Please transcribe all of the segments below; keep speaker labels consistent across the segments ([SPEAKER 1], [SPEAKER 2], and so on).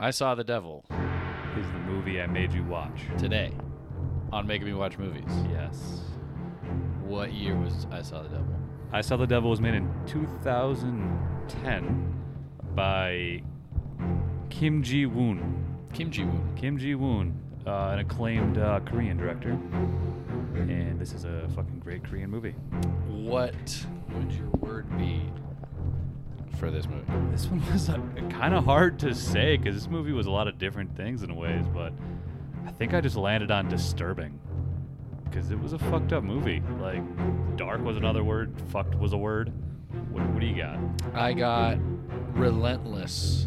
[SPEAKER 1] I saw The Devil
[SPEAKER 2] Is the movie I made you watch?
[SPEAKER 1] today on Making Me Watch Movies.
[SPEAKER 2] Yes.
[SPEAKER 1] What year was I Saw the Devil?
[SPEAKER 2] I saw the Devil was made in 2010 by Kim Ji Woon.
[SPEAKER 1] Kim Ji Woon.
[SPEAKER 2] Kim Ji Woon, uh, an acclaimed uh, Korean director, and this is a fucking great Korean movie.
[SPEAKER 1] What would your word be for this movie?
[SPEAKER 2] This one was uh, kind of hard to say because this movie was a lot of different things in ways, but I think I just landed on disturbing because it was a fucked up movie. Like, dark was another word, fucked was a word. What, what do you got?
[SPEAKER 1] I got relentless.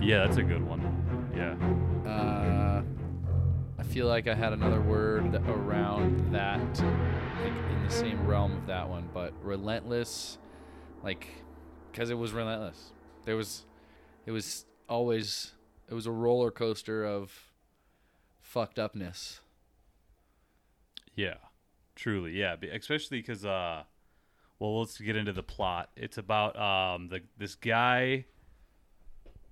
[SPEAKER 2] Yeah, that's a good one. Yeah.
[SPEAKER 1] Uh, I feel like I had another word that- around that, like in the same realm of that one, but relentless, like, because it was relentless. There was, it was always, it was a roller coaster of fucked upness.
[SPEAKER 2] Yeah, truly. Yeah, be- especially because uh, well, let's get into the plot. It's about um, the this guy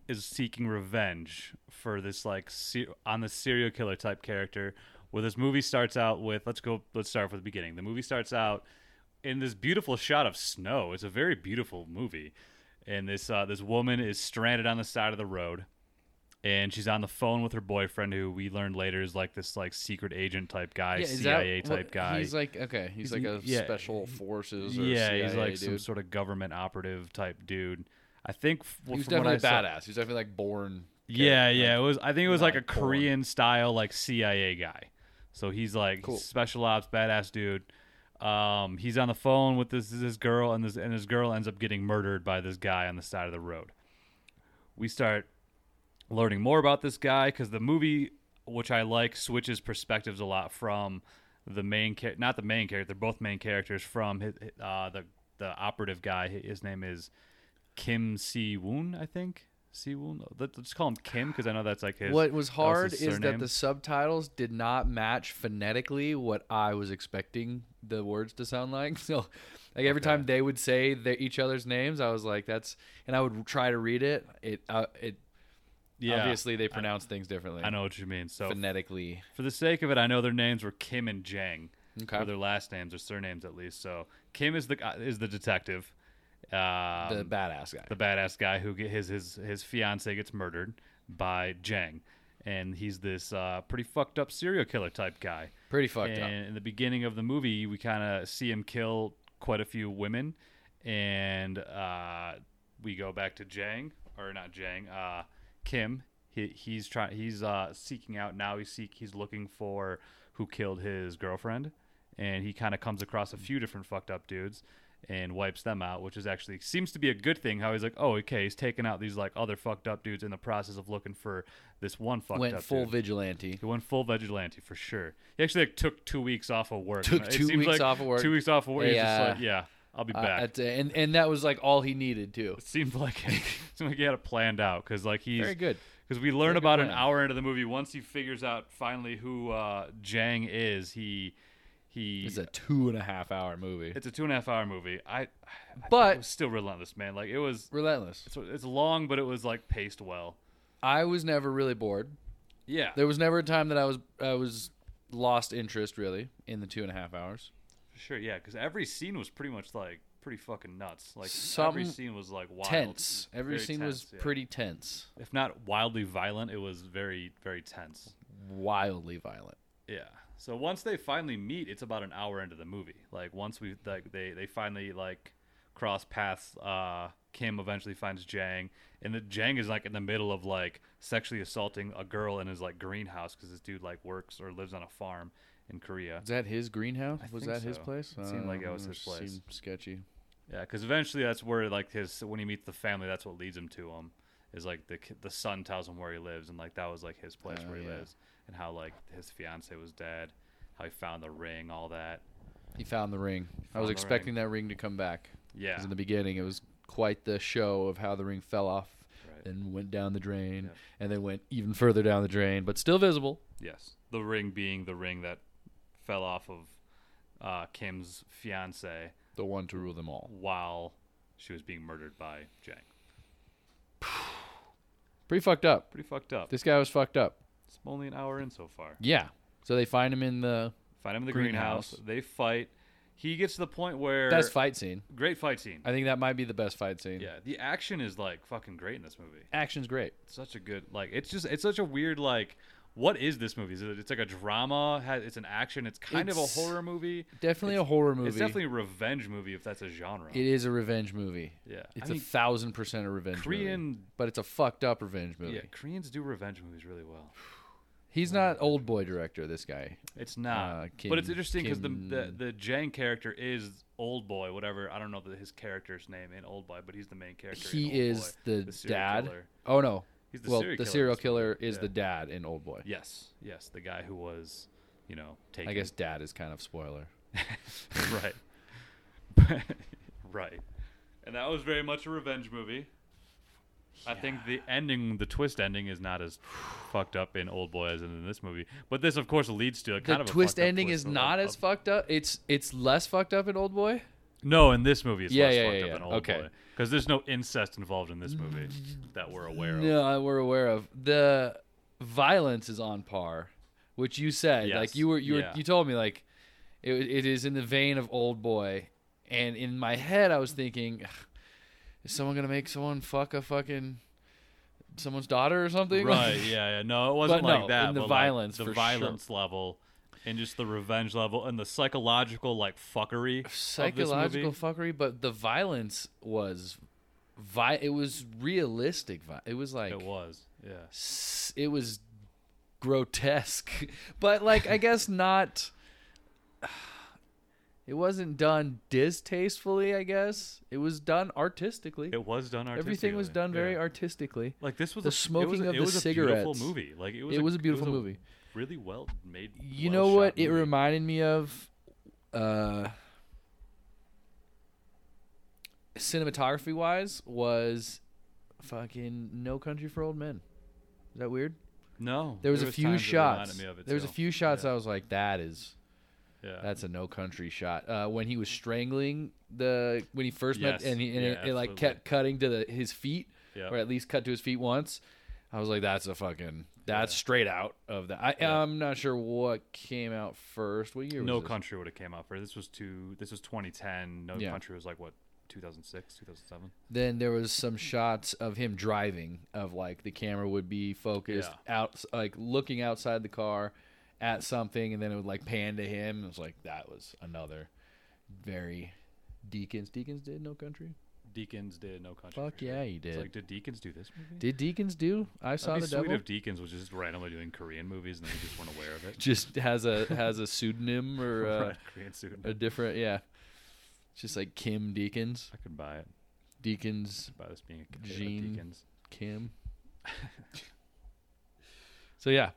[SPEAKER 2] is seeking revenge for this like se- on the serial killer type character. Where this movie starts out with let's go let's start from the beginning. The movie starts out in this beautiful shot of snow. It's a very beautiful movie, and this uh, this woman is stranded on the side of the road and she's on the phone with her boyfriend, who we learned later is like this like secret agent type guy,
[SPEAKER 1] is that
[SPEAKER 2] CIA
[SPEAKER 1] what-
[SPEAKER 2] type guy.
[SPEAKER 1] He's like okay, he's,
[SPEAKER 2] He's
[SPEAKER 1] like a
[SPEAKER 2] n- yeah.
[SPEAKER 1] special forces. Or
[SPEAKER 2] yeah,
[SPEAKER 1] CIA
[SPEAKER 2] he's like
[SPEAKER 1] dude.
[SPEAKER 2] some sort of government operative type dude. I think f-
[SPEAKER 1] he was
[SPEAKER 2] from what I
[SPEAKER 1] definitely
[SPEAKER 2] saw-
[SPEAKER 1] badass. He was definitely like born.
[SPEAKER 2] Yeah,
[SPEAKER 1] character.
[SPEAKER 2] yeah, it was. I think it was like a
[SPEAKER 1] Not born.
[SPEAKER 2] Korean style like CIA guy. So he's like
[SPEAKER 1] Cool.
[SPEAKER 2] special ops badass dude. Um, he's on the phone with this this girl, and this and this girl ends up getting murdered by this guy on the side of the road. We start learning more about this guy because the movie, which I like, switches perspectives a lot from the main character, not the main character, they're both main characters from his, uh, the the operative guy. Hi- His name is Kim Si Woon, I think. Si Woon. Let- Let's call him Kim because I know that's like his.
[SPEAKER 1] What was
[SPEAKER 2] that
[SPEAKER 1] hard
[SPEAKER 2] his
[SPEAKER 1] is that
[SPEAKER 2] surname.
[SPEAKER 1] the subtitles did not match phonetically what I was expecting the words to sound like. So, like every time they would say their, each other's names, I was like, "That's," and I would try to read it. It uh, it
[SPEAKER 2] yeah,
[SPEAKER 1] obviously they pronounce things differently.
[SPEAKER 2] I know what you mean. So
[SPEAKER 1] phonetically.
[SPEAKER 2] for the sake of it, I know their names were Kim and Jang,
[SPEAKER 1] Okay.
[SPEAKER 2] or their last names or surnames at least. So Kim is the uh, is the detective. Um,
[SPEAKER 1] the badass guy.
[SPEAKER 2] the badass guy who get his his his fiance gets murdered by Jang, and he's this uh, pretty fucked up serial killer type guy.
[SPEAKER 1] Pretty fucked
[SPEAKER 2] and
[SPEAKER 1] up.
[SPEAKER 2] in the beginning of the movie, we kind of see him kill quite a few women, and uh, we go back to Jang or not Jang, uh, Kim. He, he's trying. He's uh, seeking out now. He's seek. He's looking for who killed his girlfriend, and he kind of comes across a few different fucked up dudes and wipes them out, which is actually seems to be a good thing. How he's like, oh, okay, he's taking out these like other fucked up dudes in the process of looking for this one fucked
[SPEAKER 1] Went
[SPEAKER 2] up
[SPEAKER 1] full
[SPEAKER 2] dude.
[SPEAKER 1] vigilante.
[SPEAKER 2] He went full vigilante for sure. He actually like, took two weeks off of work.
[SPEAKER 1] Took
[SPEAKER 2] It
[SPEAKER 1] two
[SPEAKER 2] seems
[SPEAKER 1] weeks
[SPEAKER 2] like
[SPEAKER 1] off of work.
[SPEAKER 2] Two weeks off of work. He's
[SPEAKER 1] Yeah.
[SPEAKER 2] just like, yeah, I'll be
[SPEAKER 1] Uh,
[SPEAKER 2] back.
[SPEAKER 1] at- and and that was like all he needed too.
[SPEAKER 2] it seemed like it seemed like he had it planned out because like he's
[SPEAKER 1] Very good.
[SPEAKER 2] Because we learn
[SPEAKER 1] good
[SPEAKER 2] about an
[SPEAKER 1] plan.
[SPEAKER 2] hour into the movie once he figures out finally who uh, Jang is. He he.
[SPEAKER 1] It's a two and a half hour movie.
[SPEAKER 2] it's a two and a half hour movie. I, I it
[SPEAKER 1] but
[SPEAKER 2] was still relentless, man. Like it was.
[SPEAKER 1] relentless.
[SPEAKER 2] It's, it's long, but it was like paced well.
[SPEAKER 1] I was never really bored.
[SPEAKER 2] Yeah,
[SPEAKER 1] There was never a time that I was I was lost interest really in the two and a half hours.
[SPEAKER 2] for sure. Yeah, because every scene was pretty much like pretty fucking nuts. Like every
[SPEAKER 1] Something
[SPEAKER 2] scene was like wild.
[SPEAKER 1] Tense. Every
[SPEAKER 2] Very
[SPEAKER 1] scene was
[SPEAKER 2] tense, yeah.
[SPEAKER 1] pretty tense,
[SPEAKER 2] if not wildly violent, it was very, very tense.
[SPEAKER 1] wildly violent.
[SPEAKER 2] Yeah. So once they finally meet, it's about an hour into the movie. Like once we like they they finally like cross paths. Uh, Kim eventually finds Jang, and the Jang is like in the middle of like sexually assaulting a girl in his like greenhouse because this dude like works or lives on a farm in Korea.
[SPEAKER 1] Is that his greenhouse?
[SPEAKER 2] I
[SPEAKER 1] was
[SPEAKER 2] think
[SPEAKER 1] that his
[SPEAKER 2] so.
[SPEAKER 1] place?
[SPEAKER 2] It seemed like
[SPEAKER 1] I
[SPEAKER 2] it
[SPEAKER 1] don't
[SPEAKER 2] was
[SPEAKER 1] know,
[SPEAKER 2] his place.
[SPEAKER 1] Seemed sketchy.
[SPEAKER 2] Yeah, because eventually that's where like his when he meets the family, that's what leads him to him. Is like the ki- the son tells him where he lives, and like that was like his place
[SPEAKER 1] Oh,
[SPEAKER 2] where he
[SPEAKER 1] yeah.
[SPEAKER 2] lives, and how like his fiance was dead, how he found the ring, all that.
[SPEAKER 1] He found the ring. I
[SPEAKER 2] found
[SPEAKER 1] was
[SPEAKER 2] the
[SPEAKER 1] expecting that ring to come back. 'Cause
[SPEAKER 2] Yeah,
[SPEAKER 1] In the beginning, it was quite the show of how the ring fell off,
[SPEAKER 2] Right.
[SPEAKER 1] then went down the drain,
[SPEAKER 2] Yep.
[SPEAKER 1] and then went even further down the drain, but still visible.
[SPEAKER 2] yes, the ring being the ring that fell off of uh, Kim's fiance
[SPEAKER 1] The one to rule them all.
[SPEAKER 2] while she was being murdered by Jang.
[SPEAKER 1] Pretty fucked up.
[SPEAKER 2] Pretty fucked up.
[SPEAKER 1] This guy was fucked up.
[SPEAKER 2] It's only an hour in so far.
[SPEAKER 1] Yeah. So they find him in the
[SPEAKER 2] Find him in the greenhouse.
[SPEAKER 1] Greenhouse.
[SPEAKER 2] They fight. He gets to the point where
[SPEAKER 1] best fight scene.
[SPEAKER 2] great fight scene.
[SPEAKER 1] I think that might be the best fight scene.
[SPEAKER 2] yeah, the action is like fucking great in this movie.
[SPEAKER 1] Action's great.
[SPEAKER 2] such a good like it's just it's such a weird like what is this movie? Is it, it's like a drama. ha- It's an action. It's kind of a
[SPEAKER 1] It's
[SPEAKER 2] horror movie.
[SPEAKER 1] Definitely
[SPEAKER 2] It's-
[SPEAKER 1] a horror movie.
[SPEAKER 2] It's definitely a revenge movie if that's a genre.
[SPEAKER 1] It is a revenge movie.
[SPEAKER 2] yeah,
[SPEAKER 1] It's
[SPEAKER 2] I
[SPEAKER 1] a
[SPEAKER 2] mean,
[SPEAKER 1] thousand percent a revenge movie.
[SPEAKER 2] Korean-
[SPEAKER 1] But it's a fucked up revenge movie.
[SPEAKER 2] yeah. Koreans do revenge movies really well.
[SPEAKER 1] He's not old boy director, this guy.
[SPEAKER 2] It's not,
[SPEAKER 1] Uh,
[SPEAKER 2] but it's
[SPEAKER 1] Kim-
[SPEAKER 2] interesting because the, the
[SPEAKER 1] Kim-
[SPEAKER 2] the Jang character is Old Boy, whatever. I don't know the, his character's name in Old Boy, but he's the main character. in
[SPEAKER 1] He
[SPEAKER 2] Old
[SPEAKER 1] is
[SPEAKER 2] Boy,
[SPEAKER 1] the,
[SPEAKER 2] serial
[SPEAKER 1] dad.
[SPEAKER 2] killer.
[SPEAKER 1] Oh no.
[SPEAKER 2] He's the
[SPEAKER 1] well,
[SPEAKER 2] serial
[SPEAKER 1] the
[SPEAKER 2] killer in
[SPEAKER 1] serial
[SPEAKER 2] this movie.
[SPEAKER 1] killer is
[SPEAKER 2] Yeah.
[SPEAKER 1] the dad in Old Boy.
[SPEAKER 2] Yes, yes, the guy who was, you know, taken.
[SPEAKER 1] I guess dad is kind of spoiler.
[SPEAKER 2] right. right. And that was very much a revenge movie. I think the ending, the twist ending, is not as fucked up in Old Boy as in this movie. But this, of course, leads to a kind
[SPEAKER 1] the
[SPEAKER 2] of a
[SPEAKER 1] twist
[SPEAKER 2] fucked up
[SPEAKER 1] ending
[SPEAKER 2] twist
[SPEAKER 1] is
[SPEAKER 2] of-
[SPEAKER 1] not
[SPEAKER 2] of-
[SPEAKER 1] as fucked up. It's it's less fucked up in Old Boy.
[SPEAKER 2] No, in this movie, it's
[SPEAKER 1] Yeah,
[SPEAKER 2] less
[SPEAKER 1] yeah,
[SPEAKER 2] fucked
[SPEAKER 1] yeah,
[SPEAKER 2] up
[SPEAKER 1] yeah.
[SPEAKER 2] than Old
[SPEAKER 1] Okay.
[SPEAKER 2] Boy because there's no incest involved in this movie that we're aware of.
[SPEAKER 1] No, I- we're aware of the violence is on par, which you said
[SPEAKER 2] Yes,
[SPEAKER 1] like you were you were
[SPEAKER 2] yeah.
[SPEAKER 1] you told me like it, it is in the vein of Old Boy, and in my head I was thinking, "Ugh, is someone gonna make someone fuck a fucking someone's daughter or something?
[SPEAKER 2] Right? Yeah, yeah. No, it wasn't
[SPEAKER 1] But
[SPEAKER 2] like
[SPEAKER 1] no,
[SPEAKER 2] that.
[SPEAKER 1] in the
[SPEAKER 2] but, like,
[SPEAKER 1] violence,
[SPEAKER 2] the
[SPEAKER 1] for sure.
[SPEAKER 2] violence level, and just the revenge level, and the psychological like fuckery. of this
[SPEAKER 1] psychological
[SPEAKER 2] movie.
[SPEAKER 1] fuckery, but the violence was, vi- it was realistic. Vi- it was like
[SPEAKER 2] It was. Yeah.
[SPEAKER 1] s- it was grotesque, but like I guess not. It wasn't done distastefully, I guess. It was done artistically.
[SPEAKER 2] It was done artistically.
[SPEAKER 1] Everything was done very
[SPEAKER 2] yeah.
[SPEAKER 1] artistically.
[SPEAKER 2] Like this was
[SPEAKER 1] the
[SPEAKER 2] a, it was
[SPEAKER 1] smoking
[SPEAKER 2] a,
[SPEAKER 1] of
[SPEAKER 2] it
[SPEAKER 1] the
[SPEAKER 2] was a
[SPEAKER 1] cigarettes.
[SPEAKER 2] Beautiful movie. Like it was.
[SPEAKER 1] It
[SPEAKER 2] a,
[SPEAKER 1] was a beautiful
[SPEAKER 2] a
[SPEAKER 1] movie.
[SPEAKER 2] Really well made.
[SPEAKER 1] You
[SPEAKER 2] well
[SPEAKER 1] know what
[SPEAKER 2] shot
[SPEAKER 1] it
[SPEAKER 2] movie.
[SPEAKER 1] reminded me of? Uh, cinematography wise, was fucking No Country for Old Men. Is that weird?
[SPEAKER 2] No,
[SPEAKER 1] There was a few
[SPEAKER 2] times it reminded
[SPEAKER 1] shots.
[SPEAKER 2] me of it,
[SPEAKER 1] There was a
[SPEAKER 2] too.
[SPEAKER 1] few shots
[SPEAKER 2] Yeah.
[SPEAKER 1] I was like, that is
[SPEAKER 2] Yeah.
[SPEAKER 1] That's a no country shot. Uh, when he was strangling the when he first
[SPEAKER 2] Yes.
[SPEAKER 1] met and, he, and
[SPEAKER 2] Yeah,
[SPEAKER 1] it, it, like
[SPEAKER 2] absolutely.
[SPEAKER 1] kept cutting to the, his feet
[SPEAKER 2] Yeah.
[SPEAKER 1] or at least cut to his feet once. I was like, that's a fucking that's straight out of that. I
[SPEAKER 2] Yeah.
[SPEAKER 1] I'm not sure what came out first. What year? Was
[SPEAKER 2] No
[SPEAKER 1] this?
[SPEAKER 2] Country would have came out for this was two. This was 2010. No
[SPEAKER 1] Yeah.
[SPEAKER 2] Country was like what 2006, 2007.
[SPEAKER 1] Then there was some shots of him driving, of like the camera would be focused out, like looking outside the car at something, and then it would like pan to him. It was like that was another very Deacons. Deacons did No Country.
[SPEAKER 2] Deacons did No Country.
[SPEAKER 1] Fuck
[SPEAKER 2] for sure.
[SPEAKER 1] yeah, he
[SPEAKER 2] It's
[SPEAKER 1] did.
[SPEAKER 2] like did Deacons do this movie?
[SPEAKER 1] Did Deacons do I Saw
[SPEAKER 2] That'd
[SPEAKER 1] the
[SPEAKER 2] be sweet
[SPEAKER 1] Devil?
[SPEAKER 2] if Deacons was just randomly doing Korean movies and they just weren't aware of it.
[SPEAKER 1] Just has a has a pseudonym or uh,
[SPEAKER 2] Right, Korean student.
[SPEAKER 1] a different yeah. It's Just like Kim Deacons,
[SPEAKER 2] I could buy it.
[SPEAKER 1] Deacons
[SPEAKER 2] By this being a
[SPEAKER 1] Gene.
[SPEAKER 2] Deacons.
[SPEAKER 1] Kim. so yeah,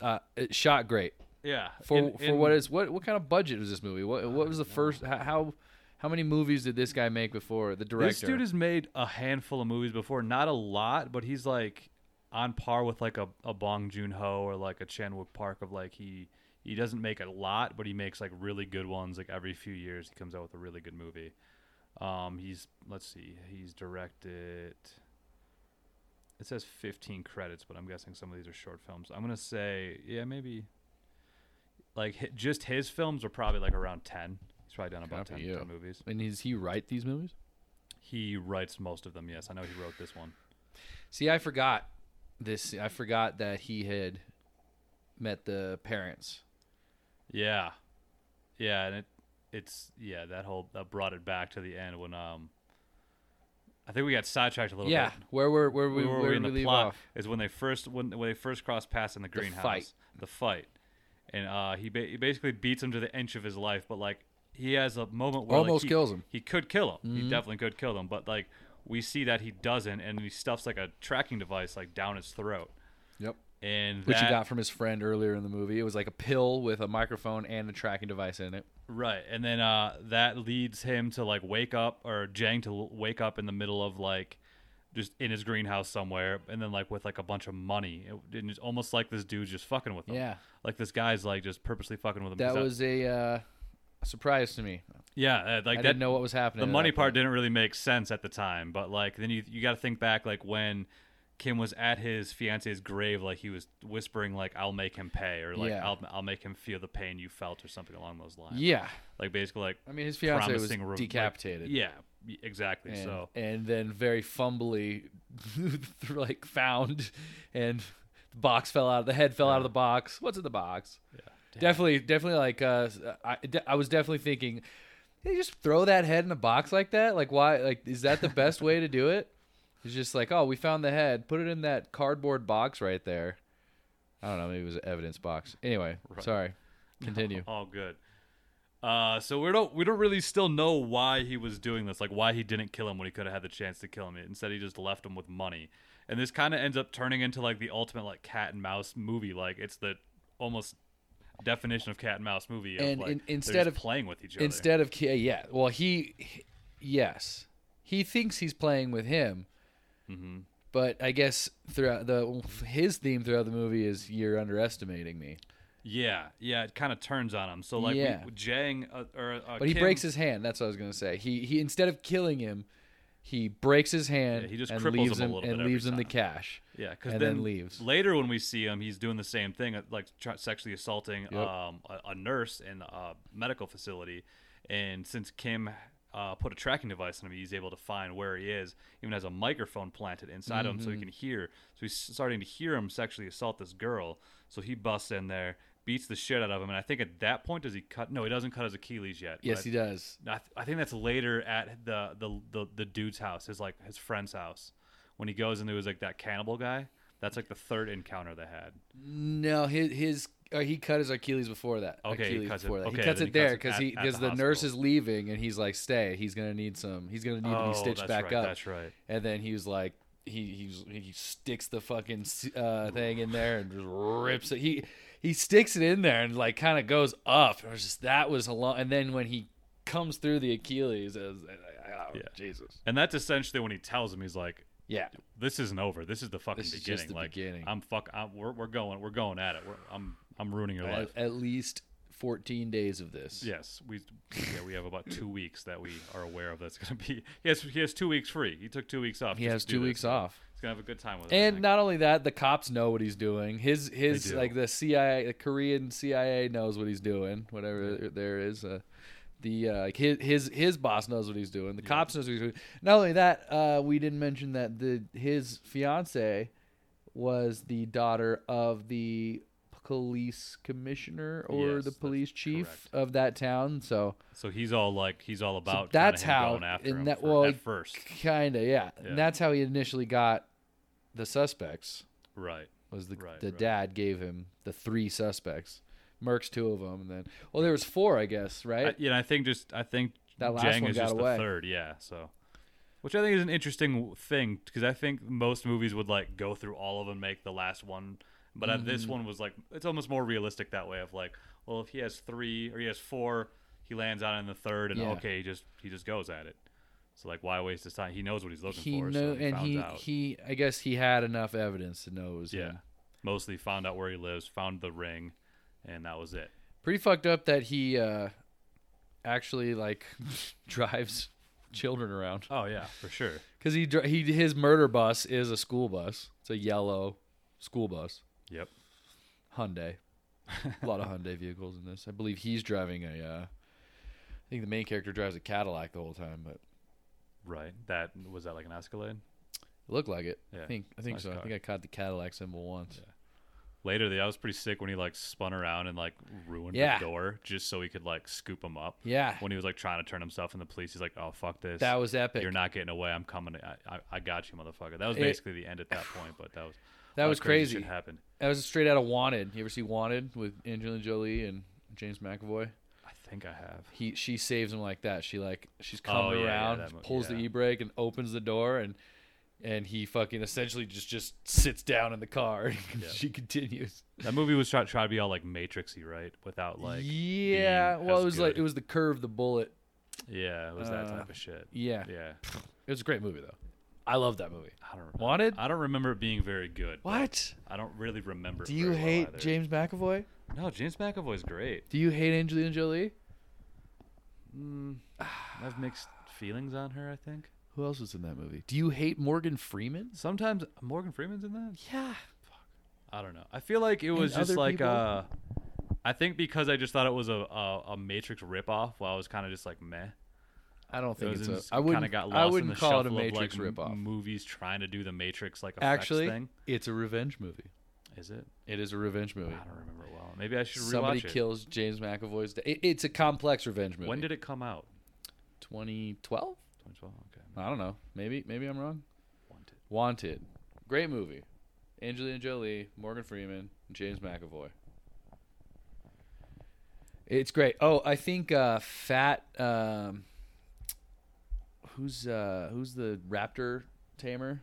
[SPEAKER 1] uh, it shot great
[SPEAKER 2] Yeah.
[SPEAKER 1] for
[SPEAKER 2] in-
[SPEAKER 1] for
[SPEAKER 2] in- Oh,
[SPEAKER 1] what is what what kind of budget was this movie? What what was the first h- how how many movies did this guy make before the director?
[SPEAKER 2] This dude has made a handful of movies before, not a lot, but he's like on par with like a, a Bong Joon Ho or like a Chan Wook Park of like he he doesn't make a lot, but he makes like really good ones. Like every few years, he comes out with a really good movie. Um, he's let's see, he's directed. It says 15 credits, but I'm guessing some of these are short films. I'm gonna say yeah, maybe. Like hi- just his films are probably like around 10. He's probably done about
[SPEAKER 1] Copy
[SPEAKER 2] 10,
[SPEAKER 1] you.
[SPEAKER 2] 10 movies.
[SPEAKER 1] and is he write these movies?
[SPEAKER 2] He writes most of them. Yes, I know he wrote this one.
[SPEAKER 1] See, I forgot this. I forgot that he had met the parents.
[SPEAKER 2] Yeah, yeah, and it it's yeah that whole that brought it back to the end when um I think we got sidetracked a little
[SPEAKER 1] Yeah,
[SPEAKER 2] bit.
[SPEAKER 1] where were where we
[SPEAKER 2] Where
[SPEAKER 1] where,
[SPEAKER 2] were we
[SPEAKER 1] did
[SPEAKER 2] in
[SPEAKER 1] we
[SPEAKER 2] the
[SPEAKER 1] leave
[SPEAKER 2] plot?
[SPEAKER 1] off?
[SPEAKER 2] Is when they first when, when they first cross paths in the greenhouse,
[SPEAKER 1] fight.
[SPEAKER 2] the fight, and uh he, ba- he basically beats him to the inch of his life, but like he has a moment where like,
[SPEAKER 1] Almost
[SPEAKER 2] he-
[SPEAKER 1] kills him. Mm-hmm.
[SPEAKER 2] He could kill him. He definitely could kill him, but like we see that he doesn't, and he stuffs like a tracking device like down his throat,
[SPEAKER 1] Yep.
[SPEAKER 2] and
[SPEAKER 1] Which
[SPEAKER 2] that,
[SPEAKER 1] he got from his friend earlier in the movie. It was like a pill with a microphone and a tracking device in it.
[SPEAKER 2] Right, and then uh, that leads him to like wake up, or Jang to l- wake up in the middle of like just in his greenhouse somewhere, and then like with like a bunch of money, It- and it's almost like this dude's just fucking with him.
[SPEAKER 1] Yeah.
[SPEAKER 2] like this guy's like just purposely fucking with him. 'cause
[SPEAKER 1] That was a uh, surprise to me.
[SPEAKER 2] yeah, uh, like
[SPEAKER 1] I
[SPEAKER 2] that.
[SPEAKER 1] didn't know what was happening.
[SPEAKER 2] the
[SPEAKER 1] at
[SPEAKER 2] money
[SPEAKER 1] that
[SPEAKER 2] part
[SPEAKER 1] point.
[SPEAKER 2] didn't really make sense at the time, but like then you you got to think back like when Kim was at his fiance's grave, like he was whispering, like "I'll make him pay" or like
[SPEAKER 1] Yeah.
[SPEAKER 2] "I'll I'll make him feel the pain you felt" or something along those lines.
[SPEAKER 1] Yeah.
[SPEAKER 2] Like basically, like
[SPEAKER 1] I mean, his fiance was
[SPEAKER 2] promising re- like-
[SPEAKER 1] decapitated.
[SPEAKER 2] yeah, y- exactly.
[SPEAKER 1] And,
[SPEAKER 2] so
[SPEAKER 1] and then very fumbly, like found, and the box fell out of the head fell out of the box. What's in the box? Definitely, definitely like uh, I, de- I was definitely thinking, hey, just throw that head in a box like that. Like why? Like is that the best way to do it? It's just like, oh, we found the head. Put it in that cardboard box right there. I don't know. Maybe it was an evidence box. Anyway, sorry. Continue.
[SPEAKER 2] all good. Uh, so we don't we don't really still know why he was doing this, like why he didn't kill him when he could have had the chance to kill him. Instead, he just left him with money, and this kind of ends up turning into like the ultimate like cat and mouse movie. Like it's the almost definition of cat and mouse movie. Of,
[SPEAKER 1] And
[SPEAKER 2] like,
[SPEAKER 1] in-
[SPEAKER 2] they're
[SPEAKER 1] instead
[SPEAKER 2] just
[SPEAKER 1] of-
[SPEAKER 2] playing with each other,
[SPEAKER 1] instead of Ki- yeah well he yes he thinks he's playing with him
[SPEAKER 2] Mm-hmm.
[SPEAKER 1] but i guess throughout the his theme throughout the movie is you're underestimating me
[SPEAKER 2] yeah, yeah, it kind of turns on him. So like
[SPEAKER 1] Yeah.
[SPEAKER 2] we, Jang uh, or uh,
[SPEAKER 1] but he
[SPEAKER 2] Kim-
[SPEAKER 1] breaks his hand that's what i was going to say he he instead of killing him he breaks his hand
[SPEAKER 2] Yeah, he just
[SPEAKER 1] and
[SPEAKER 2] cripples
[SPEAKER 1] leaves
[SPEAKER 2] him a
[SPEAKER 1] him,
[SPEAKER 2] little bit
[SPEAKER 1] and
[SPEAKER 2] every
[SPEAKER 1] leaves him the
[SPEAKER 2] time.
[SPEAKER 1] cash
[SPEAKER 2] Yeah, because
[SPEAKER 1] and
[SPEAKER 2] then,
[SPEAKER 1] then leaves.
[SPEAKER 2] later when we see him, he's doing the same thing, uh, like tra- sexually assaulting um, a, a nurse in a medical facility. And since Kim uh, put a tracking device on him, he's able to find where he is. Even has a microphone planted inside of him so
[SPEAKER 1] Mm-hmm.
[SPEAKER 2] he can hear. So he's starting to hear him sexually assault this girl. So he busts in there, beats the shit out of him, and I think at that point does he cut? No, he doesn't cut his Achilles yet.
[SPEAKER 1] yes
[SPEAKER 2] but-
[SPEAKER 1] he does
[SPEAKER 2] I, th- I think that's later at the, the the the dude's house, his like his friend's house, when he goes and there was like that cannibal guy. That's like the third encounter they had.
[SPEAKER 1] no his his uh, he cut his Achilles before that.
[SPEAKER 2] Okay, he
[SPEAKER 1] Achilles
[SPEAKER 2] cuts it-
[SPEAKER 1] before that.
[SPEAKER 2] okay,
[SPEAKER 1] he cuts
[SPEAKER 2] then
[SPEAKER 1] it
[SPEAKER 2] he cuts
[SPEAKER 1] there
[SPEAKER 2] it
[SPEAKER 1] because
[SPEAKER 2] at-
[SPEAKER 1] he
[SPEAKER 2] at
[SPEAKER 1] because
[SPEAKER 2] the
[SPEAKER 1] the, nurse is
[SPEAKER 2] hospital.
[SPEAKER 1] leaving and he's like, "Stay." He's gonna need some. He's gonna need to
[SPEAKER 2] Oh,
[SPEAKER 1] be stitched
[SPEAKER 2] that's
[SPEAKER 1] back
[SPEAKER 2] right,
[SPEAKER 1] up.
[SPEAKER 2] that's right.
[SPEAKER 1] And then he was like, he he's, he sticks the fucking uh, thing in there and just rips it. He he sticks it in there and like kind of goes up. It was just that was a long. And then when he comes through the Achilles, it was, oh,
[SPEAKER 2] Yeah.
[SPEAKER 1] Jesus,
[SPEAKER 2] And that's essentially when he tells him he's like,
[SPEAKER 1] yeah,
[SPEAKER 2] "This isn't over. This is the fucking
[SPEAKER 1] This is
[SPEAKER 2] beginning.
[SPEAKER 1] just the
[SPEAKER 2] like
[SPEAKER 1] beginning.
[SPEAKER 2] I'm fuck. I'm, we're we're going. We're going at it. We're, I'm I'm ruining your life.
[SPEAKER 1] at, at least fourteen days of this.
[SPEAKER 2] Yes, we yeah we have about two weeks that we are aware of. That's gonna be he has he has two weeks free. He took two weeks off.
[SPEAKER 1] he
[SPEAKER 2] just
[SPEAKER 1] has
[SPEAKER 2] to do
[SPEAKER 1] two
[SPEAKER 2] this.
[SPEAKER 1] weeks off.
[SPEAKER 2] He's gonna have a good time with it. I
[SPEAKER 1] And
[SPEAKER 2] think.
[SPEAKER 1] not only that, the cops know what he's doing. His his
[SPEAKER 2] do.
[SPEAKER 1] like the CIA, the Korean CIA knows what he's doing. Whatever there is, uh, the uh, like his his his boss knows what he's doing. The cops knows what he's doing. Not only that, uh, we didn't mention that the his fiance was the daughter of the police commissioner or
[SPEAKER 2] Yes,
[SPEAKER 1] the
[SPEAKER 2] that's
[SPEAKER 1] police chief
[SPEAKER 2] correct.
[SPEAKER 1] of that town. So
[SPEAKER 2] so he's all like he's all about. kinda
[SPEAKER 1] that's
[SPEAKER 2] him
[SPEAKER 1] how-
[SPEAKER 2] going after
[SPEAKER 1] and
[SPEAKER 2] him
[SPEAKER 1] that-
[SPEAKER 2] for-
[SPEAKER 1] well,
[SPEAKER 2] at first
[SPEAKER 1] kind of yeah.
[SPEAKER 2] Yeah.
[SPEAKER 1] and that's how he initially got the suspects.
[SPEAKER 2] right.
[SPEAKER 1] was the
[SPEAKER 2] Right,
[SPEAKER 1] the
[SPEAKER 2] right.
[SPEAKER 1] dad gave him the three suspects. Merck's two of them, and then well, there was four, I guess, right?
[SPEAKER 2] I, you know, I think just I think
[SPEAKER 1] That last
[SPEAKER 2] Jang
[SPEAKER 1] one
[SPEAKER 2] is
[SPEAKER 1] got
[SPEAKER 2] just
[SPEAKER 1] away.
[SPEAKER 2] the third, yeah. So, which I think is an interesting thing because I think most movies would like go through all of them, make the last one, but uh
[SPEAKER 1] Mm-hmm.
[SPEAKER 2] this one was like it's almost more realistic that way of like, well, if he has three or he has four, he lands on in the third, and
[SPEAKER 1] Yeah.
[SPEAKER 2] okay, he just he just goes at it. So like, why waste his time? He knows what he's looking
[SPEAKER 1] he
[SPEAKER 2] for,
[SPEAKER 1] knew,
[SPEAKER 2] so he
[SPEAKER 1] and
[SPEAKER 2] found
[SPEAKER 1] he
[SPEAKER 2] out.
[SPEAKER 1] he, I guess he had enough evidence to know it was
[SPEAKER 2] yeah,
[SPEAKER 1] him.
[SPEAKER 2] mostly found out where he lives, found the ring, and that was it.
[SPEAKER 1] Pretty fucked up that he uh, actually like drives children around
[SPEAKER 2] Oh yeah, for sure.
[SPEAKER 1] because he dri- he his murder bus is a school bus. It's a yellow school bus,
[SPEAKER 2] Yep.
[SPEAKER 1] Hyundai. a lot of Hyundai vehicles in this. I believe he's driving a. Uh, I think the main character drives a Cadillac the whole time, but
[SPEAKER 2] Right. That was that like an Escalade.
[SPEAKER 1] Look like it. I
[SPEAKER 2] Yeah,
[SPEAKER 1] think I think
[SPEAKER 2] nice
[SPEAKER 1] so. I
[SPEAKER 2] car.
[SPEAKER 1] think I caught the Cadillac symbol once.
[SPEAKER 2] Later, that was pretty sick when he like spun around and like ruined
[SPEAKER 1] Yeah.
[SPEAKER 2] the door just so he could like scoop him up.
[SPEAKER 1] Yeah.
[SPEAKER 2] When he was like trying to turn himself in the police, he's like, "Oh fuck this!
[SPEAKER 1] That was epic.
[SPEAKER 2] You're not getting away. I'm coming. I, I, I got you, motherfucker." That was
[SPEAKER 1] It-
[SPEAKER 2] basically the end at that point. But that was
[SPEAKER 1] That
[SPEAKER 2] a lot
[SPEAKER 1] was
[SPEAKER 2] of
[SPEAKER 1] crazy.
[SPEAKER 2] Shit happened.
[SPEAKER 1] That was straight out of Wanted. You ever see Wanted with Angelina Jolie and James McAvoy?
[SPEAKER 2] I think I have.
[SPEAKER 1] He she saves him like that. She like she's coming
[SPEAKER 2] Oh, yeah, yeah,
[SPEAKER 1] around,
[SPEAKER 2] that mo-
[SPEAKER 1] pulls the
[SPEAKER 2] yeah.
[SPEAKER 1] e brake and opens the door and and he fucking essentially just just sits down in the car. And She continues.
[SPEAKER 2] That movie was trying try to be all like Matrixy, right? Without like
[SPEAKER 1] yeah.
[SPEAKER 2] being
[SPEAKER 1] Well,
[SPEAKER 2] as
[SPEAKER 1] it was like
[SPEAKER 2] good.
[SPEAKER 1] it was the curve, the bullet.
[SPEAKER 2] yeah, it was that
[SPEAKER 1] uh,
[SPEAKER 2] type of shit.
[SPEAKER 1] Yeah.
[SPEAKER 2] Yeah.
[SPEAKER 1] It was a great movie though. I love that movie.
[SPEAKER 2] I don't remember.
[SPEAKER 1] Wanted?
[SPEAKER 2] I don't remember it being very good. but
[SPEAKER 1] What?
[SPEAKER 2] I don't really remember. it
[SPEAKER 1] Do you
[SPEAKER 2] very well
[SPEAKER 1] hate
[SPEAKER 2] either.
[SPEAKER 1] James McAvoy?
[SPEAKER 2] No, James McAvoy's great.
[SPEAKER 1] Do you hate Angelina Jolie?
[SPEAKER 2] I have mixed feelings on her. I think.
[SPEAKER 1] Who else was in that movie? Do you hate Morgan Freeman?
[SPEAKER 2] Sometimes Morgan Freeman's in that.
[SPEAKER 1] Yeah.
[SPEAKER 2] I don't know. I feel like it was
[SPEAKER 1] And
[SPEAKER 2] just
[SPEAKER 1] other
[SPEAKER 2] like
[SPEAKER 1] people?
[SPEAKER 2] uh I think because I just thought it was a a, a Matrix ripoff. While I was kind of just like meh.
[SPEAKER 1] I don't think it's
[SPEAKER 2] was in-
[SPEAKER 1] a. I wouldn't.
[SPEAKER 2] kinda got lost
[SPEAKER 1] I
[SPEAKER 2] in
[SPEAKER 1] wouldn't
[SPEAKER 2] the
[SPEAKER 1] call it a
[SPEAKER 2] shuffle of,
[SPEAKER 1] Matrix
[SPEAKER 2] like, m-
[SPEAKER 1] ripoff.
[SPEAKER 2] Movies trying to do the Matrix like effects
[SPEAKER 1] Actually,
[SPEAKER 2] thing.
[SPEAKER 1] it's a revenge movie.
[SPEAKER 2] Is it?
[SPEAKER 1] It is a revenge movie.
[SPEAKER 2] I don't remember it well. Maybe I should rewatch
[SPEAKER 1] Somebody
[SPEAKER 2] it.
[SPEAKER 1] kills James McAvoy's. Da- it, it's a complex revenge movie.
[SPEAKER 2] When did it come out?
[SPEAKER 1] 2012?
[SPEAKER 2] 2012. Okay.
[SPEAKER 1] I don't know. Maybe maybe I'm wrong.
[SPEAKER 2] Wanted.
[SPEAKER 1] Wanted, great movie. Angelina Jolie, Morgan Freeman, James McAvoy. It's great. Oh, I think uh, Fat. Um, who's uh, who's the raptor tamer?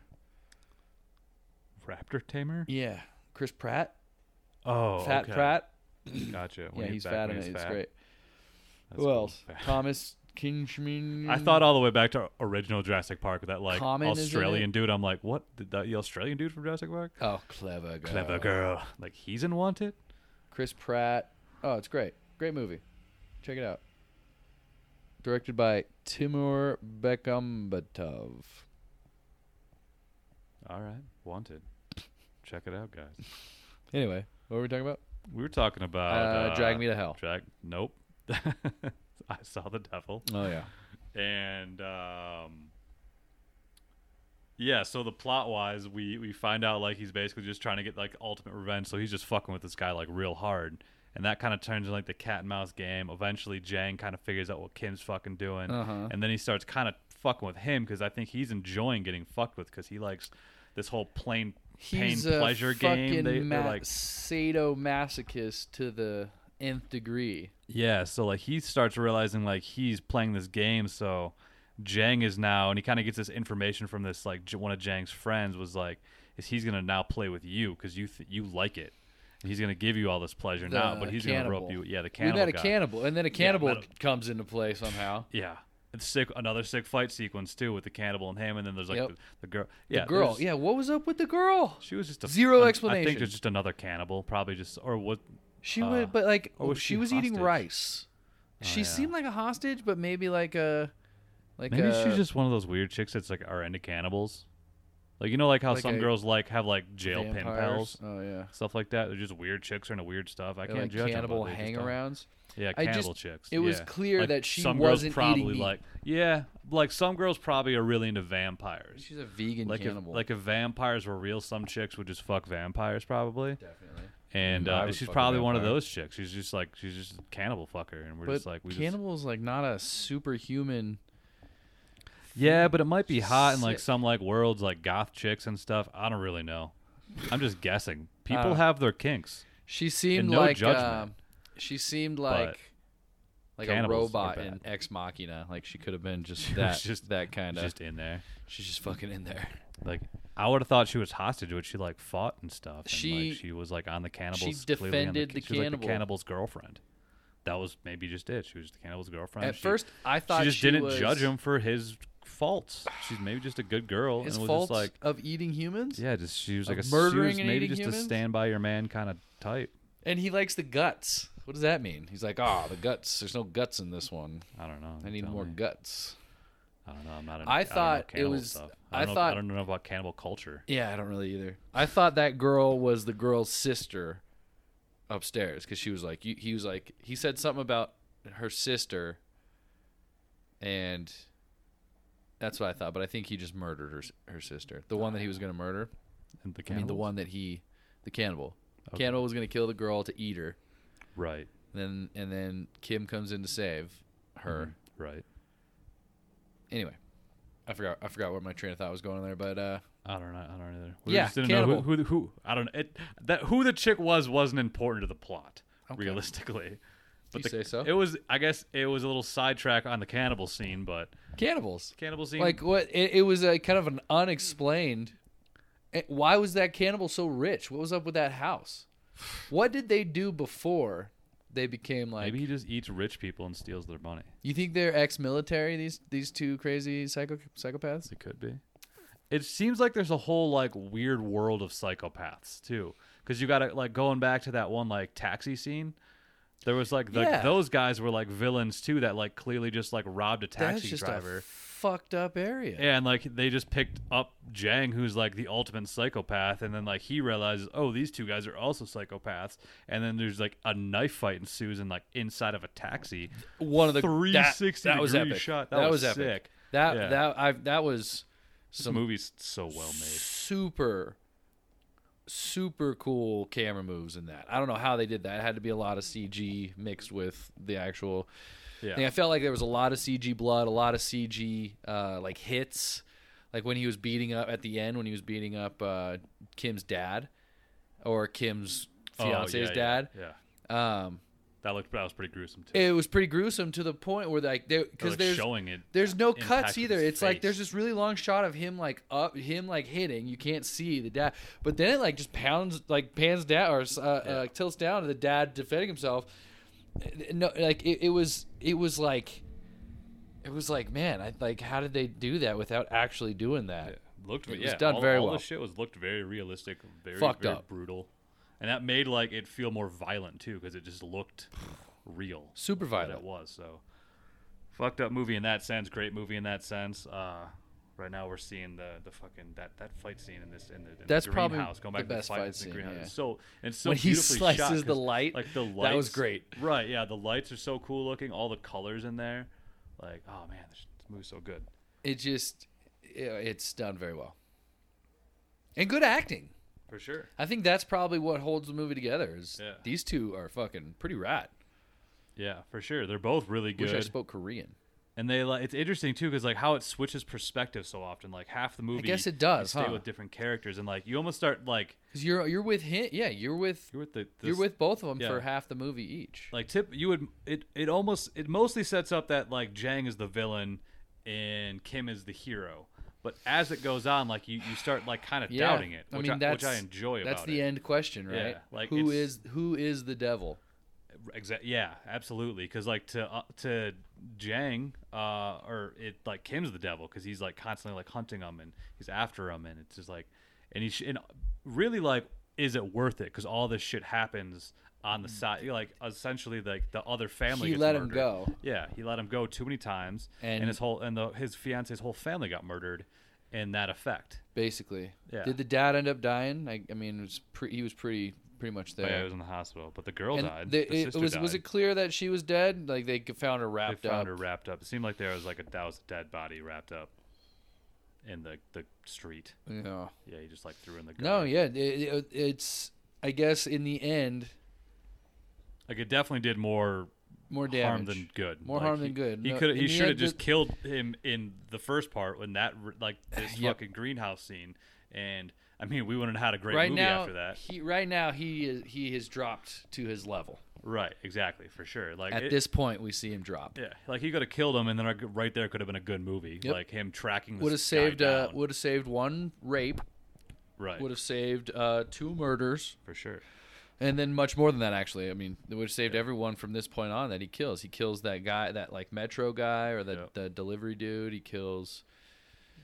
[SPEAKER 2] Raptor Tamer.
[SPEAKER 1] Yeah, Chris Pratt.
[SPEAKER 2] Oh,
[SPEAKER 1] fat
[SPEAKER 2] okay.
[SPEAKER 1] Pratt.
[SPEAKER 2] Gotcha. When
[SPEAKER 1] Yeah, he's
[SPEAKER 2] back
[SPEAKER 1] fat
[SPEAKER 2] when
[SPEAKER 1] in it. It's
[SPEAKER 2] fat.
[SPEAKER 1] great.
[SPEAKER 2] That's
[SPEAKER 1] Who
[SPEAKER 2] cool.
[SPEAKER 1] else?
[SPEAKER 2] Fat.
[SPEAKER 1] Thomas Kinchman.
[SPEAKER 2] I thought all the way back to original Jurassic Park with that like
[SPEAKER 1] Common is in it.
[SPEAKER 2] Australian dude. I'm like, what? The, the, the Australian dude from Jurassic Park?
[SPEAKER 1] Oh, clever girl.
[SPEAKER 2] Clever girl. Like he's in Wanted.
[SPEAKER 1] Chris Pratt. Oh, it's great. Great movie. Check it out. Directed by Timur Bekmambetov.
[SPEAKER 2] All right, Wanted. Check it out, guys.
[SPEAKER 1] Anyway, what were we talking about?
[SPEAKER 2] We were talking
[SPEAKER 1] Uh,
[SPEAKER 2] about uh,
[SPEAKER 1] Drag Me to Hell.
[SPEAKER 2] Drag. Nope. I saw the devil.
[SPEAKER 1] Oh yeah.
[SPEAKER 2] and um yeah so the plot wise we we find out like he's basically just trying to get like ultimate revenge so he's just fucking with this guy like real hard and that kind of turns into like the cat and mouse game eventually jang kind of figures out what kim's fucking doing
[SPEAKER 1] Uh-huh.
[SPEAKER 2] and then he starts kind of fucking with him because i think he's enjoying getting fucked with because he likes this whole plain pain
[SPEAKER 1] He's a
[SPEAKER 2] pleasure game
[SPEAKER 1] fucking
[SPEAKER 2] they,
[SPEAKER 1] ma-
[SPEAKER 2] they're like
[SPEAKER 1] sadomasochist to the nth degree.
[SPEAKER 2] Yeah, so like he starts realizing like he's playing this game, so Jang is now, and he kind of gets this information from this like J- one of Jang's friends was like, is he's gonna now play with you because you th- you like it, and he's gonna give you all this pleasure now,
[SPEAKER 1] The
[SPEAKER 2] but he's gonna rope
[SPEAKER 1] cannibal.
[SPEAKER 2] you. Yeah, the
[SPEAKER 1] We
[SPEAKER 2] cannibal
[SPEAKER 1] met a
[SPEAKER 2] guy.
[SPEAKER 1] cannibal, and then a cannibal
[SPEAKER 2] met him.
[SPEAKER 1] comes into play somehow.
[SPEAKER 2] yeah, it's sick. Another sick fight sequence too with the cannibal and him, and then there's like
[SPEAKER 1] Yep.
[SPEAKER 2] the, the girl. Yeah,
[SPEAKER 1] the girl.
[SPEAKER 2] there's-
[SPEAKER 1] Yeah, what was up with the girl?
[SPEAKER 2] She was just a
[SPEAKER 1] Zero
[SPEAKER 2] an- I
[SPEAKER 1] explanation.
[SPEAKER 2] think there's just another cannibal, probably just or what?
[SPEAKER 1] She
[SPEAKER 2] Uh,
[SPEAKER 1] would, but like
[SPEAKER 2] or was
[SPEAKER 1] she,
[SPEAKER 2] she
[SPEAKER 1] was eating
[SPEAKER 2] hostage? Oh,
[SPEAKER 1] rice. she
[SPEAKER 2] yeah.
[SPEAKER 1] seemed like a hostage, but maybe like a like uh,
[SPEAKER 2] Maybe
[SPEAKER 1] a,
[SPEAKER 2] she's just one of those weird chicks that's like are into cannibals. Like you know, like how
[SPEAKER 1] Like
[SPEAKER 2] some
[SPEAKER 1] a-
[SPEAKER 2] girls like have like jail pen
[SPEAKER 1] vampires.
[SPEAKER 2] pals,
[SPEAKER 1] Oh yeah,
[SPEAKER 2] stuff like that. They're just weird chicks are into weird stuff. I
[SPEAKER 1] They're,
[SPEAKER 2] can't
[SPEAKER 1] like
[SPEAKER 2] judge 'em, but
[SPEAKER 1] cannibal
[SPEAKER 2] they just are.
[SPEAKER 1] hangarounds.
[SPEAKER 2] Yeah,
[SPEAKER 1] I just-
[SPEAKER 2] cannibal chicks.
[SPEAKER 1] it was
[SPEAKER 2] yeah.
[SPEAKER 1] clear
[SPEAKER 2] Like,
[SPEAKER 1] that she
[SPEAKER 2] some
[SPEAKER 1] wasn't
[SPEAKER 2] girls
[SPEAKER 1] eating
[SPEAKER 2] probably
[SPEAKER 1] meat.
[SPEAKER 2] like yeah, like some girls probably are really into vampires.
[SPEAKER 1] She's a vegan
[SPEAKER 2] Like if,
[SPEAKER 1] cannibal.
[SPEAKER 2] like if vampires were real, some chicks would just fuck vampires probably.
[SPEAKER 1] definitely.
[SPEAKER 2] And
[SPEAKER 1] I
[SPEAKER 2] uh,
[SPEAKER 1] would
[SPEAKER 2] she's
[SPEAKER 1] fuck a
[SPEAKER 2] probably one of
[SPEAKER 1] vampire.
[SPEAKER 2] those chicks. She's just like she's just a cannibal fucker, and we're
[SPEAKER 1] But
[SPEAKER 2] just like we just
[SPEAKER 1] cannibal's like not a superhuman.
[SPEAKER 2] Yeah, but it might be hot in like
[SPEAKER 1] Sick.
[SPEAKER 2] some like worlds, like goth chicks and stuff. I don't really know. I'm just guessing. People
[SPEAKER 1] Uh,
[SPEAKER 2] have their kinks.
[SPEAKER 1] She seemed
[SPEAKER 2] no
[SPEAKER 1] like
[SPEAKER 2] judgment.
[SPEAKER 1] um, she seemed like like a
[SPEAKER 2] cannibals are
[SPEAKER 1] robot
[SPEAKER 2] bad.
[SPEAKER 1] in Ex Machina. Like she could have been just
[SPEAKER 2] was
[SPEAKER 1] that
[SPEAKER 2] just-
[SPEAKER 1] that kind of.
[SPEAKER 2] Just in there.
[SPEAKER 1] She's just fucking in there.
[SPEAKER 2] Like I would have thought she was hostage, but she like fought and stuff. And,
[SPEAKER 1] She-
[SPEAKER 2] like, she was like on the cannibals. clearly on
[SPEAKER 1] defended
[SPEAKER 2] the,
[SPEAKER 1] the
[SPEAKER 2] she was, like,
[SPEAKER 1] cannibal.
[SPEAKER 2] the cannibal's girlfriend. That was maybe just it. She was the cannibal's girlfriend.
[SPEAKER 1] At
[SPEAKER 2] She-
[SPEAKER 1] first, I thought
[SPEAKER 2] she just
[SPEAKER 1] she
[SPEAKER 2] didn't
[SPEAKER 1] was
[SPEAKER 2] judge him for his faults. She's maybe just a good girl
[SPEAKER 1] His
[SPEAKER 2] and was
[SPEAKER 1] faults
[SPEAKER 2] just like
[SPEAKER 1] of eating humans.
[SPEAKER 2] yeah, just she was
[SPEAKER 1] Of
[SPEAKER 2] like a she
[SPEAKER 1] murdering
[SPEAKER 2] was
[SPEAKER 1] and
[SPEAKER 2] maybe
[SPEAKER 1] eating
[SPEAKER 2] just a
[SPEAKER 1] humans?
[SPEAKER 2] stand by your man kind of type.
[SPEAKER 1] And he likes the guts. What does that mean? He's like, ah, the guts. There's no guts in this one.
[SPEAKER 2] I don't know.
[SPEAKER 1] I need
[SPEAKER 2] Tell
[SPEAKER 1] more
[SPEAKER 2] me.
[SPEAKER 1] guts.
[SPEAKER 2] I don't know. I'm not. An,
[SPEAKER 1] I
[SPEAKER 2] I don't know
[SPEAKER 1] thought it
[SPEAKER 2] cannibal
[SPEAKER 1] was-
[SPEAKER 2] Stuff.
[SPEAKER 1] I
[SPEAKER 2] I, don't know,
[SPEAKER 1] thought-
[SPEAKER 2] I don't know about cannibal culture.
[SPEAKER 1] Yeah, I don't really either. I thought that girl was the girl's sister upstairs because she was like, you- he was like, he said something about her sister, and that's what I thought. But I think he just murdered her s- her sister, the one that he was going to murder.
[SPEAKER 2] And the
[SPEAKER 1] I mean, the
[SPEAKER 2] cannibals?
[SPEAKER 1] one that he, the cannibal, cannibal was going to kill the girl to eat her.
[SPEAKER 2] Right.
[SPEAKER 1] Then and then Kim comes in to save her.
[SPEAKER 2] Right.
[SPEAKER 1] anyway, I forgot I forgot what my train of thought was going there, but uh,
[SPEAKER 2] I don't know. I don't either. We
[SPEAKER 1] Yeah,
[SPEAKER 2] just didn't know who,
[SPEAKER 1] cannibal.
[SPEAKER 2] who, the- who. I don't know. It, that who the chick was wasn't important to the plot,
[SPEAKER 1] Okay.
[SPEAKER 2] realistically.
[SPEAKER 1] You
[SPEAKER 2] the-
[SPEAKER 1] say so?
[SPEAKER 2] It was. I guess it was a little sidetrack on the cannibal scene, but
[SPEAKER 1] cannibals.
[SPEAKER 2] cannibal scene.
[SPEAKER 1] Like what? It, it was a kind of an unexplained. eh, Why was that cannibal so rich? What was up with that house? What did they do before they became like?
[SPEAKER 2] maybe he just eats rich people and steals their money.
[SPEAKER 1] You think they're ex-military? These these two crazy psycho psychopaths.
[SPEAKER 2] It could be. It seems like there's a whole like weird world of psychopaths too, because you got to like going back to that one like taxi scene. There was like the,
[SPEAKER 1] Yeah.
[SPEAKER 2] those guys were like villains too that like clearly just like robbed a
[SPEAKER 1] That's
[SPEAKER 2] taxi
[SPEAKER 1] just a
[SPEAKER 2] driver
[SPEAKER 1] fucked up area.
[SPEAKER 2] Yeah, and like they just picked up Jang, who's like the ultimate psychopath, and then like he realizes, oh, these two guys are also psychopaths, and then there's like a knife fight ensues, and like inside of a taxi,
[SPEAKER 1] One of the
[SPEAKER 2] three sixty
[SPEAKER 1] that, that was
[SPEAKER 2] degree
[SPEAKER 1] epic.
[SPEAKER 2] shot.
[SPEAKER 1] That, was, epic.
[SPEAKER 2] sick.
[SPEAKER 1] That
[SPEAKER 2] Yeah.
[SPEAKER 1] that I that was
[SPEAKER 2] This
[SPEAKER 1] some
[SPEAKER 2] movie's so well made.
[SPEAKER 1] super super cool camera moves in that. I don't know how they did that. It had to be a lot of CG mixed with the actual
[SPEAKER 2] Yeah,
[SPEAKER 1] thing. I felt like there was a lot of CG blood, a lot of CG uh, like hits, like when he was beating up at the end when he was beating up uh, Kim's dad or Kim's
[SPEAKER 2] Oh,
[SPEAKER 1] fiance's
[SPEAKER 2] yeah,
[SPEAKER 1] dad.
[SPEAKER 2] Yeah, yeah.
[SPEAKER 1] Um,
[SPEAKER 2] that looked that was pretty gruesome too.
[SPEAKER 1] it was pretty gruesome to the point where like because
[SPEAKER 2] like
[SPEAKER 1] there's
[SPEAKER 2] showing it.
[SPEAKER 1] there's no
[SPEAKER 2] impact
[SPEAKER 1] cuts
[SPEAKER 2] with
[SPEAKER 1] either.
[SPEAKER 2] his
[SPEAKER 1] It's like
[SPEAKER 2] face.
[SPEAKER 1] there's this really long shot of him like up, him like hitting. You can't see the dad, but then it like just pounds, like pans down or uh, uh, tilts down to the dad defending himself. No, like it, it was, it was like, it was like, man, I like, how did they do that without actually doing that?
[SPEAKER 2] looked
[SPEAKER 1] It was
[SPEAKER 2] yeah,
[SPEAKER 1] done
[SPEAKER 2] all,
[SPEAKER 1] very
[SPEAKER 2] all
[SPEAKER 1] well.
[SPEAKER 2] the shit was looked very realistic, very
[SPEAKER 1] Fucked
[SPEAKER 2] very
[SPEAKER 1] up.
[SPEAKER 2] brutal, and that made like it feel more violent too because it just looked real.
[SPEAKER 1] Super
[SPEAKER 2] that
[SPEAKER 1] violent.
[SPEAKER 2] it was. So fucked up movie in that sense. Great movie in that sense. Uh, right now we're seeing the the fucking that that fight scene in this in the, in
[SPEAKER 1] That's
[SPEAKER 2] the
[SPEAKER 1] probably
[SPEAKER 2] greenhouse. Going
[SPEAKER 1] the
[SPEAKER 2] back to
[SPEAKER 1] best
[SPEAKER 2] the
[SPEAKER 1] fight
[SPEAKER 2] fight, in
[SPEAKER 1] scene,
[SPEAKER 2] the greenhouse.
[SPEAKER 1] yeah.
[SPEAKER 2] It's so and it's so
[SPEAKER 1] When he
[SPEAKER 2] beautifully shot
[SPEAKER 1] slices the
[SPEAKER 2] 'cause,
[SPEAKER 1] light,
[SPEAKER 2] Like the lights,
[SPEAKER 1] that was great.
[SPEAKER 2] Right? Yeah, the lights are so cool looking. All the colors in there. Like oh man, this, this movie's so good.
[SPEAKER 1] It just, it, it's done very well, and good acting.
[SPEAKER 2] For sure.
[SPEAKER 1] I think that's probably what holds the movie together. Is
[SPEAKER 2] Yeah.
[SPEAKER 1] these two are fucking pretty rad.
[SPEAKER 2] Yeah, for sure. They're both really
[SPEAKER 1] Wish I
[SPEAKER 2] good.
[SPEAKER 1] spoke Korean.
[SPEAKER 2] and they like it's interesting too because like how it switches perspective so often. Like half the movie,
[SPEAKER 1] guess it
[SPEAKER 2] you
[SPEAKER 1] does,
[SPEAKER 2] Stay
[SPEAKER 1] huh?
[SPEAKER 2] with different characters, and like you almost start like
[SPEAKER 1] 'Cause you're you're with him. Yeah, you're with
[SPEAKER 2] you're with the this,
[SPEAKER 1] you're with both of them for
[SPEAKER 2] yeah.
[SPEAKER 1] half the movie each.
[SPEAKER 2] like tip. You would it it almost it mostly sets up that like Jang is the villain and Kim is the hero. But as it goes on, like you, you start like kind of
[SPEAKER 1] yeah,
[SPEAKER 2] doubting it,
[SPEAKER 1] I
[SPEAKER 2] which
[SPEAKER 1] mean
[SPEAKER 2] I,
[SPEAKER 1] that's
[SPEAKER 2] which I enjoy.
[SPEAKER 1] That's
[SPEAKER 2] about
[SPEAKER 1] the
[SPEAKER 2] it.
[SPEAKER 1] end question, right?
[SPEAKER 2] Yeah, like,
[SPEAKER 1] who
[SPEAKER 2] it's-
[SPEAKER 1] is who is the devil?
[SPEAKER 2] Exactly. Yeah, absolutely. Because like to uh, to Jang, uh, or it like Kim's the devil because he's like constantly like hunting him and he's after him and it's just like, and he sh- and really like is it worth it? Because all this shit happens on the side. Like essentially, like the other
[SPEAKER 1] Mm.
[SPEAKER 2] family.
[SPEAKER 1] He
[SPEAKER 2] gets
[SPEAKER 1] let him
[SPEAKER 2] murdered.
[SPEAKER 1] go.
[SPEAKER 2] Yeah, he let him go too many times, and,
[SPEAKER 1] And-
[SPEAKER 2] his whole and the, his fiance's whole family got murdered in that effect.
[SPEAKER 1] Basically,
[SPEAKER 2] Yeah.
[SPEAKER 1] did the dad end up dying? I, I mean, it was pre- he was pretty pretty much
[SPEAKER 2] But Oh, yeah, he
[SPEAKER 1] there.
[SPEAKER 2] was in the hospital, but the girl
[SPEAKER 1] and
[SPEAKER 2] died.
[SPEAKER 1] they-
[SPEAKER 2] the
[SPEAKER 1] it
[SPEAKER 2] sister
[SPEAKER 1] was
[SPEAKER 2] died.
[SPEAKER 1] was it clear that she was dead? Like they found her
[SPEAKER 2] they
[SPEAKER 1] wrapped
[SPEAKER 2] found
[SPEAKER 1] up.
[SPEAKER 2] her wrapped up. It seemed like there was like a that was a dead body wrapped up in the the street.
[SPEAKER 1] No,
[SPEAKER 2] Yeah, he just like threw in the gutter.
[SPEAKER 1] no, yeah, it, it, it's I guess in the end
[SPEAKER 2] like it definitely did more
[SPEAKER 1] more damage.
[SPEAKER 2] harm than good.
[SPEAKER 1] More
[SPEAKER 2] Like,
[SPEAKER 1] harm
[SPEAKER 2] he-
[SPEAKER 1] than good.
[SPEAKER 2] He
[SPEAKER 1] No,
[SPEAKER 2] could could
[SPEAKER 1] in
[SPEAKER 2] he
[SPEAKER 1] the
[SPEAKER 2] should have
[SPEAKER 1] end,
[SPEAKER 2] just
[SPEAKER 1] it-
[SPEAKER 2] killed him in the first part when that re- like this
[SPEAKER 1] Yep.
[SPEAKER 2] fucking greenhouse scene and. I mean, we wouldn't have had a great
[SPEAKER 1] right
[SPEAKER 2] movie
[SPEAKER 1] now
[SPEAKER 2] after that.
[SPEAKER 1] he right now he is he has dropped to his level.
[SPEAKER 2] Right, exactly, for sure. Like
[SPEAKER 1] At
[SPEAKER 2] it-
[SPEAKER 1] this point, we see him drop.
[SPEAKER 2] yeah, like he could have killed him, and then like, right there could have been a good movie.
[SPEAKER 1] Yep.
[SPEAKER 2] Like him tracking. this
[SPEAKER 1] Would have
[SPEAKER 2] guy
[SPEAKER 1] saved. Uh,
[SPEAKER 2] down.
[SPEAKER 1] would have saved one rape.
[SPEAKER 2] right,
[SPEAKER 1] Would have saved uh, two murders,
[SPEAKER 2] for sure.
[SPEAKER 1] and then much more than that. Actually, I mean, it would have saved everyone from this point on that he kills. He kills that guy, that like metro guy or the,
[SPEAKER 2] Yep.
[SPEAKER 1] the delivery dude. He kills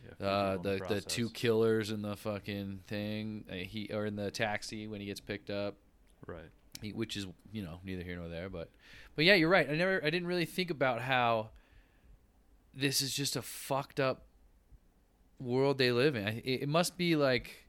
[SPEAKER 2] Yeah, for
[SPEAKER 1] uh,
[SPEAKER 2] people in
[SPEAKER 1] the the
[SPEAKER 2] process.
[SPEAKER 1] two killers in the fucking thing. Uh, he or in the taxi when he gets picked up.
[SPEAKER 2] Right.
[SPEAKER 1] he- which is you know neither here nor there but but yeah you're right i never i didn't really think about how this is just a fucked up world they live in I, it, it must be like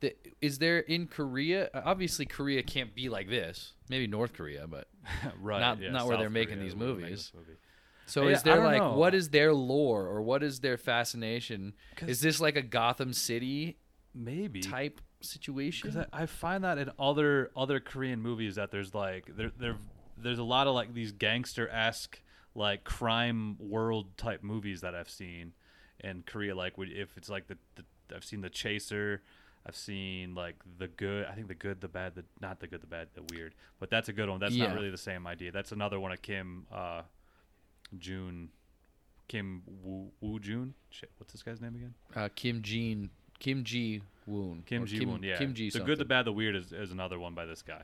[SPEAKER 1] the, is there in korea obviously korea can't be like this maybe north korea but
[SPEAKER 2] right.
[SPEAKER 1] Not-
[SPEAKER 2] yeah,
[SPEAKER 1] not where they're
[SPEAKER 2] South
[SPEAKER 1] making
[SPEAKER 2] Korea
[SPEAKER 1] these
[SPEAKER 2] where they're making
[SPEAKER 1] movies.
[SPEAKER 2] this movie.
[SPEAKER 1] so
[SPEAKER 2] Yeah,
[SPEAKER 1] is
[SPEAKER 2] I
[SPEAKER 1] there
[SPEAKER 2] don't
[SPEAKER 1] like
[SPEAKER 2] know.
[SPEAKER 1] what is their lore or what is their fascination
[SPEAKER 2] 'Cause-
[SPEAKER 1] is this like a gotham city
[SPEAKER 2] Maybe
[SPEAKER 1] type situation
[SPEAKER 2] because I, I find that in other other Korean movies that there's like there there there's a lot of like these gangster esque like crime world type movies that I've seen in Korea. Like we- if it's like the, the I've seen the Chaser. I've seen like the good. I think the good, the bad, the not the good, the bad, the weird. But that's a good one. That's
[SPEAKER 1] Yeah.
[SPEAKER 2] not really the same idea. That's another one of Kim uh, June, Kim Woo, Woo June. Shit, what's this guy's name again?
[SPEAKER 1] uh, kim jin kim ji woon
[SPEAKER 2] Kim
[SPEAKER 1] or
[SPEAKER 2] Ji Woon, yeah.
[SPEAKER 1] kim ji
[SPEAKER 2] the Good, the Bad, the Weird is, is another one by this guy,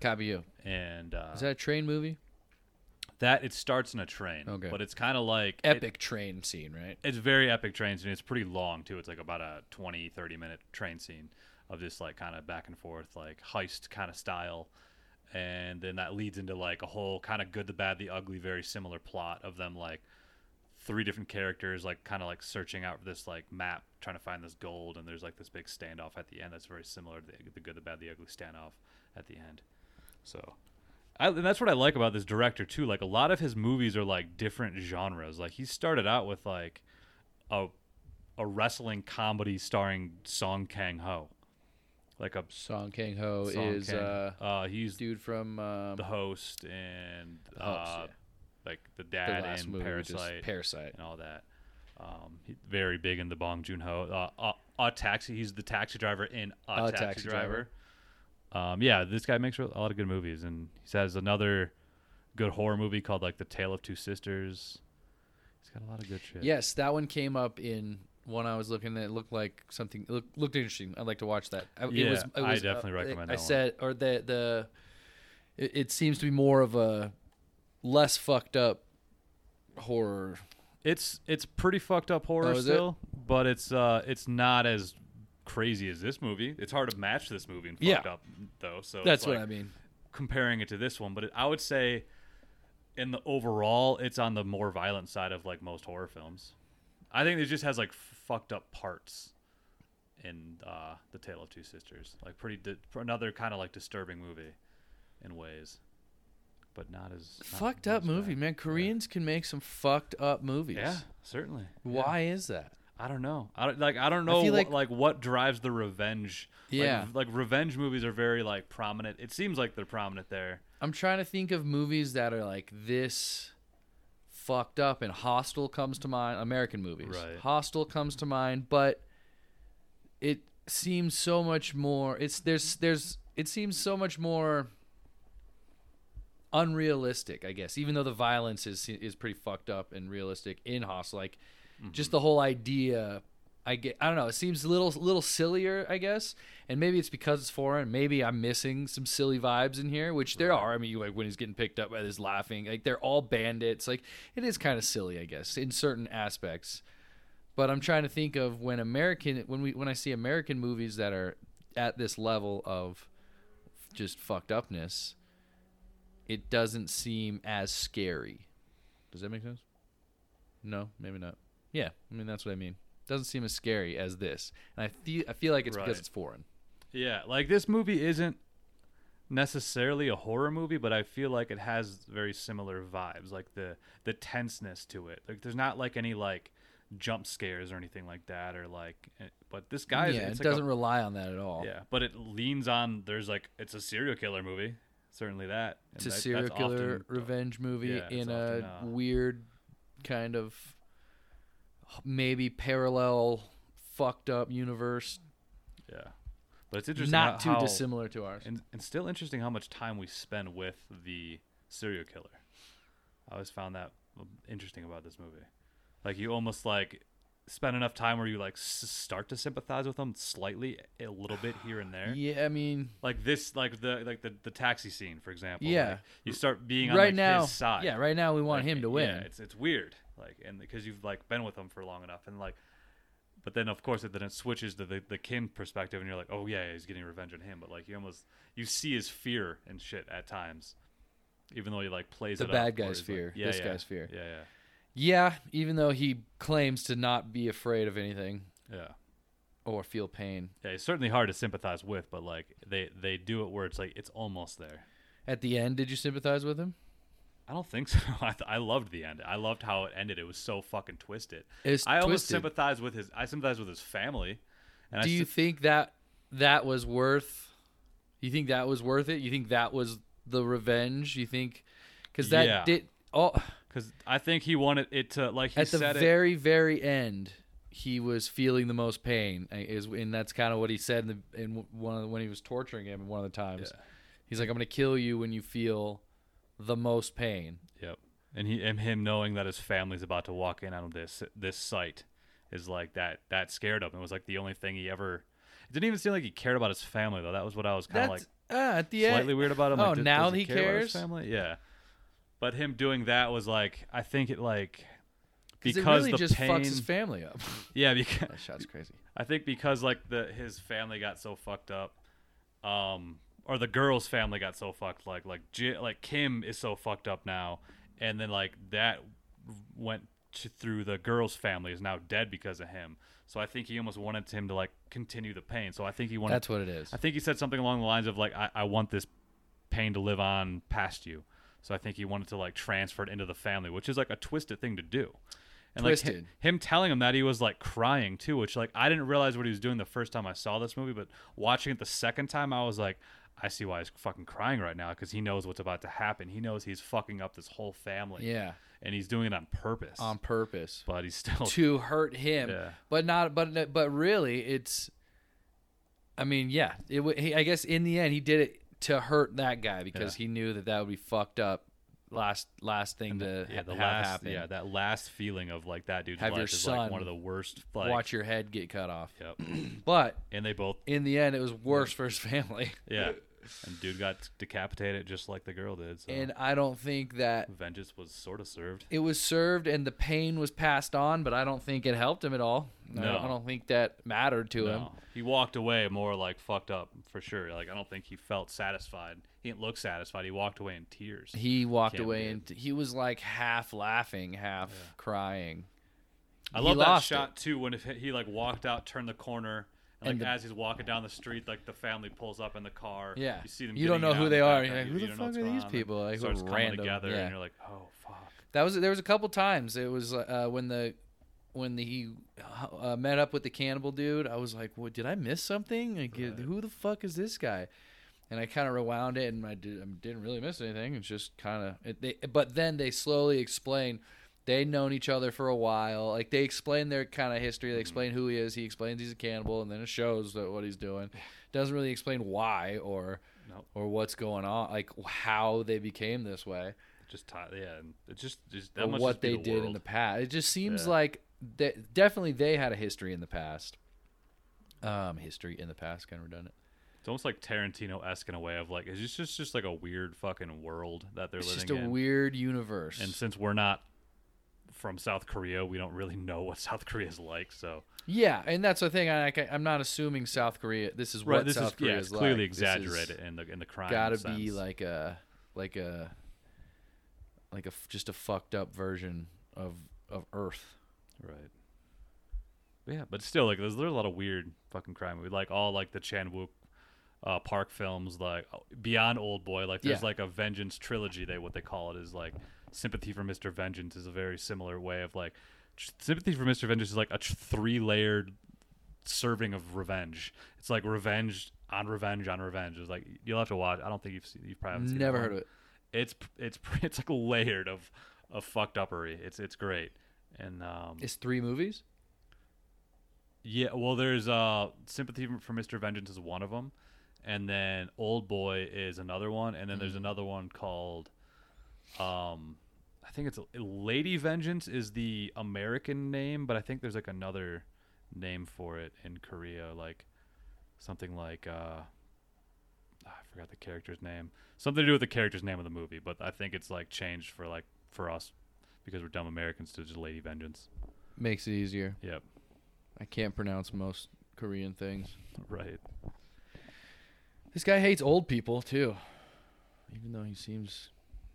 [SPEAKER 1] Kabiyu.
[SPEAKER 2] and uh,
[SPEAKER 1] is
[SPEAKER 2] that,
[SPEAKER 1] that a train movie
[SPEAKER 2] it starts in a train.
[SPEAKER 1] Okay.
[SPEAKER 2] but it's kind of like it-
[SPEAKER 1] epic train scene, right?
[SPEAKER 2] it's very epic train scene. It's pretty long too. It's like about a 20, 30 minute train scene of just like kind of back and forth, like heist kind of style, and then that leads into like a whole kind of Good, the Bad, the Ugly, very similar plot of them like three different characters like kind of like searching out this like map trying to find this gold and there's like this big standoff at the end that's very similar to the, the good the bad the ugly standoff at the end so I, and that's what i like about this director too like a lot of his movies are like different genres like he started out with like a a wrestling comedy starring song kang ho like a
[SPEAKER 1] Song Kang Ho
[SPEAKER 2] Song
[SPEAKER 1] is
[SPEAKER 2] Kang.
[SPEAKER 1] uh,
[SPEAKER 2] uh he's
[SPEAKER 1] dude from um,
[SPEAKER 2] the host and
[SPEAKER 1] The
[SPEAKER 2] uh,
[SPEAKER 1] host, yeah.
[SPEAKER 2] like the
[SPEAKER 1] the
[SPEAKER 2] dad
[SPEAKER 1] last
[SPEAKER 2] and
[SPEAKER 1] movie, which is
[SPEAKER 2] Parasite
[SPEAKER 1] Parasite.
[SPEAKER 2] and all that. Um, he- very big in the Bong Joon Ho. Uh, uh, uh, taxi. He's the taxi driver in A
[SPEAKER 1] Uh,
[SPEAKER 2] taxi,
[SPEAKER 1] Taxi
[SPEAKER 2] Driver. Um, yeah, this guy makes real- a lot of good movies, and he has another good horror movie called like The Tale of Two Sisters. He's got a lot of good shit.
[SPEAKER 1] Yes, that one came up in one I was looking at. It looked like something it looked, looked interesting. I'd like to watch that. I,
[SPEAKER 2] Yeah,
[SPEAKER 1] it was,
[SPEAKER 2] I
[SPEAKER 1] it was,
[SPEAKER 2] definitely
[SPEAKER 1] uh,
[SPEAKER 2] recommend
[SPEAKER 1] I,
[SPEAKER 2] that one.
[SPEAKER 1] said, or the the it, it seems to be more of a less fucked up horror.
[SPEAKER 2] it's it's pretty fucked up horror
[SPEAKER 1] Oh, is it?
[SPEAKER 2] still, but it's uh it's not as crazy as this movie. It's hard to match this movie and fucked
[SPEAKER 1] Yeah.
[SPEAKER 2] up though. So it's
[SPEAKER 1] That's
[SPEAKER 2] like,
[SPEAKER 1] what I mean.
[SPEAKER 2] comparing it to this one, but it, I would say in the overall, it's on the more violent side of like most horror films. I think it just has like fucked up parts in uh, the Tale of Two Sisters, like pretty di- for another kind of like disturbing movie in ways, but not as not
[SPEAKER 1] Fucked
[SPEAKER 2] as
[SPEAKER 1] up movie,
[SPEAKER 2] bad.
[SPEAKER 1] man. Koreans can make some fucked up movies.
[SPEAKER 2] Yeah, certainly.
[SPEAKER 1] Why is that?
[SPEAKER 2] I don't know. I don't like. I don't know.
[SPEAKER 1] feel like-
[SPEAKER 2] what, like, what drives the revenge. Like,
[SPEAKER 1] Yeah.
[SPEAKER 2] v- like revenge movies are very like prominent. It seems like they're prominent there.
[SPEAKER 1] I'm trying to think of movies that are like this fucked up and Hostel comes to mind. American movies.
[SPEAKER 2] Right.
[SPEAKER 1] Hostel comes to mind, but it seems so much more it's there's there's it seems so much more unrealistic, I guess. Even though the violence is is pretty fucked up and realistic in Hostel, like just the whole idea I get I don't know, it seems a little little sillier, I guess. And maybe it's because it's foreign, maybe I'm missing some silly vibes in here, which there are. I mean, like when he's getting picked up by this laughing, like they're all bandits. Like it is kind of silly, I guess, in certain aspects. But I'm trying to think of when American when we when I see American movies that are at this level of just fucked upness, it doesn't seem as scary. Does that make sense? No, maybe not. Yeah, I mean that's what I mean. Doesn't seem as scary as this, and I feel I feel like it's
[SPEAKER 2] Right.
[SPEAKER 1] because it's foreign.
[SPEAKER 2] Yeah, like this movie isn't necessarily a horror movie, but I feel like it has very similar vibes, like the the tenseness to it. Like there's not like any like jump scares or anything like that, or like. eh, But this guy,
[SPEAKER 1] yeah,
[SPEAKER 2] it's
[SPEAKER 1] it
[SPEAKER 2] like a-
[SPEAKER 1] doesn't rely on that at all.
[SPEAKER 2] yeah, but it leans on. There's like it's a serial killer movie, certainly that.
[SPEAKER 1] it's
[SPEAKER 2] and
[SPEAKER 1] a
[SPEAKER 2] that- that's
[SPEAKER 1] serial killer
[SPEAKER 2] often-
[SPEAKER 1] revenge movie
[SPEAKER 2] yeah, it's
[SPEAKER 1] in a
[SPEAKER 2] often, uh,
[SPEAKER 1] weird kind of maybe parallel fucked up universe,
[SPEAKER 2] Yeah, but it's interesting.
[SPEAKER 1] not
[SPEAKER 2] how-
[SPEAKER 1] too dissimilar to ours.
[SPEAKER 2] and, and still interesting how much time we spend with the serial killer. I always found that um, interesting about this movie. Like you almost like spend enough time where you like s- start to sympathize with them slightly, a little bit here and there.
[SPEAKER 1] Yeah, I mean,
[SPEAKER 2] Like this, like the like the, the taxi scene, for example.
[SPEAKER 1] Yeah.
[SPEAKER 2] like, you start being on
[SPEAKER 1] right
[SPEAKER 2] like,
[SPEAKER 1] now,
[SPEAKER 2] his side.
[SPEAKER 1] yeah, right now we want
[SPEAKER 2] Like,
[SPEAKER 1] him to
[SPEAKER 2] yeah,
[SPEAKER 1] win.
[SPEAKER 2] it's it's weird, like, and because you've like been with them for long enough, and like, but then of course it then it switches to the the kin perspective, and you're like, oh yeah, he's getting revenge on him, but like you almost you see his fear and shit at times, even though he like plays
[SPEAKER 1] The
[SPEAKER 2] it up,
[SPEAKER 1] bad
[SPEAKER 2] where
[SPEAKER 1] guy's
[SPEAKER 2] he's,
[SPEAKER 1] fear,
[SPEAKER 2] like, yeah,
[SPEAKER 1] this
[SPEAKER 2] yeah,
[SPEAKER 1] guy's fear.
[SPEAKER 2] yeah, yeah.
[SPEAKER 1] yeah, even though he claims to not be afraid of anything
[SPEAKER 2] Yeah,
[SPEAKER 1] or feel pain,
[SPEAKER 2] yeah, it's certainly hard to sympathize with, but like they they do it where it's like it's almost there.
[SPEAKER 1] at the end, did you sympathize with him?
[SPEAKER 2] I don't think so. I, th- I loved the end. I loved how it ended. It was so fucking twisted.
[SPEAKER 1] It's
[SPEAKER 2] I almost
[SPEAKER 1] twisted.
[SPEAKER 2] sympathize with his. I sympathize with his family. And
[SPEAKER 1] Do
[SPEAKER 2] I
[SPEAKER 1] you
[SPEAKER 2] sy-
[SPEAKER 1] think that that was worth? You think that was worth it? You think that was the revenge? You think because that
[SPEAKER 2] Yeah.
[SPEAKER 1] did all
[SPEAKER 2] Because I think he wanted it to like he
[SPEAKER 1] at the
[SPEAKER 2] said it.
[SPEAKER 1] very very end. He was feeling the most pain, uh, is and that's kind of what he said in, the, in one of the, when he was torturing him. One of the times,
[SPEAKER 2] Yeah.
[SPEAKER 1] he's like, "I'm going to kill you when you feel the most pain."
[SPEAKER 2] Yep. And he and him knowing that his family's about to walk in on this this site is like that that scared him. It was like the only thing he ever. It didn't even seem like he cared about his family though. That was what I was kind of like
[SPEAKER 1] That's ah, at the end.
[SPEAKER 2] slightly weird about him.
[SPEAKER 1] Oh,
[SPEAKER 2] like, d-
[SPEAKER 1] now
[SPEAKER 2] does
[SPEAKER 1] he
[SPEAKER 2] care about
[SPEAKER 1] cares?
[SPEAKER 2] his family, yeah. But him doing that was like I think it like
[SPEAKER 1] 'Cause
[SPEAKER 2] because
[SPEAKER 1] it really
[SPEAKER 2] the
[SPEAKER 1] just
[SPEAKER 2] pain.
[SPEAKER 1] fucks his family up.
[SPEAKER 2] yeah, because
[SPEAKER 1] that shot's crazy.
[SPEAKER 2] I think because like the his family got so fucked up, um, or the girl's family got so fucked. Like like J- like Kim is so fucked up now, and then like that went to, through the girl's family is now dead because of him. So I think he almost wanted him to like continue the pain. So I think he wanted.
[SPEAKER 1] That's what it is.
[SPEAKER 2] I think he said something along the lines of like, I, I want this pain to live on past you. So I think he wanted to like transfer it into the family, which is like a twisted thing to do. And like
[SPEAKER 1] Twisted.
[SPEAKER 2] him, him telling him that he was like crying too, which like I didn't realize what he was doing the first time I saw this movie, but watching it the second time, I was like, I see why he's fucking crying right now because he knows what's about to happen. He knows he's fucking up this whole family,
[SPEAKER 1] Yeah,
[SPEAKER 2] and he's doing it on purpose.
[SPEAKER 1] on purpose
[SPEAKER 2] but he's still
[SPEAKER 1] to hurt him,
[SPEAKER 2] Oh. Yeah.
[SPEAKER 1] but not. But but really, it's. I mean, yeah. It. wa- He, I guess in the end, he did it to hurt that guy because he knew that that would be fucked up. Last last thing to
[SPEAKER 2] yeah, the
[SPEAKER 1] have
[SPEAKER 2] last
[SPEAKER 1] happen.
[SPEAKER 2] yeah that last feeling of like that dude's
[SPEAKER 1] Have
[SPEAKER 2] life
[SPEAKER 1] your
[SPEAKER 2] is
[SPEAKER 1] son
[SPEAKER 2] like one of the worst. Like,
[SPEAKER 1] Watch your head get cut off.
[SPEAKER 2] Yep.
[SPEAKER 1] But
[SPEAKER 2] and they both
[SPEAKER 1] in the end, it was worse for his family.
[SPEAKER 2] yeah, and dude got decapitated just like the girl did. So
[SPEAKER 1] And I don't think that
[SPEAKER 2] vengeance was sort of served.
[SPEAKER 1] it was served and the pain was passed on, but I don't think it helped him at all. I,
[SPEAKER 2] No.
[SPEAKER 1] don't, I don't think that mattered to him.
[SPEAKER 2] No. He walked away more like fucked up for sure. Like I don't think he felt satisfied. He didn't look satisfied. He walked away in tears.
[SPEAKER 1] He walked
[SPEAKER 2] Can't
[SPEAKER 1] away
[SPEAKER 2] be.
[SPEAKER 1] and he was like half laughing, half crying.
[SPEAKER 2] I
[SPEAKER 1] he
[SPEAKER 2] love that
[SPEAKER 1] lost
[SPEAKER 2] shot too when if he like walked out, turned the corner, and like
[SPEAKER 1] And the-
[SPEAKER 2] as he's walking down the street, like the family pulls up in the car.
[SPEAKER 1] Yeah.
[SPEAKER 2] you see them.
[SPEAKER 1] You don't know
[SPEAKER 2] getting
[SPEAKER 1] who
[SPEAKER 2] out in
[SPEAKER 1] they are, and you're like,
[SPEAKER 2] background. You-
[SPEAKER 1] who
[SPEAKER 2] you
[SPEAKER 1] the
[SPEAKER 2] don't know
[SPEAKER 1] fuck
[SPEAKER 2] what's
[SPEAKER 1] are
[SPEAKER 2] going
[SPEAKER 1] these
[SPEAKER 2] on.
[SPEAKER 1] people? Like, who
[SPEAKER 2] starts coming
[SPEAKER 1] random-
[SPEAKER 2] together,
[SPEAKER 1] yeah.
[SPEAKER 2] and you're like, oh fuck.
[SPEAKER 1] That was there was a couple times. It was uh, when the when the, he uh, met up with the cannibal dude. I was like, "What? Did I miss something? Like,
[SPEAKER 2] Right.
[SPEAKER 1] Who the fuck is this guy?" And I kind of rewound it, and I, did, I didn't really miss anything. It's just kind of. They, but then they slowly explain. They'd known each other for a while. Like they explain their kind of history.
[SPEAKER 2] Mm-hmm.
[SPEAKER 1] They explain who he is. He explains he's a cannibal, and then it shows that what he's doing. Doesn't really explain why or
[SPEAKER 2] Nope.
[SPEAKER 1] or what's going on. Like how they became this way
[SPEAKER 2] Just tie, yeah, and it just just that
[SPEAKER 1] or
[SPEAKER 2] must
[SPEAKER 1] what
[SPEAKER 2] just be
[SPEAKER 1] they
[SPEAKER 2] the
[SPEAKER 1] did in
[SPEAKER 2] world.
[SPEAKER 1] the past. It just seems
[SPEAKER 2] Yeah.
[SPEAKER 1] like they, definitely they had a history in the past. Um, history in the past, kind of redundant.
[SPEAKER 2] It's almost like Tarantino esque in a way of like, is this just just like a weird fucking world that they're
[SPEAKER 1] It's
[SPEAKER 2] living
[SPEAKER 1] just a
[SPEAKER 2] in?
[SPEAKER 1] weird universe.
[SPEAKER 2] And since we're not from South Korea, we don't really know what South Korea's like. So
[SPEAKER 1] yeah, and that's the thing. I, I, I'm not assuming South Korea. This is what
[SPEAKER 2] this
[SPEAKER 1] South
[SPEAKER 2] is
[SPEAKER 1] Korea
[SPEAKER 2] yeah,
[SPEAKER 1] is
[SPEAKER 2] it's clearly
[SPEAKER 1] like. This is
[SPEAKER 2] exaggerated in the in the crime.
[SPEAKER 1] Gotta
[SPEAKER 2] sense.
[SPEAKER 1] be like a like a like a f- just a fucked up version of of Earth.
[SPEAKER 2] right. But yeah, but still, like there's, there's a lot of weird fucking crime. We like all like the Chan Wook. Uh, park films like oh, beyond old boy like there's
[SPEAKER 1] Yeah.
[SPEAKER 2] like a vengeance trilogy they what they call it is like sympathy for mr vengeance is a very similar way of like tr- sympathy for mr vengeance is like a tr- three layered serving of revenge. It's like revenge on revenge on revenge. It's like you'll have to watch. I don't think you've seen. You probably haven't seen
[SPEAKER 1] Never
[SPEAKER 2] that
[SPEAKER 1] heard
[SPEAKER 2] one.
[SPEAKER 1] of it.
[SPEAKER 2] It's it's it's like layered of of fucked uppery. It's it's great. And um,
[SPEAKER 1] It's three movies.
[SPEAKER 2] yeah, well, there's uh, sympathy for Mr. Vengeance is one of them, and then Old Boy is another one, and then there's another one called, um, I think it's Lady Vengeance is the American name, but I think there's like another name for it in Korea, like something like uh, ah, I forgot the character's name, something to do with the character's name of the movie, but I think it's like changed for like for us because we're dumb Americans to just Lady Vengeance.
[SPEAKER 1] Makes it easier.
[SPEAKER 2] Yep,
[SPEAKER 1] I can't pronounce most Korean things.
[SPEAKER 2] right.
[SPEAKER 1] This guy hates old people too. Even though he seems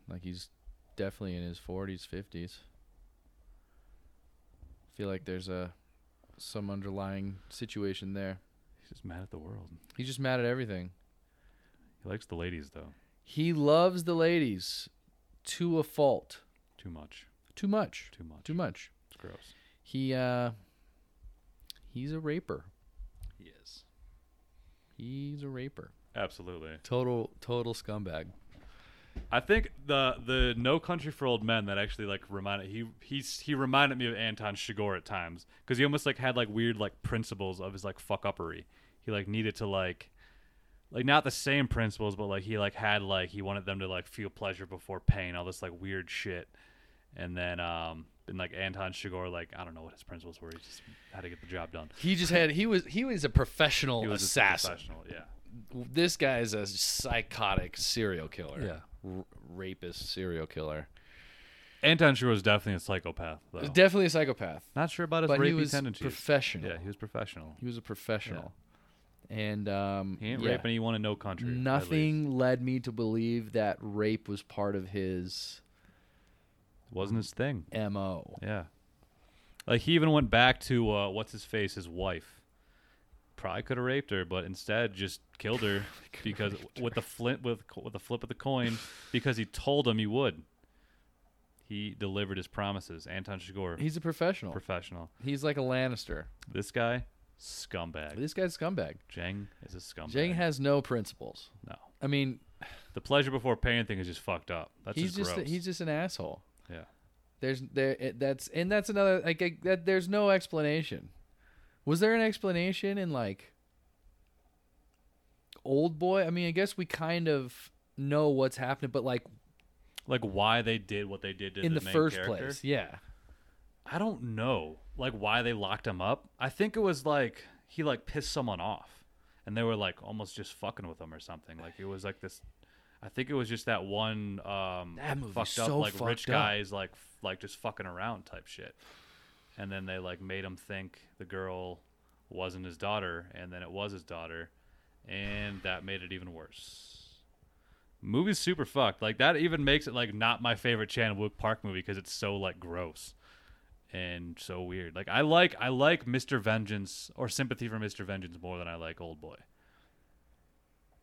[SPEAKER 1] like he's definitely in his 40s, 50s. I feel like there's a some underlying situation there.
[SPEAKER 2] He's just mad at the world.
[SPEAKER 1] He's just mad at everything.
[SPEAKER 2] He likes the ladies though,
[SPEAKER 1] He loves the ladies to a fault.
[SPEAKER 2] too much,
[SPEAKER 1] Too much.
[SPEAKER 2] too much.
[SPEAKER 1] Too much.
[SPEAKER 2] It's gross.
[SPEAKER 1] He uh he's a raper.
[SPEAKER 2] He is
[SPEAKER 1] He's a raper.
[SPEAKER 2] absolutely.
[SPEAKER 1] Total total scumbag.
[SPEAKER 2] I think the the No Country for Old Men that actually like reminded he he's he reminded me of Anton Chigurh at times because he almost like had like weird like principles of his like fuck uppery. He like needed to like like not the same principles, but like he like had like he wanted them to like feel pleasure before pain, all this like weird shit, and then um. And like Anton Chigurh, like I don't know what his principles were. He just had to get the job done.
[SPEAKER 1] He just had he was he was a professional
[SPEAKER 2] He was just a
[SPEAKER 1] assassin.
[SPEAKER 2] professional, yeah.
[SPEAKER 1] this guy is a psychotic serial killer.
[SPEAKER 2] Yeah.
[SPEAKER 1] R- rapist serial killer.
[SPEAKER 2] Anton Chigurh was definitely a psychopath, though.
[SPEAKER 1] Definitely a psychopath.
[SPEAKER 2] Not sure about his
[SPEAKER 1] But
[SPEAKER 2] Oh. rapey
[SPEAKER 1] he was
[SPEAKER 2] tendencies.
[SPEAKER 1] professional.
[SPEAKER 2] yeah, he was professional.
[SPEAKER 1] He was a professional. And um
[SPEAKER 2] He ain't
[SPEAKER 1] yeah.
[SPEAKER 2] raping anyone in no country. at least.
[SPEAKER 1] Nothing led me to believe that rape was part of his
[SPEAKER 2] wasn't his thing.
[SPEAKER 1] MO.
[SPEAKER 2] Yeah, Like he even went back to uh, what's his face, his wife. Probably could have raped her, but instead just killed her because with the flint with with the flip of the coin because he told him he would. He delivered his promises. Anton Chigurh,
[SPEAKER 1] He's a professional.
[SPEAKER 2] professional.
[SPEAKER 1] He's like a Lannister.
[SPEAKER 2] This guy, scumbag.
[SPEAKER 1] This guy's a scumbag.
[SPEAKER 2] Jang is a scumbag.
[SPEAKER 1] Jang has no principles.
[SPEAKER 2] no.
[SPEAKER 1] I mean,
[SPEAKER 2] The pleasure before pain thing is just fucked up. That's
[SPEAKER 1] he's
[SPEAKER 2] just
[SPEAKER 1] just
[SPEAKER 2] gross.
[SPEAKER 1] he's just an asshole.
[SPEAKER 2] yeah.
[SPEAKER 1] There's there it, that's and that's another like I, that. There's no explanation. Was there an explanation in like Old Boy? I mean, I guess we kind of know what's happening, but like
[SPEAKER 2] Like why they did what they did to
[SPEAKER 1] in
[SPEAKER 2] the,
[SPEAKER 1] the,
[SPEAKER 2] main
[SPEAKER 1] first
[SPEAKER 2] character.
[SPEAKER 1] place, yeah.
[SPEAKER 2] I don't know like why they locked him up. I think it was like he like pissed someone off and they were like almost just fucking with him or something. Like it was like this I think it was just that one um
[SPEAKER 1] That movie's
[SPEAKER 2] fucked up
[SPEAKER 1] so
[SPEAKER 2] like rich
[SPEAKER 1] fucked up.
[SPEAKER 2] guys like f- like just fucking around type shit. And then they like made him think the girl wasn't his daughter and then it was his daughter and that made it even worse. Movie's super fucked. Like that even makes it like not my favorite Chan Wook Park movie because it's so like gross and so weird. Like I like I like Mr. Vengeance or sympathy for Mr. Vengeance more than I like Old Boy.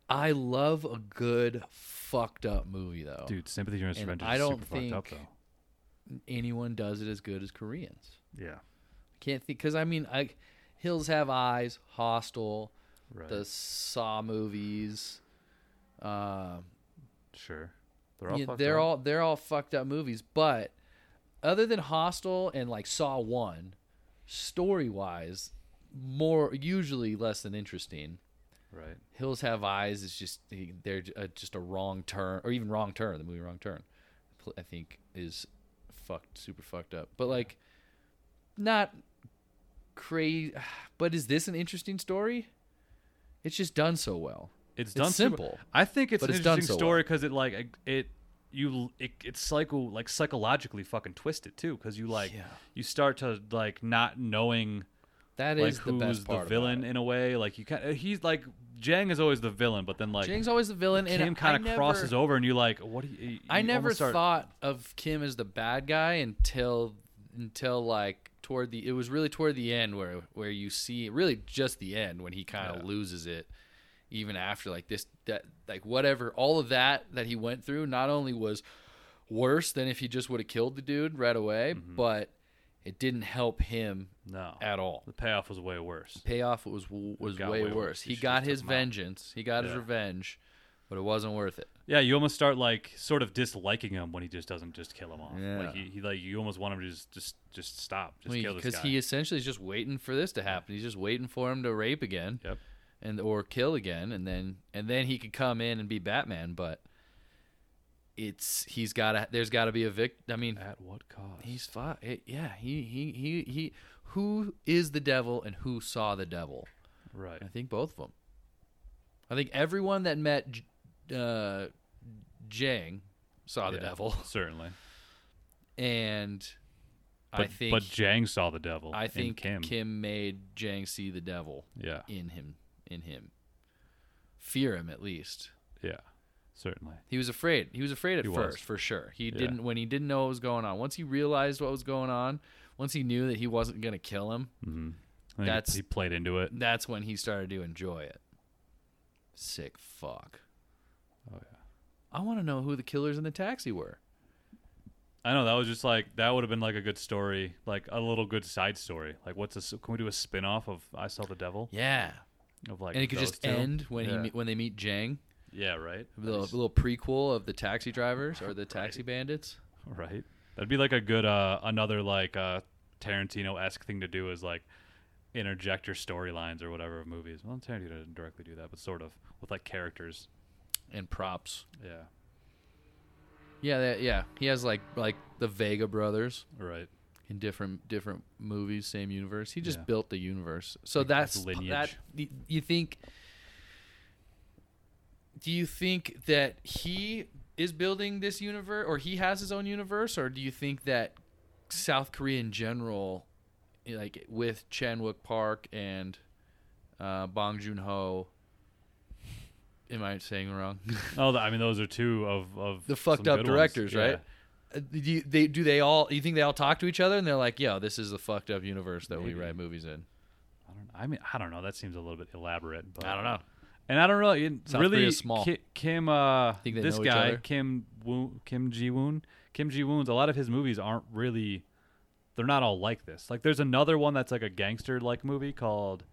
[SPEAKER 1] I love a good fucked up movie though.
[SPEAKER 2] Dude, sympathy for Mr.
[SPEAKER 1] And
[SPEAKER 2] Vengeance
[SPEAKER 1] I
[SPEAKER 2] is
[SPEAKER 1] don't
[SPEAKER 2] super fucked up
[SPEAKER 1] think- Anyone does it as good as Koreans.
[SPEAKER 2] though. Yeah.
[SPEAKER 1] Can't think because I mean, I, Hills Have Eyes, Hostel,
[SPEAKER 2] Right.
[SPEAKER 1] the Saw movies. Uh,
[SPEAKER 2] sure. They're all
[SPEAKER 1] yeah,
[SPEAKER 2] fucked
[SPEAKER 1] they're
[SPEAKER 2] up.
[SPEAKER 1] all they're all fucked up movies. But other than Hostel and like Saw One, story wise, more usually less than interesting.
[SPEAKER 2] right.
[SPEAKER 1] Hills Have Eyes is just they're uh, just a wrong turn or even wrong turn. The movie Wrong Turn, pl- I think, is fucked super fucked up. But like, not crazy. But is this an interesting story? It's just done so well.
[SPEAKER 2] It's
[SPEAKER 1] It's
[SPEAKER 2] done super-
[SPEAKER 1] simple,
[SPEAKER 2] I think it's
[SPEAKER 1] but
[SPEAKER 2] an
[SPEAKER 1] it's done
[SPEAKER 2] interesting
[SPEAKER 1] so
[SPEAKER 2] story because it like it- it you it, it's psycho like psychologically fucking twisted too because you like
[SPEAKER 1] Yeah.
[SPEAKER 2] you start to like not knowing
[SPEAKER 1] That is
[SPEAKER 2] like
[SPEAKER 1] the
[SPEAKER 2] who's
[SPEAKER 1] best
[SPEAKER 2] the
[SPEAKER 1] part.
[SPEAKER 2] villain in a way like you kind of, he's like Jang is always the villain but then like
[SPEAKER 1] Jing's always the villain,
[SPEAKER 2] Kim
[SPEAKER 1] and
[SPEAKER 2] kind
[SPEAKER 1] I
[SPEAKER 2] of
[SPEAKER 1] never-
[SPEAKER 2] crosses over, and you're like, "What?" Do you, you
[SPEAKER 1] I never
[SPEAKER 2] almost start,
[SPEAKER 1] thought of Kim as the bad guy until until like toward the it was really toward the end where where you see really just the end when he kind of
[SPEAKER 2] Yeah.
[SPEAKER 1] loses it even after like this that like whatever all of that that he went through not only was worse than if he just would have killed the dude right away
[SPEAKER 2] Mm-hmm.
[SPEAKER 1] but it didn't help him
[SPEAKER 2] No,
[SPEAKER 1] at all
[SPEAKER 2] the payoff was way worse.
[SPEAKER 1] payoff was w- was
[SPEAKER 2] got
[SPEAKER 1] way,
[SPEAKER 2] way
[SPEAKER 1] worse,
[SPEAKER 2] worse. You
[SPEAKER 1] he
[SPEAKER 2] should've
[SPEAKER 1] got
[SPEAKER 2] took
[SPEAKER 1] his
[SPEAKER 2] him out.
[SPEAKER 1] vengeance he got his
[SPEAKER 2] Yeah.
[SPEAKER 1] revenge but it wasn't worth it
[SPEAKER 2] Yeah, you almost start like sort of disliking him when he just doesn't just kill him off.
[SPEAKER 1] Yeah.
[SPEAKER 2] Like he, he like you almost want him to just just just stop, just kill this
[SPEAKER 1] because
[SPEAKER 2] guy.
[SPEAKER 1] he essentially is just waiting for this to happen. He's just waiting for him to rape again
[SPEAKER 2] yep.
[SPEAKER 1] and or kill again, and then and then he could come in and be Batman. But it's he's got to there's got to be a victim. I mean,
[SPEAKER 2] At what cost?
[SPEAKER 1] he's fine. yeah, he he he he. Who is the devil and who saw the devil?
[SPEAKER 2] right.
[SPEAKER 1] I think both of them. I think everyone that met J- uh, Jang saw the
[SPEAKER 2] Yeah,
[SPEAKER 1] devil,
[SPEAKER 2] certainly.
[SPEAKER 1] and
[SPEAKER 2] But,
[SPEAKER 1] I think
[SPEAKER 2] but Jang saw the devil.
[SPEAKER 1] I
[SPEAKER 2] in
[SPEAKER 1] think
[SPEAKER 2] Kim.
[SPEAKER 1] Kim made Jang see the devil.
[SPEAKER 2] Yeah,
[SPEAKER 1] in him in him fear him at least
[SPEAKER 2] yeah, certainly.
[SPEAKER 1] he was afraid he was afraid at
[SPEAKER 2] He was.
[SPEAKER 1] first for sure he didn't when he didn't know what was going on once he realized what was going on once he knew that he wasn't going to kill him
[SPEAKER 2] Hmm. I think
[SPEAKER 1] That's-
[SPEAKER 2] he played into it.
[SPEAKER 1] that's when he started to enjoy it sick fuck
[SPEAKER 2] Oh,
[SPEAKER 1] i want to know who the killers in the taxi were
[SPEAKER 2] I know that was just like that would have been like a good story, like a little good side story. Like, what's a s- can we do a spin off of I Saw the Devil?
[SPEAKER 1] yeah
[SPEAKER 2] Of like,
[SPEAKER 1] and it could
[SPEAKER 2] those
[SPEAKER 1] just
[SPEAKER 2] two?
[SPEAKER 1] end when he
[SPEAKER 2] Yeah.
[SPEAKER 1] me- when they meet jang
[SPEAKER 2] Yeah, right.
[SPEAKER 1] a little,
[SPEAKER 2] Nice.
[SPEAKER 1] little prequel of the taxi drivers or the taxi bandits
[SPEAKER 2] Right. That'd be like a good uh, another like uh, Tarantino esque thing to do is like interject your storylines or whatever of movies. Well, Tarantino didn't directly do that, but sort of with like characters.
[SPEAKER 1] and props
[SPEAKER 2] Yeah.
[SPEAKER 1] yeah that, yeah he has like like the vega brothers
[SPEAKER 2] Right.
[SPEAKER 1] in different different movies, same universe. He just
[SPEAKER 2] Yeah.
[SPEAKER 1] built the universe. So
[SPEAKER 2] Like, that's
[SPEAKER 1] that's
[SPEAKER 2] lineage.
[SPEAKER 1] that. y- You think? Do you think that he is building this universe, or he has his own universe, or do you think that South Korea in general, like with Chan Wook Park and uh, Bong Joon Ho? Am I saying wrong?
[SPEAKER 2] Oh, th- I mean, those are two of of
[SPEAKER 1] The fucked up
[SPEAKER 2] some good ones.
[SPEAKER 1] directors,
[SPEAKER 2] Yeah.
[SPEAKER 1] right? uh, do you, they do they all? You think they all talk to each other and they're like, "Yo, this is the fucked up universe that we
[SPEAKER 2] Maybe.
[SPEAKER 1] write movies in."
[SPEAKER 2] I don't. I mean, I don't know. That seems a little bit elaborate. But
[SPEAKER 1] I don't know.
[SPEAKER 2] And I don't really. It
[SPEAKER 1] South
[SPEAKER 2] really
[SPEAKER 1] Korea's small.
[SPEAKER 2] Ki- Kim. Uh,
[SPEAKER 1] Think they
[SPEAKER 2] this
[SPEAKER 1] know each
[SPEAKER 2] guy
[SPEAKER 1] other?
[SPEAKER 2] Kim Woo, Kim Ji Woon. Kim Ji Woon's. A lot of his movies aren't really. They're not all like this. Like there's another one that's like a gangster like movie called.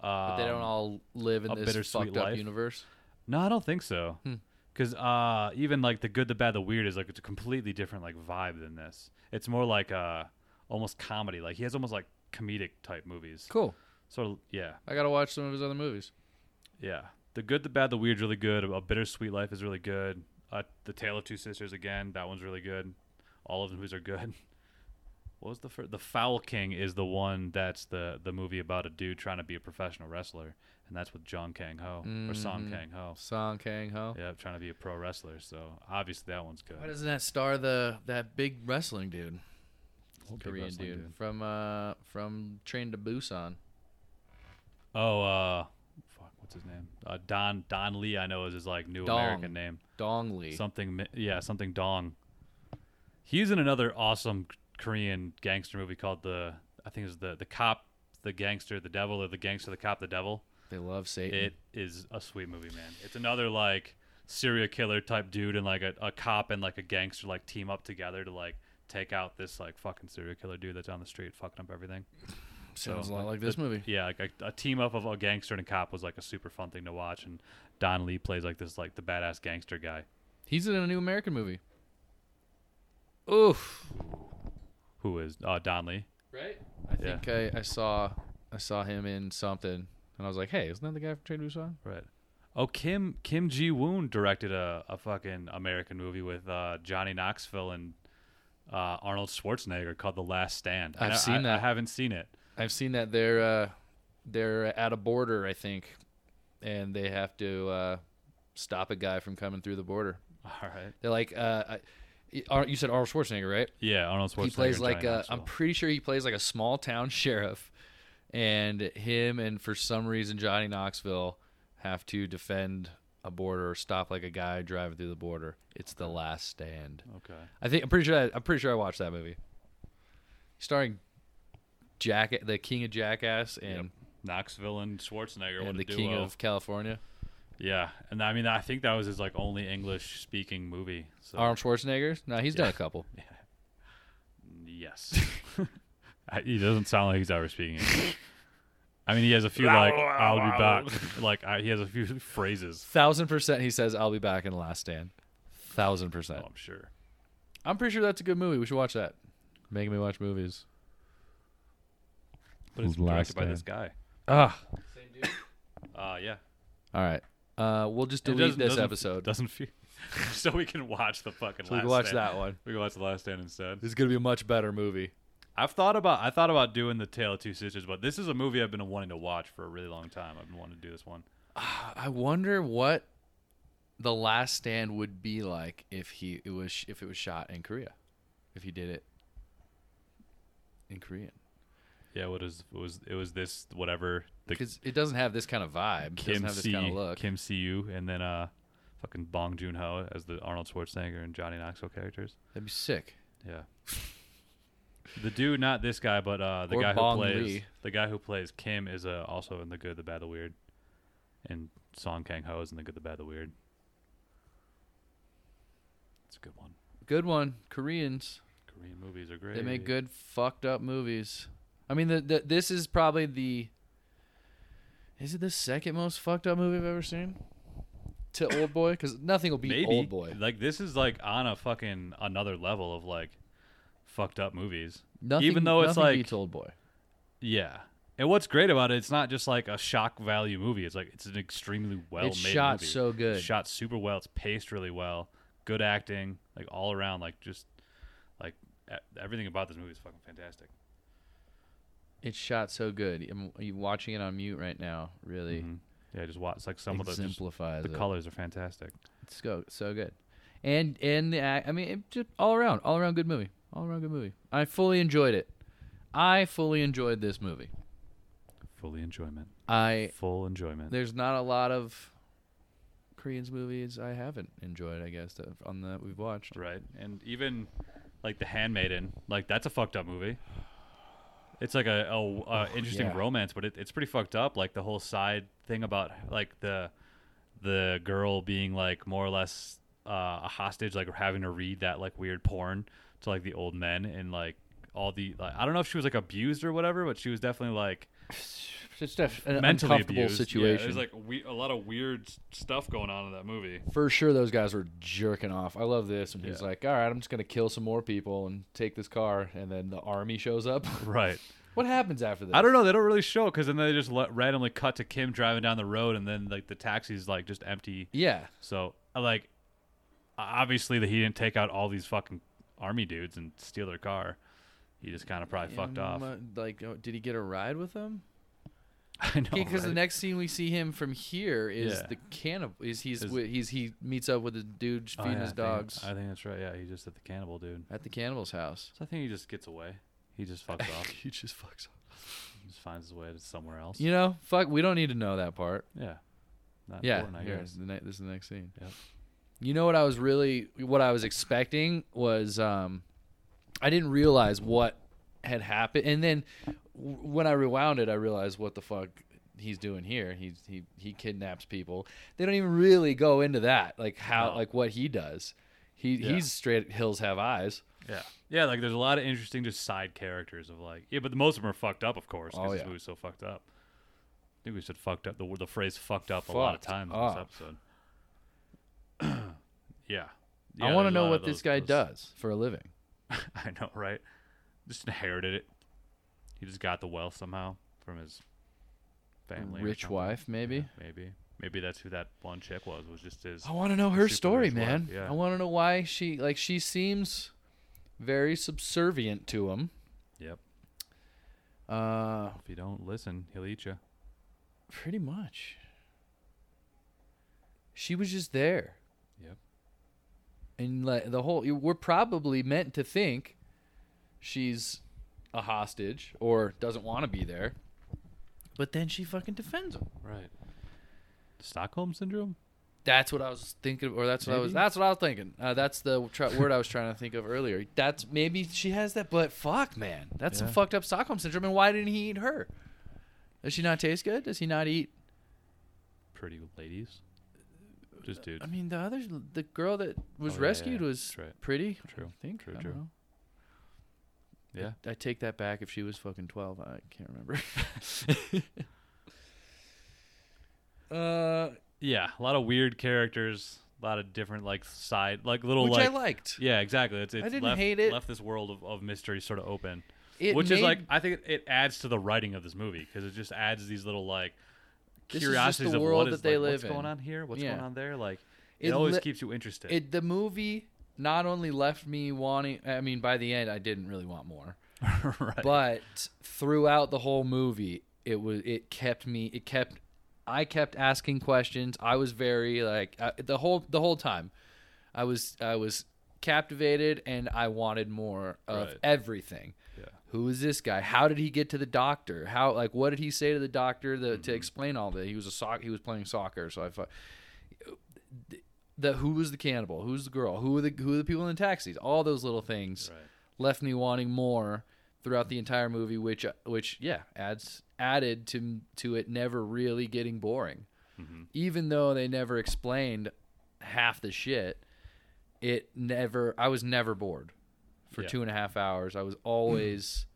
[SPEAKER 2] Uh,
[SPEAKER 1] But they don't all live in
[SPEAKER 2] a
[SPEAKER 1] this
[SPEAKER 2] bittersweet
[SPEAKER 1] fucked up
[SPEAKER 2] life.
[SPEAKER 1] universe.
[SPEAKER 2] No, I don't think so.
[SPEAKER 1] Hmm.
[SPEAKER 2] Because uh, even like the good, the bad, the weird is like it's a completely different like vibe than this. It's more like uh, almost comedy. Like he has almost like comedic type movies.
[SPEAKER 1] Cool.
[SPEAKER 2] Sort of. Yeah.
[SPEAKER 1] I gotta watch some of his other movies.
[SPEAKER 2] Yeah. The Good, the Bad, the Weird's really good. A Bittersweet Life is really good. Uh, the Tale of Two Sisters again, that one's really good. All of these are good. What was the first? The Foul King is the one that's the the movie about a dude trying to be a professional wrestler, and that's with John Kang Ho or
[SPEAKER 1] Mm-hmm.
[SPEAKER 2] Song Kang Ho.
[SPEAKER 1] Song Kang Ho.
[SPEAKER 2] Yeah, trying to be a pro wrestler. So obviously that one's good.
[SPEAKER 1] Why doesn't that star the that big wrestling dude?
[SPEAKER 2] Big
[SPEAKER 1] Korean
[SPEAKER 2] wrestling
[SPEAKER 1] dude, from uh from Train to Busan.
[SPEAKER 2] Oh, uh, fuck, what's his name? Uh, Don Don Lee, I know is his like new
[SPEAKER 1] Dong.
[SPEAKER 2] American name.
[SPEAKER 1] Dong Lee.
[SPEAKER 2] Something, mi- yeah, something Dong. He's in another awesome K- Korean gangster movie called the, I think it's the the cop, the gangster, the devil, or the gangster, the cop, the devil.
[SPEAKER 1] they love Satan.
[SPEAKER 2] It is a sweet movie, man. It's another like serial killer type dude and like a, a cop and like a gangster like team up together to like take out this like fucking serial killer dude that's on the street fucking up everything.
[SPEAKER 1] Sounds
[SPEAKER 2] So,
[SPEAKER 1] a lot
[SPEAKER 2] like,
[SPEAKER 1] like this
[SPEAKER 2] the-
[SPEAKER 1] movie.
[SPEAKER 2] Yeah, like a, a team up of a gangster and a cop was like a super fun thing to watch. And Don Lee plays like this, like the badass gangster guy.
[SPEAKER 1] He's in a new American movie. Oof.
[SPEAKER 2] Who is uh, Don Lee?
[SPEAKER 1] Right? I
[SPEAKER 2] Yeah.
[SPEAKER 1] think I, I saw I saw him in something and I was like, hey, isn't that the guy from Train to Busan?
[SPEAKER 2] Right. Oh, Kim Kim Ji Woon directed a, a fucking American movie with uh, Johnny Knoxville and uh, Arnold Schwarzenegger called The Last Stand.
[SPEAKER 1] I've
[SPEAKER 2] And I-
[SPEAKER 1] seen
[SPEAKER 2] I,
[SPEAKER 1] that.
[SPEAKER 2] I haven't seen it.
[SPEAKER 1] I've seen that they're uh, they're at a border, I think, and they have to uh, stop a guy from coming through the border.
[SPEAKER 2] All right.
[SPEAKER 1] They're like, uh, I- y- Ar- you said Arnold Schwarzenegger, right?
[SPEAKER 2] Yeah, Arnold Schwarzenegger.
[SPEAKER 1] He plays
[SPEAKER 2] and
[SPEAKER 1] like
[SPEAKER 2] Johnny
[SPEAKER 1] a.
[SPEAKER 2] Knoxville.
[SPEAKER 1] I'm pretty sure he plays like a small town sheriff, and him and for some reason Johnny Knoxville have to defend a border or stop like a guy driving through the border. It's the last stand.
[SPEAKER 2] okay.
[SPEAKER 1] I think I'm pretty sure I, I'm pretty sure I watched that movie, starring Jack, the King of Jackass, and.
[SPEAKER 2] Yep. Knoxville and Schwarzenegger. what
[SPEAKER 1] and the
[SPEAKER 2] a
[SPEAKER 1] King
[SPEAKER 2] duo.
[SPEAKER 1] of California,
[SPEAKER 2] Yeah, and I mean I think that was his like only English speaking movie. So
[SPEAKER 1] Arnold Schwarzenegger. No, he's done a couple.
[SPEAKER 2] yes, I, he doesn't sound like he's ever speaking English. I mean, he has a few like "I'll be back," like I, he has a few phrases.
[SPEAKER 1] Thousand percent, he says, "I'll be back in the Last Stand." Thousand
[SPEAKER 2] Oh,
[SPEAKER 1] percent.
[SPEAKER 2] I'm sure.
[SPEAKER 1] I'm pretty sure that's a good movie. We should watch that. Making me watch movies.
[SPEAKER 2] But it's
[SPEAKER 1] Last
[SPEAKER 2] directed by this guy.
[SPEAKER 1] Ah.
[SPEAKER 2] Uh, yeah.
[SPEAKER 1] All right. Uh, we'll just
[SPEAKER 2] It
[SPEAKER 1] delete
[SPEAKER 2] doesn't-
[SPEAKER 1] this
[SPEAKER 2] doesn't-
[SPEAKER 1] episode.
[SPEAKER 2] Doesn't feel. so we can watch the fucking.
[SPEAKER 1] so we
[SPEAKER 2] last
[SPEAKER 1] can watch
[SPEAKER 2] stand.
[SPEAKER 1] that one.
[SPEAKER 2] We can watch the last stand instead.
[SPEAKER 1] This is gonna be a much better movie.
[SPEAKER 2] I've thought about I thought about doing the Tale of Two Sisters, but this is a movie I've been wanting to watch for a really long time. I've been wanting to do this one.
[SPEAKER 1] I wonder what the Last Stand would be like if he it was if it was shot in Korea, if he did it in Korean.
[SPEAKER 2] Yeah, what is it was it was this whatever the
[SPEAKER 1] Because it doesn't have this kind of vibe. It doesn't
[SPEAKER 2] Kim
[SPEAKER 1] have this
[SPEAKER 2] C.
[SPEAKER 1] kind of look.
[SPEAKER 2] Kim C. U. And then uh, fucking Bong Joon Ho as the Arnold Schwarzenegger and Johnny Knoxville characters.
[SPEAKER 1] That'd be sick.
[SPEAKER 2] Yeah. the dude, not this guy, but uh, the
[SPEAKER 1] Or
[SPEAKER 2] guy
[SPEAKER 1] Bong
[SPEAKER 2] who plays
[SPEAKER 1] Lee.
[SPEAKER 2] the guy who plays Kim is uh, also in the Good, the Bad, the Weird, and Song Kang Ho is in the Good, the Bad, the Weird. It's a good one.
[SPEAKER 1] Good one. Koreans.
[SPEAKER 2] Korean movies are great.
[SPEAKER 1] They make good fucked up movies. I mean, the, the this is probably the. Is it the second most fucked up movie I've ever seen? To Old Boy, because nothing will beat
[SPEAKER 2] Maybe
[SPEAKER 1] Old Boy.
[SPEAKER 2] like this is like on a fucking another level of like fucked up movies.
[SPEAKER 1] Nothing,
[SPEAKER 2] even though it's
[SPEAKER 1] nothing
[SPEAKER 2] like
[SPEAKER 1] beats Old Boy.
[SPEAKER 2] Yeah. And what's great about it, it's not just like a shock value movie. It's like it's an extremely well made
[SPEAKER 1] it's shot
[SPEAKER 2] movie.
[SPEAKER 1] so good.
[SPEAKER 2] It's shot super well. It's paced really well. Good acting, like all around, like just like e- everything about this movie is fucking fantastic.
[SPEAKER 1] It's shot so good. I'm, you watching it on mute right now. Really
[SPEAKER 2] Yeah, just watch like Mm-hmm. some of the just,
[SPEAKER 1] exemplifies
[SPEAKER 2] the
[SPEAKER 1] it.
[SPEAKER 2] colors are fantastic.
[SPEAKER 1] It's go so good, and and the act. I mean, it just all around, all around good movie, all around good movie. I fully enjoyed it. I fully enjoyed this movie.
[SPEAKER 2] Fully enjoyment.
[SPEAKER 1] I
[SPEAKER 2] Full enjoyment.
[SPEAKER 1] there's not a lot of Koreans movies I haven't enjoyed. I guess that on the we've watched.
[SPEAKER 2] Right. And even like The Handmaiden. Like that's a fucked up movie. It's like a, a, a interesting
[SPEAKER 1] Oh, yeah.
[SPEAKER 2] romance, but it, it's pretty fucked up. Like the whole side thing about like the the girl being like more or less uh, a hostage, like having to read that like weird porn to like the old men and like all the like, I don't know if she was like abused or whatever, but she was definitely like
[SPEAKER 1] It's def- an
[SPEAKER 2] mentally
[SPEAKER 1] uncomfortable
[SPEAKER 2] abused. Yeah,
[SPEAKER 1] situation.
[SPEAKER 2] there's like we- a lot of weird s- stuff going on in that movie.
[SPEAKER 1] For sure, those guys were jerking off. I love this when he's
[SPEAKER 2] Yeah.
[SPEAKER 1] like, "All right, I'm just gonna kill some more people and take this car," and then the army shows up.
[SPEAKER 2] Right.
[SPEAKER 1] what happens after this?
[SPEAKER 2] I don't know. They don't really show because then they just let, randomly cut to Kim driving down the road, and then like the taxi's like just empty.
[SPEAKER 1] Yeah,
[SPEAKER 2] So I like, o- obviously that he didn't take out all these fucking army dudes and steal their car. He just kind of probably fucked off.
[SPEAKER 1] uh, Like, oh, did he get a ride with them?
[SPEAKER 2] I know.
[SPEAKER 1] Because the
[SPEAKER 2] right?
[SPEAKER 1] next scene we see him from here is
[SPEAKER 2] Yeah.
[SPEAKER 1] the cannibal. Is he's
[SPEAKER 2] Is-
[SPEAKER 1] wi- he's he meets up with the dude
[SPEAKER 2] Oh,
[SPEAKER 1] feeding
[SPEAKER 2] yeah, I
[SPEAKER 1] his
[SPEAKER 2] think-
[SPEAKER 1] dogs
[SPEAKER 2] I think that's right. Yeah, he just at the cannibal dude.
[SPEAKER 1] at the cannibal's house.
[SPEAKER 2] So I think he just gets away. He just fucks off.
[SPEAKER 1] he just fucks up.
[SPEAKER 2] He just finds his way to somewhere else.
[SPEAKER 1] You know, fuck. We don't need to know that part.
[SPEAKER 2] yeah. Not
[SPEAKER 1] yeah,
[SPEAKER 2] important, I
[SPEAKER 1] here,
[SPEAKER 2] guess.
[SPEAKER 1] the ne- this is the next scene.
[SPEAKER 2] Yep.
[SPEAKER 1] You know what I was really what I was expecting was um, I didn't realize what had happened, and then w- when I rewound it, I realized what the fuck he's doing here. He he he kidnaps people. They don't even really go into that, like how
[SPEAKER 2] No.
[SPEAKER 1] like what he does. He
[SPEAKER 2] Yeah.
[SPEAKER 1] he's straight hills have eyes.
[SPEAKER 2] Yeah. Yeah, like there's a lot of interesting just side characters of like yeah, but most of them are fucked up, of course, because
[SPEAKER 1] Oh,
[SPEAKER 2] this
[SPEAKER 1] yeah.
[SPEAKER 2] movie's so fucked up. I think we said fucked up the the phrase fucked up a lot of
[SPEAKER 1] Fucked
[SPEAKER 2] times in
[SPEAKER 1] up.
[SPEAKER 2] this episode. yeah.
[SPEAKER 1] I want
[SPEAKER 2] Yeah,
[SPEAKER 1] to
[SPEAKER 2] there's a
[SPEAKER 1] know
[SPEAKER 2] lot
[SPEAKER 1] what
[SPEAKER 2] of
[SPEAKER 1] this
[SPEAKER 2] those-
[SPEAKER 1] guy
[SPEAKER 2] those-
[SPEAKER 1] does for a living.
[SPEAKER 2] I know, right? Just inherited it. He just got the wealth somehow from his family. or
[SPEAKER 1] Rich
[SPEAKER 2] something.
[SPEAKER 1] wife, maybe.
[SPEAKER 2] Maybe. Maybe that's who that one chick was, was just his
[SPEAKER 1] I want to know
[SPEAKER 2] the
[SPEAKER 1] her
[SPEAKER 2] super
[SPEAKER 1] story,
[SPEAKER 2] rich wife,
[SPEAKER 1] man.
[SPEAKER 2] yeah.
[SPEAKER 1] I want to know why she like she seems very subservient to him.
[SPEAKER 2] Yep.
[SPEAKER 1] Uh,
[SPEAKER 2] If you don't listen, he'll eat you.
[SPEAKER 1] pretty much. She was just there,
[SPEAKER 2] Yep.
[SPEAKER 1] and like the whole we're probably meant to think she's a hostage or doesn't want to be there, but then she fucking defends him.
[SPEAKER 2] Right. Stockholm syndrome?
[SPEAKER 1] That's what I was thinking, or that's what I was.
[SPEAKER 2] Maybe.
[SPEAKER 1] That's what I was thinking. Uh, that's the tr- word I was trying to think of earlier. That's maybe she has that, but fuck, man, that's some
[SPEAKER 2] Yeah.
[SPEAKER 1] fucked up Stockholm syndrome. And why didn't he eat her? Does she not taste good? Does he not eat?
[SPEAKER 2] pretty ladies. Just dudes.
[SPEAKER 1] I mean, the other, the girl that was
[SPEAKER 2] Oh, yeah, yeah,
[SPEAKER 1] rescued
[SPEAKER 2] yeah.
[SPEAKER 1] was
[SPEAKER 2] That's right.
[SPEAKER 1] pretty.
[SPEAKER 2] True.
[SPEAKER 1] I think. I
[SPEAKER 2] True,
[SPEAKER 1] don't
[SPEAKER 2] true.
[SPEAKER 1] know.
[SPEAKER 2] Yeah.
[SPEAKER 1] I take that back. If she was fucking twelve, I can't remember. uh,
[SPEAKER 2] Yeah. A lot of weird characters. A lot of different like side like little
[SPEAKER 1] which I
[SPEAKER 2] like
[SPEAKER 1] liked.
[SPEAKER 2] Yeah, exactly. It's, it's
[SPEAKER 1] didn't
[SPEAKER 2] left,
[SPEAKER 1] hate it.
[SPEAKER 2] left this world of, of mystery sort of open.
[SPEAKER 1] It
[SPEAKER 2] which is
[SPEAKER 1] made-
[SPEAKER 2] like I think it, it adds to the writing of this movie because it just adds these little like
[SPEAKER 1] This is just
[SPEAKER 2] curiosities
[SPEAKER 1] the
[SPEAKER 2] of
[SPEAKER 1] world
[SPEAKER 2] what is,
[SPEAKER 1] that they
[SPEAKER 2] like,
[SPEAKER 1] live
[SPEAKER 2] what's going
[SPEAKER 1] in.
[SPEAKER 2] on here, what's
[SPEAKER 1] Yeah.
[SPEAKER 2] going on there. Like it,
[SPEAKER 1] It
[SPEAKER 2] always
[SPEAKER 1] li-
[SPEAKER 2] keeps you interested.
[SPEAKER 1] it the movie not only left me wanting i mean by the end i didn't really want more
[SPEAKER 2] right.
[SPEAKER 1] but throughout the whole movie it was it kept me it kept i kept asking questions i was very like I, the whole the whole time i was i was captivated and i wanted more of
[SPEAKER 2] Right.
[SPEAKER 1] everything
[SPEAKER 2] Yeah.
[SPEAKER 1] who is this guy how did he get to the doctor how like what did he say to the doctor the,
[SPEAKER 2] Mm-hmm.
[SPEAKER 1] to explain all that he was a soc- he was playing soccer so i thought the who was the cannibal who's the girl who are the who are the people in the taxis all those little things
[SPEAKER 2] Right.
[SPEAKER 1] left me wanting more throughout the entire movie which uh, which yeah adds added to to it never really getting boring
[SPEAKER 2] Mm-hmm.
[SPEAKER 1] even though they never explained half the shit it never i was never bored for
[SPEAKER 2] Yeah.
[SPEAKER 1] two and a half hours i was always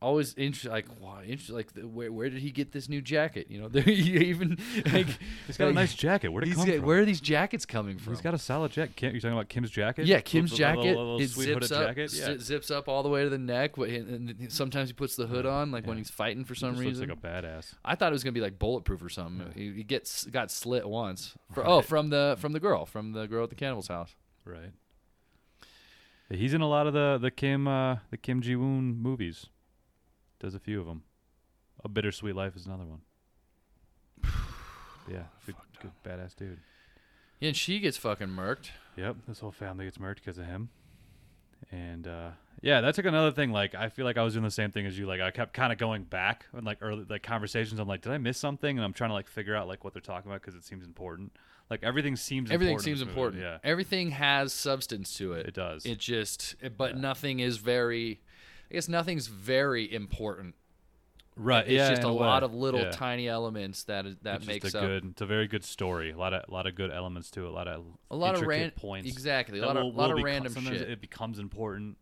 [SPEAKER 1] always interested like wow interested like the, where, where did he get this new jacket you know they even like
[SPEAKER 2] He's got a
[SPEAKER 1] like,
[SPEAKER 2] nice jacket. Where did it
[SPEAKER 1] he's
[SPEAKER 2] come
[SPEAKER 1] got-
[SPEAKER 2] from?
[SPEAKER 1] where are these jackets coming from
[SPEAKER 2] He's got a solid jacket. Kim, you're talking about Kim's jacket?
[SPEAKER 1] yeah, Kim's
[SPEAKER 2] Little-
[SPEAKER 1] jacket.
[SPEAKER 2] little- little
[SPEAKER 1] it
[SPEAKER 2] sweet
[SPEAKER 1] zips
[SPEAKER 2] hooded
[SPEAKER 1] up,
[SPEAKER 2] jacket. Yeah.
[SPEAKER 1] zi- zips up all the way to the neck. wh- And and sometimes he puts the hood on, like when
[SPEAKER 2] Yeah.
[SPEAKER 1] he's fighting for
[SPEAKER 2] He
[SPEAKER 1] some
[SPEAKER 2] just
[SPEAKER 1] reason.
[SPEAKER 2] looks like a badass.
[SPEAKER 1] I thought it was gonna be like bulletproof or something. He, he gets got slit once. For, Oh, from the from the girl, from the girl at the cannibal's house.
[SPEAKER 2] Right. Yeah, He's in a lot of the the Kim uh, the Kim Ji Woon movies. Does a few of them. A Bittersweet Life is another one. yeah, good, good badass dude.
[SPEAKER 1] Yeah, and she gets fucking murked.
[SPEAKER 2] Yep, this whole family gets murdered because of him. And uh, yeah, that's like another thing. Like I feel like I was doing the same thing as you. Like I kept kind of going back and like early like conversations. I'm like, did I miss something? And I'm trying to like figure out like what they're talking about because it seems important. Like everything seems
[SPEAKER 1] Everything
[SPEAKER 2] important in
[SPEAKER 1] seems
[SPEAKER 2] this movie.
[SPEAKER 1] important.
[SPEAKER 2] Yeah,
[SPEAKER 1] Everything has substance to it.
[SPEAKER 2] It does.
[SPEAKER 1] It just, it- but nothing is very. I guess nothing's very important.
[SPEAKER 2] right.
[SPEAKER 1] It's
[SPEAKER 2] yeah,
[SPEAKER 1] just
[SPEAKER 2] in
[SPEAKER 1] a,
[SPEAKER 2] way.
[SPEAKER 1] lot of little
[SPEAKER 2] Yeah.
[SPEAKER 1] tiny elements that that
[SPEAKER 2] It's
[SPEAKER 1] makes
[SPEAKER 2] just a
[SPEAKER 1] up
[SPEAKER 2] good. It's a very good story. A lot of lot of good elements to it. A lot of
[SPEAKER 1] a lot of
[SPEAKER 2] intricate
[SPEAKER 1] ran-
[SPEAKER 2] points.
[SPEAKER 1] Exactly, a
[SPEAKER 2] that
[SPEAKER 1] lot of
[SPEAKER 2] will-
[SPEAKER 1] lot
[SPEAKER 2] will
[SPEAKER 1] of
[SPEAKER 2] become-
[SPEAKER 1] random
[SPEAKER 2] sometimes
[SPEAKER 1] shit.
[SPEAKER 2] It becomes important.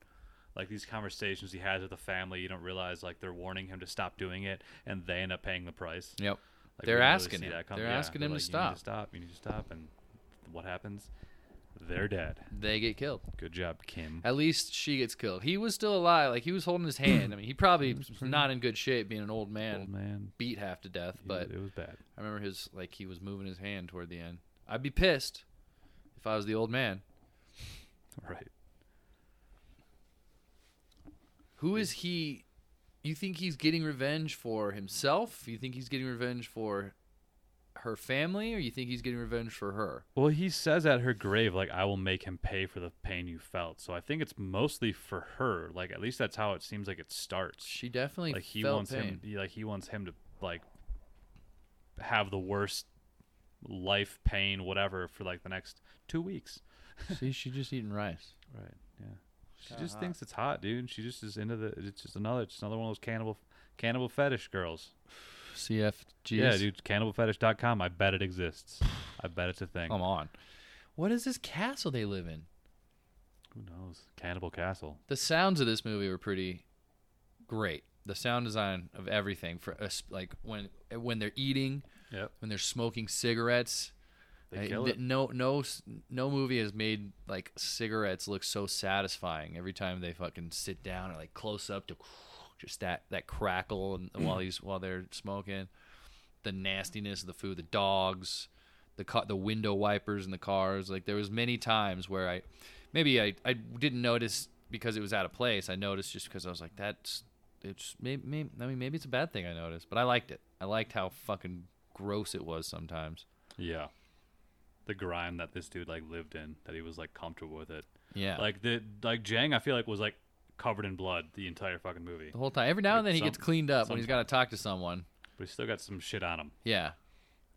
[SPEAKER 2] Like these conversations he has with the family, you don't realize like they're warning him to stop doing it, and they end up paying the price.
[SPEAKER 1] yep,
[SPEAKER 2] Like, we
[SPEAKER 1] they're
[SPEAKER 2] don't really
[SPEAKER 1] asking
[SPEAKER 2] see
[SPEAKER 1] him.
[SPEAKER 2] that come-
[SPEAKER 1] They're
[SPEAKER 2] yeah,
[SPEAKER 1] asking him
[SPEAKER 2] like,
[SPEAKER 1] to
[SPEAKER 2] "You need
[SPEAKER 1] stop.
[SPEAKER 2] stop. You need to stop. And what happens? They're dead.
[SPEAKER 1] They get killed.
[SPEAKER 2] Good job, Kim.
[SPEAKER 1] At least she gets killed. He was still alive. Like he was holding his hand. I mean, he probably was not in good shape, being an old man,
[SPEAKER 2] Old man.
[SPEAKER 1] beat half to death.
[SPEAKER 2] He-
[SPEAKER 1] But
[SPEAKER 2] it was bad.
[SPEAKER 1] I remember his like he was moving his hand toward the end. I'd be pissed if I was the old man.
[SPEAKER 2] Right.
[SPEAKER 1] Who is he? You think he's getting revenge for himself? You think he's getting revenge for her family, or you think he's getting revenge for her?
[SPEAKER 2] Well, he says at her grave, like, I will make him pay for the pain you felt. So I think it's mostly for her. Like, at least that's how it seems like it starts.
[SPEAKER 1] She definitely
[SPEAKER 2] like he
[SPEAKER 1] felt
[SPEAKER 2] wants
[SPEAKER 1] pain.
[SPEAKER 2] him he- like he wants him to like have the worst life pain whatever for like the next two weeks
[SPEAKER 1] See, she's just eating rice.
[SPEAKER 2] right yeah she just thinks it's hot dude she just is into the it's just another it's another one of those cannibal cannibal fetish girls
[SPEAKER 1] CFGs.
[SPEAKER 2] yeah dude cannibalfetish.com i bet it exists i bet it's a thing
[SPEAKER 1] Come on. What is this castle they live in?
[SPEAKER 2] who knows cannibal castle
[SPEAKER 1] The sounds of this movie were pretty great. The sound design of everything for us, like when when they're eating,
[SPEAKER 2] yep
[SPEAKER 1] when they're smoking cigarettes.
[SPEAKER 2] they
[SPEAKER 1] I-
[SPEAKER 2] kill
[SPEAKER 1] th-
[SPEAKER 2] it
[SPEAKER 1] No, no, s- no movie has made like cigarettes look so satisfying. Every time they fucking sit down or like close up to just that that crackle and while he's while they're smoking, the nastiness of the food, the dogs, the ca- the window wipers in the cars. Like there was many times where I maybe I I didn't notice because it was out of place. I noticed just because I was like that's it's maybe, maybe I mean maybe it's a bad thing I noticed, but I liked it. I liked how fucking gross it was sometimes.
[SPEAKER 2] yeah the grime that this dude like lived in that he was like comfortable with it
[SPEAKER 1] Yeah.
[SPEAKER 2] Like the like Jang, I feel like was like covered in blood the entire fucking movie,
[SPEAKER 1] the whole time. Every now and then he
[SPEAKER 2] Some-
[SPEAKER 1] gets cleaned up when he's got to talk to someone.
[SPEAKER 2] but he's still got some shit on him.
[SPEAKER 1] Yeah,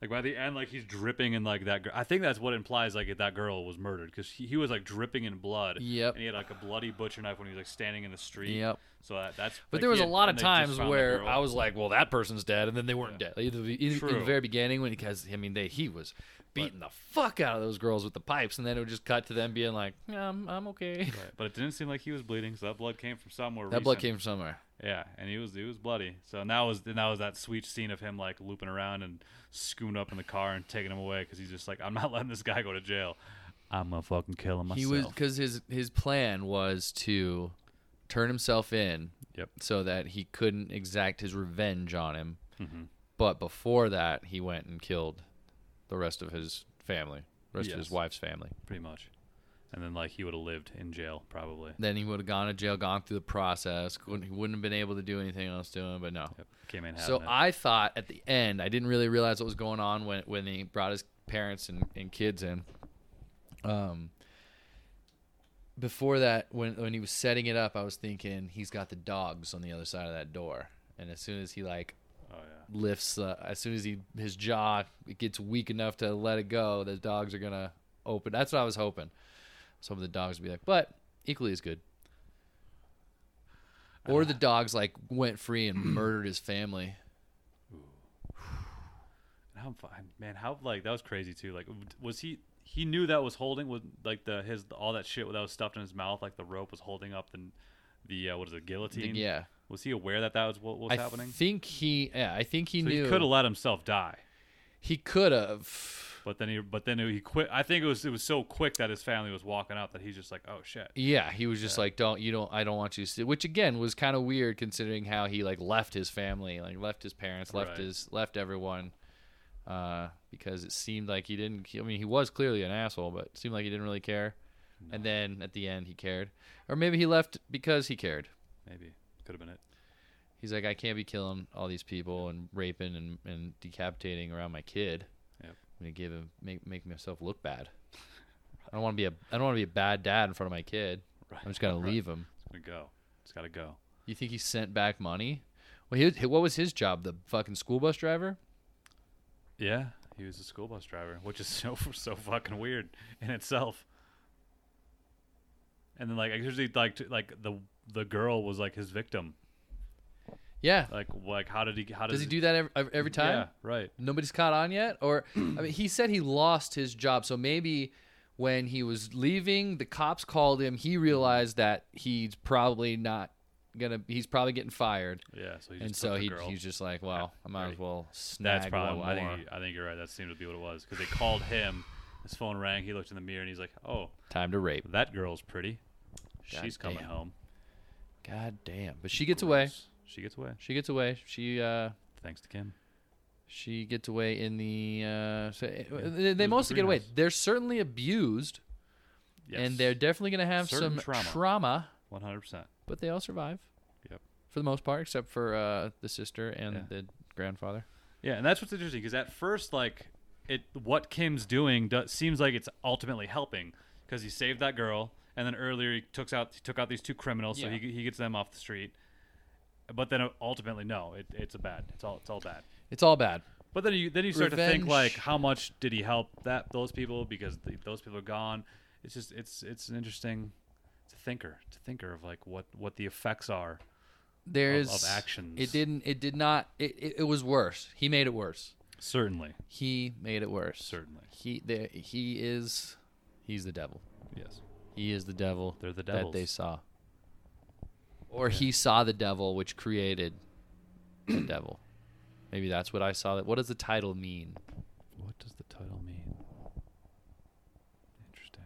[SPEAKER 2] Like by the end, like he's dripping in like that. Gr- I think that's what implies like that girl was murdered because he, he was like dripping in blood.
[SPEAKER 1] Yep.
[SPEAKER 2] And he had like a bloody butcher knife when he was like standing in the street.
[SPEAKER 1] Yep.
[SPEAKER 2] So that, that's.
[SPEAKER 1] but
[SPEAKER 2] like,
[SPEAKER 1] there was
[SPEAKER 2] he
[SPEAKER 1] a
[SPEAKER 2] had-
[SPEAKER 1] lot of
[SPEAKER 2] and they just
[SPEAKER 1] times
[SPEAKER 2] found the
[SPEAKER 1] where
[SPEAKER 2] girl.
[SPEAKER 1] I was like, "Well, that person's dead," and then they weren't dead. Either, either in the
[SPEAKER 2] True.
[SPEAKER 1] very beginning when because I mean they he was beating the fuck out of those girls with the pipes, and then it would just cut to them being like, "Yeah, "I'm I'm okay."
[SPEAKER 2] Right, But it didn't seem like he was bleeding, so that blood came from somewhere.
[SPEAKER 1] That blood
[SPEAKER 2] recent.
[SPEAKER 1] came from somewhere.
[SPEAKER 2] Yeah, and he was he was bloody. So and that was and that was that sweet scene of him like looping around and scooting up in the car and taking him away because he's just like, I'm not letting this guy go to jail. I'm gonna fucking kill him myself.
[SPEAKER 1] He was because his his plan was to turn himself in
[SPEAKER 2] Yep.
[SPEAKER 1] so that he couldn't exact his revenge on him.
[SPEAKER 2] Mm-hmm.
[SPEAKER 1] But before that, he went and killed the rest of his family, rest of his
[SPEAKER 2] Yes.
[SPEAKER 1] wife's family.
[SPEAKER 2] pretty much. And then like he would have lived in jail probably.
[SPEAKER 1] Then he would have gone to jail, gone through the process. Couldn't, he wouldn't have been able to do anything else to him, but no.
[SPEAKER 2] Yep. Came in
[SPEAKER 1] So
[SPEAKER 2] having it.
[SPEAKER 1] I thought at the end, I didn't really realize what was going on when when he brought his parents and, and kids in. Um, before that, when when he was setting it up, I was thinking he's got the dogs on the other side of that door, and as soon as he like
[SPEAKER 2] oh yeah.
[SPEAKER 1] lifts, uh, as soon as he his jaw gets weak enough to let it go, the dogs are gonna open. That's what I was hoping. Some of the dogs would be like, but equally as good. Or the dogs like went free and murdered his family.
[SPEAKER 2] And how fine man, how like that was crazy too. Like w- was he he knew that was holding with like the his all that shit that was stuffed in his mouth, like the rope was holding up the the uh, what is it, guillotine?
[SPEAKER 1] yeah.
[SPEAKER 2] Was he aware that that was what was
[SPEAKER 1] I
[SPEAKER 2] happening?
[SPEAKER 1] think he. Yeah, I think he
[SPEAKER 2] So
[SPEAKER 1] knew.
[SPEAKER 2] he could have let himself die,
[SPEAKER 1] He could have.
[SPEAKER 2] but then he but then he quit. I think it was it was so quick that his family was walking out that he's just like, oh shit.
[SPEAKER 1] Yeah, he was just like, "Don't you don't I don't want you to." See, which again was kind of weird considering how he like left his family, like left his parents, left
[SPEAKER 2] Right.
[SPEAKER 1] his left everyone, uh, because it seemed like he didn't. I mean, he was clearly an asshole, but it seemed like he didn't really care. And then at the end, he cared, or maybe he left because he cared.
[SPEAKER 2] Maybe could have been it.
[SPEAKER 1] He's like, I can't be killing all these people and raping and, and decapitating around my kid.
[SPEAKER 2] Yep.
[SPEAKER 1] I'm gonna give him make make myself look bad. I don't want to be a I don't want to be a bad dad in front of my kid. I'm just gonna
[SPEAKER 2] Right.
[SPEAKER 1] leave him.
[SPEAKER 2] It's gonna go. It's gotta go.
[SPEAKER 1] You think he sent back money? Well, he, what was his job? The fucking school bus driver.
[SPEAKER 2] Yeah, he was a school bus driver, which is so so fucking weird in itself. And then like I usually like to, like the the girl was like his victim.
[SPEAKER 1] Yeah.
[SPEAKER 2] Like like how did he how
[SPEAKER 1] Does he do that every, every time?
[SPEAKER 2] Yeah, right.
[SPEAKER 1] nobody's caught on yet or i mean he said he lost his job so maybe when he was leaving the cops called him he realized that he's probably not gonna he's probably getting fired
[SPEAKER 2] Yeah, so he just
[SPEAKER 1] and
[SPEAKER 2] took
[SPEAKER 1] so
[SPEAKER 2] the
[SPEAKER 1] he,
[SPEAKER 2] girl.
[SPEAKER 1] he's just like well i might as
[SPEAKER 2] right.
[SPEAKER 1] well snag
[SPEAKER 2] That's probably
[SPEAKER 1] one
[SPEAKER 2] I
[SPEAKER 1] more
[SPEAKER 2] think you- I think you're right. That seemed to be what it was because they called him. His phone rang. He looked in the mirror and he's like, "Oh,
[SPEAKER 1] time to rape
[SPEAKER 2] that girl's pretty. She's coming
[SPEAKER 1] Goddamn.
[SPEAKER 2] home."
[SPEAKER 1] god damn but she gets away
[SPEAKER 2] Gross. She gets away.
[SPEAKER 1] she gets away she uh
[SPEAKER 2] Thanks to Kim.
[SPEAKER 1] she gets away in the uh so they,
[SPEAKER 2] was
[SPEAKER 1] they
[SPEAKER 2] the
[SPEAKER 1] mostly get away
[SPEAKER 2] greenhouse.
[SPEAKER 1] they're certainly abused
[SPEAKER 2] Yes.
[SPEAKER 1] and they're definitely gonna have
[SPEAKER 2] Certain
[SPEAKER 1] some
[SPEAKER 2] trauma.
[SPEAKER 1] trauma
[SPEAKER 2] one hundred percent.
[SPEAKER 1] but they all survive.
[SPEAKER 2] Yep.
[SPEAKER 1] For the most part, except for uh, the sister and
[SPEAKER 2] Yeah.
[SPEAKER 1] the grandfather.
[SPEAKER 2] Yeah, and that's what's interesting because at first, like, it what Kim's doing do, seems like it's ultimately helping because he saved that girl, and then earlier he took out he took out these two criminals, so
[SPEAKER 1] Yeah.
[SPEAKER 2] he, he gets them off the street. But then uh, ultimately, no, it, it's a bad. It's all it's all bad.
[SPEAKER 1] It's all bad.
[SPEAKER 2] But then you then you start to think
[SPEAKER 1] Revenge.
[SPEAKER 2] like, how much did he help that those people because the, those people are gone? It's just it's it's an interesting. It's a thinker. It's a thinker of like what what the effects are.
[SPEAKER 1] There
[SPEAKER 2] Of-
[SPEAKER 1] is
[SPEAKER 2] of actions.
[SPEAKER 1] It didn't. It did not. It, it, it was worse. He made it worse.
[SPEAKER 2] Certainly,
[SPEAKER 1] He made it worse.
[SPEAKER 2] certainly,
[SPEAKER 1] He there. He is. He's the devil.
[SPEAKER 2] yes.
[SPEAKER 1] He is the devil.
[SPEAKER 2] They're the
[SPEAKER 1] that they
[SPEAKER 2] devils.
[SPEAKER 1] saw. Or he saw the devil, which created the devil. Maybe that's what I saw. That what does the title mean?
[SPEAKER 2] What does the title mean? Interesting.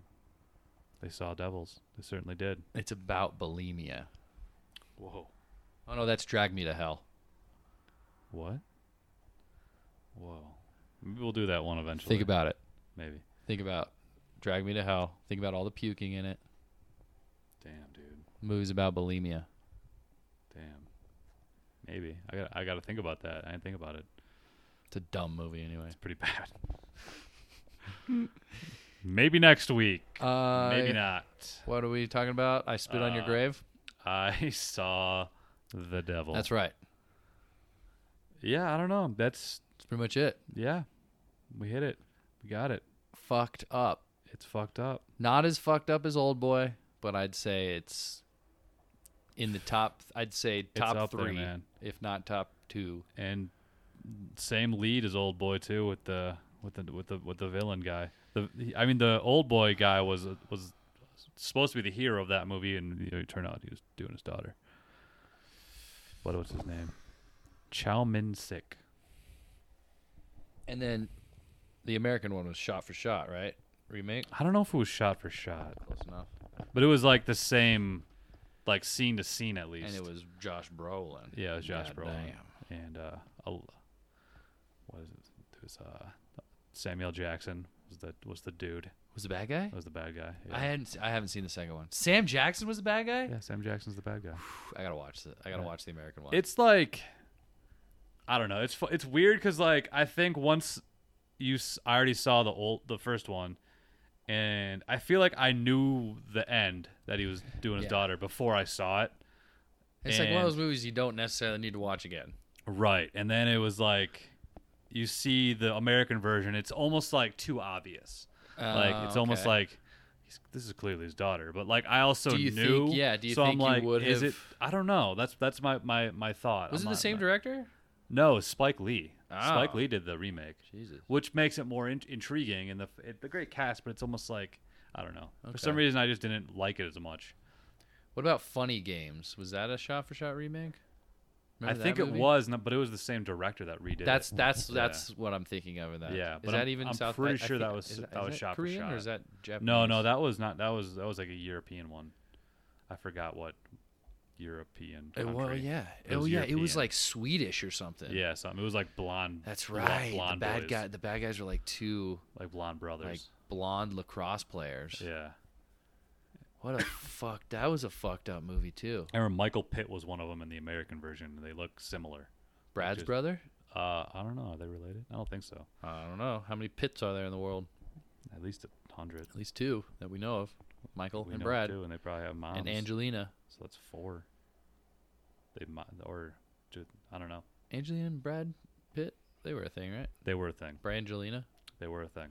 [SPEAKER 2] They saw devils. They certainly did.
[SPEAKER 1] It's about bulimia.
[SPEAKER 2] Whoa.
[SPEAKER 1] Oh no, that's drag me to hell.
[SPEAKER 2] What? Whoa. Maybe we'll do that one eventually.
[SPEAKER 1] Think about it.
[SPEAKER 2] Maybe.
[SPEAKER 1] Think about Drag Me to Hell. Think about all the puking in it.
[SPEAKER 2] Damn, dude.
[SPEAKER 1] Movies about bulimia.
[SPEAKER 2] Damn. Maybe. I got. I got to think about that. I didn't think about it.
[SPEAKER 1] It's a dumb movie anyway.
[SPEAKER 2] It's pretty bad. Maybe next week.
[SPEAKER 1] Uh,
[SPEAKER 2] Maybe not.
[SPEAKER 1] What are we talking about? I spit on your
[SPEAKER 2] Uh,
[SPEAKER 1] grave.
[SPEAKER 2] I saw the devil.
[SPEAKER 1] That's right.
[SPEAKER 2] Yeah, I don't know. That's
[SPEAKER 1] That's pretty much it.
[SPEAKER 2] yeah. We hit it. We got it.
[SPEAKER 1] Fucked up.
[SPEAKER 2] It's fucked up.
[SPEAKER 1] Not as fucked up as Old Boy, but I'd say it's in the top. I'd say top
[SPEAKER 2] up there,
[SPEAKER 1] three,
[SPEAKER 2] man.
[SPEAKER 1] if not top two.
[SPEAKER 2] and same lead as old boy too with the with the with the with the villain guy. The he- I mean the old boy guy was was supposed to be the hero of that movie, and you know, it turned out he was doing his daughter. What was his name? Chow Min Sik.
[SPEAKER 1] And then the American one was shot for shot, right? Remake.
[SPEAKER 2] I don't know if it was shot for shot,
[SPEAKER 1] Close enough.
[SPEAKER 2] but it was like the same, like scene to scene at least.
[SPEAKER 1] And it was Josh Brolin.
[SPEAKER 2] yeah, it was Josh
[SPEAKER 1] God
[SPEAKER 2] Brolin
[SPEAKER 1] damn.
[SPEAKER 2] and uh, Al- what is it? It was uh, Samuel Jackson was the was the dude
[SPEAKER 1] Was the bad guy?
[SPEAKER 2] was the bad guy. Oh, Yeah.
[SPEAKER 1] I hadn't. se- I haven't seen the second one. Sam Jackson was the bad guy.
[SPEAKER 2] Yeah, Sam Jackson's the bad guy.
[SPEAKER 1] I gotta watch the. I gotta
[SPEAKER 2] Yeah.
[SPEAKER 1] watch the American one.
[SPEAKER 2] It's like I don't know. It's fu- it's weird cuz like I think once you s- I already saw the old the first one and I feel like I knew the end that he was doing his
[SPEAKER 1] Yeah.
[SPEAKER 2] daughter before I saw it.
[SPEAKER 1] it's like one of
[SPEAKER 2] and-
[SPEAKER 1] those movies you don't necessarily need to watch again.
[SPEAKER 2] Right. And then it was like you see the American version, it's almost like too obvious. like it's almost
[SPEAKER 1] Ah, okay.
[SPEAKER 2] like he's, this is clearly his daughter, but like I also
[SPEAKER 1] Do you
[SPEAKER 2] knew.
[SPEAKER 1] think- yeah, do you
[SPEAKER 2] so I'm
[SPEAKER 1] think you
[SPEAKER 2] like,
[SPEAKER 1] would
[SPEAKER 2] is
[SPEAKER 1] have-
[SPEAKER 2] it? I don't know. That's that's my my my thought.
[SPEAKER 1] Was
[SPEAKER 2] I'm
[SPEAKER 1] it the
[SPEAKER 2] not-
[SPEAKER 1] same
[SPEAKER 2] not-
[SPEAKER 1] director?
[SPEAKER 2] No, Spike Lee. Spike
[SPEAKER 1] Ah.
[SPEAKER 2] Lee did the remake,
[SPEAKER 1] Jesus.
[SPEAKER 2] which makes it more in- intriguing and the f- it, the great cast. But it's almost like I don't know. For some
[SPEAKER 1] Okay.
[SPEAKER 2] reason, I just didn't like it as much.
[SPEAKER 1] What about Funny Games? Was that a shot for shot remake? Remember
[SPEAKER 2] I
[SPEAKER 1] that
[SPEAKER 2] think it
[SPEAKER 1] movie?
[SPEAKER 2] was, no- but it was the same director that redid.
[SPEAKER 1] That's
[SPEAKER 2] it.
[SPEAKER 1] that's
[SPEAKER 2] Yeah.
[SPEAKER 1] that's what I'm thinking of. in That
[SPEAKER 2] Yeah,
[SPEAKER 1] Is
[SPEAKER 2] but
[SPEAKER 1] that
[SPEAKER 2] I'm-
[SPEAKER 1] even
[SPEAKER 2] I'm
[SPEAKER 1] South?
[SPEAKER 2] pretty
[SPEAKER 1] I- I
[SPEAKER 2] sure that
[SPEAKER 1] think-
[SPEAKER 2] was-
[SPEAKER 1] is
[SPEAKER 2] that was
[SPEAKER 1] is
[SPEAKER 2] shot for
[SPEAKER 1] Korean
[SPEAKER 2] shot.
[SPEAKER 1] or is that Japanese?
[SPEAKER 2] No, no, that was not. That was that was like a European one. I forgot what European.
[SPEAKER 1] Uh,
[SPEAKER 2] Country.
[SPEAKER 1] well, yeah.
[SPEAKER 2] It
[SPEAKER 1] oh
[SPEAKER 2] was
[SPEAKER 1] yeah, it was
[SPEAKER 2] European.
[SPEAKER 1] like Swedish or something.
[SPEAKER 2] Yeah, something. It was like blonde.
[SPEAKER 1] That's
[SPEAKER 2] blo-
[SPEAKER 1] right. The
[SPEAKER 2] Blonde
[SPEAKER 1] bad
[SPEAKER 2] boys,
[SPEAKER 1] guy. The bad guys are like two
[SPEAKER 2] like blonde
[SPEAKER 1] like
[SPEAKER 2] brothers.
[SPEAKER 1] blonde lacrosse players.
[SPEAKER 2] yeah,
[SPEAKER 1] What a fuck! That was a fucked up movie too.
[SPEAKER 2] I remember Michael Pitt was one of them in the American version. and They look similar.
[SPEAKER 1] Brad's
[SPEAKER 2] Just-
[SPEAKER 1] brother?
[SPEAKER 2] Uh, I don't know. Are they related? I don't think so.
[SPEAKER 1] I don't know. How many pits are there in the world?
[SPEAKER 2] At least a hundred.
[SPEAKER 1] At least two that we know of Michael
[SPEAKER 2] We
[SPEAKER 1] and
[SPEAKER 2] know
[SPEAKER 1] Brad
[SPEAKER 2] too, and they probably have moms.
[SPEAKER 1] and Angelina.
[SPEAKER 2] So that's four. They might, or ju- I don't know.
[SPEAKER 1] Angelina and Brad Pitt? They were a thing, right?
[SPEAKER 2] They were a thing.
[SPEAKER 1] Brangelina,
[SPEAKER 2] They were a thing.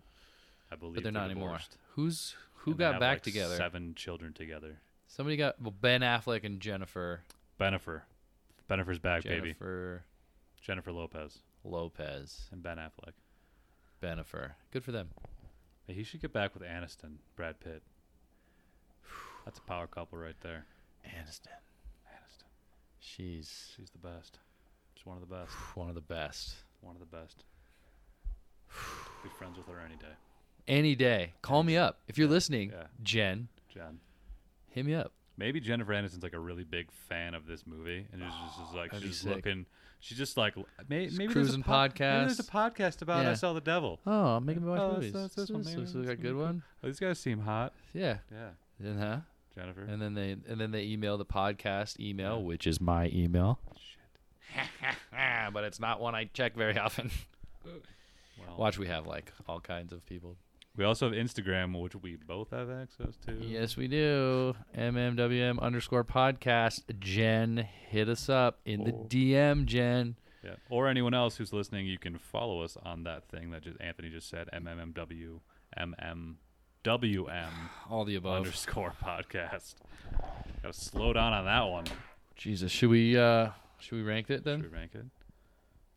[SPEAKER 2] I believe.
[SPEAKER 1] but they're not anymore.
[SPEAKER 2] divorced.
[SPEAKER 1] Who's who
[SPEAKER 2] And they
[SPEAKER 1] got
[SPEAKER 2] have,
[SPEAKER 1] back
[SPEAKER 2] like,
[SPEAKER 1] together?
[SPEAKER 2] Seven children together.
[SPEAKER 1] Somebody got well, Ben Affleck and Jennifer
[SPEAKER 2] Benifer. Benifer's back, baby.
[SPEAKER 1] Jennifer
[SPEAKER 2] Jennifer Lopez
[SPEAKER 1] Lopez
[SPEAKER 2] and Ben Affleck.
[SPEAKER 1] Benifer. Good for them.
[SPEAKER 2] Hey, He should get back with Aniston, Brad Pitt. That's a power couple right there.
[SPEAKER 1] Aniston,
[SPEAKER 2] Aniston,
[SPEAKER 1] she's
[SPEAKER 2] she's the best. She's one of the best.
[SPEAKER 1] one of the best.
[SPEAKER 2] One of the best. Be friends with her any day.
[SPEAKER 1] Any day, call me up if you're listening,
[SPEAKER 2] yeah.
[SPEAKER 1] Jen.
[SPEAKER 2] Jen.
[SPEAKER 1] Hit me up.
[SPEAKER 2] Maybe Jennifer Aniston's like a really big fan of this movie, and is just, is like
[SPEAKER 1] That'd be
[SPEAKER 2] she's
[SPEAKER 1] sick.
[SPEAKER 2] looking. She's just like l- may, maybe
[SPEAKER 1] cruising
[SPEAKER 2] there's a po- maybe there's a podcast about
[SPEAKER 1] Yeah.
[SPEAKER 2] I saw the devil.
[SPEAKER 1] Oh, I'm making me watch
[SPEAKER 2] Oh,
[SPEAKER 1] movies.
[SPEAKER 2] so it's
[SPEAKER 1] this
[SPEAKER 2] this one, maybe
[SPEAKER 1] looks
[SPEAKER 2] this
[SPEAKER 1] like a
[SPEAKER 2] one
[SPEAKER 1] good
[SPEAKER 2] could-
[SPEAKER 1] one.
[SPEAKER 2] Oh, these guys seem hot.
[SPEAKER 1] Yeah.
[SPEAKER 2] Yeah,
[SPEAKER 1] And, huh?
[SPEAKER 2] Jennifer.
[SPEAKER 1] and then they and then they email the podcast email,
[SPEAKER 2] Yeah.
[SPEAKER 1] which is my email. Ah,
[SPEAKER 2] Shit.
[SPEAKER 1] but it's not one I check very often.
[SPEAKER 2] Well,
[SPEAKER 1] Watch, we have like all kinds of people.
[SPEAKER 2] we also have Instagram, which we both have access to.
[SPEAKER 1] Yes, we do. MMWM underscore podcast. Jen, hit us up in the
[SPEAKER 2] Oh.
[SPEAKER 1] DM, Jen.
[SPEAKER 2] Yeah. Or anyone else who's listening, you can follow us on that thing that just Anthony just said. MMMW MMWM
[SPEAKER 1] All the above.
[SPEAKER 2] underscore podcast. Got to slow down on that one.
[SPEAKER 1] Jesus, should we uh should we rank it
[SPEAKER 2] Should
[SPEAKER 1] then?
[SPEAKER 2] we rank it?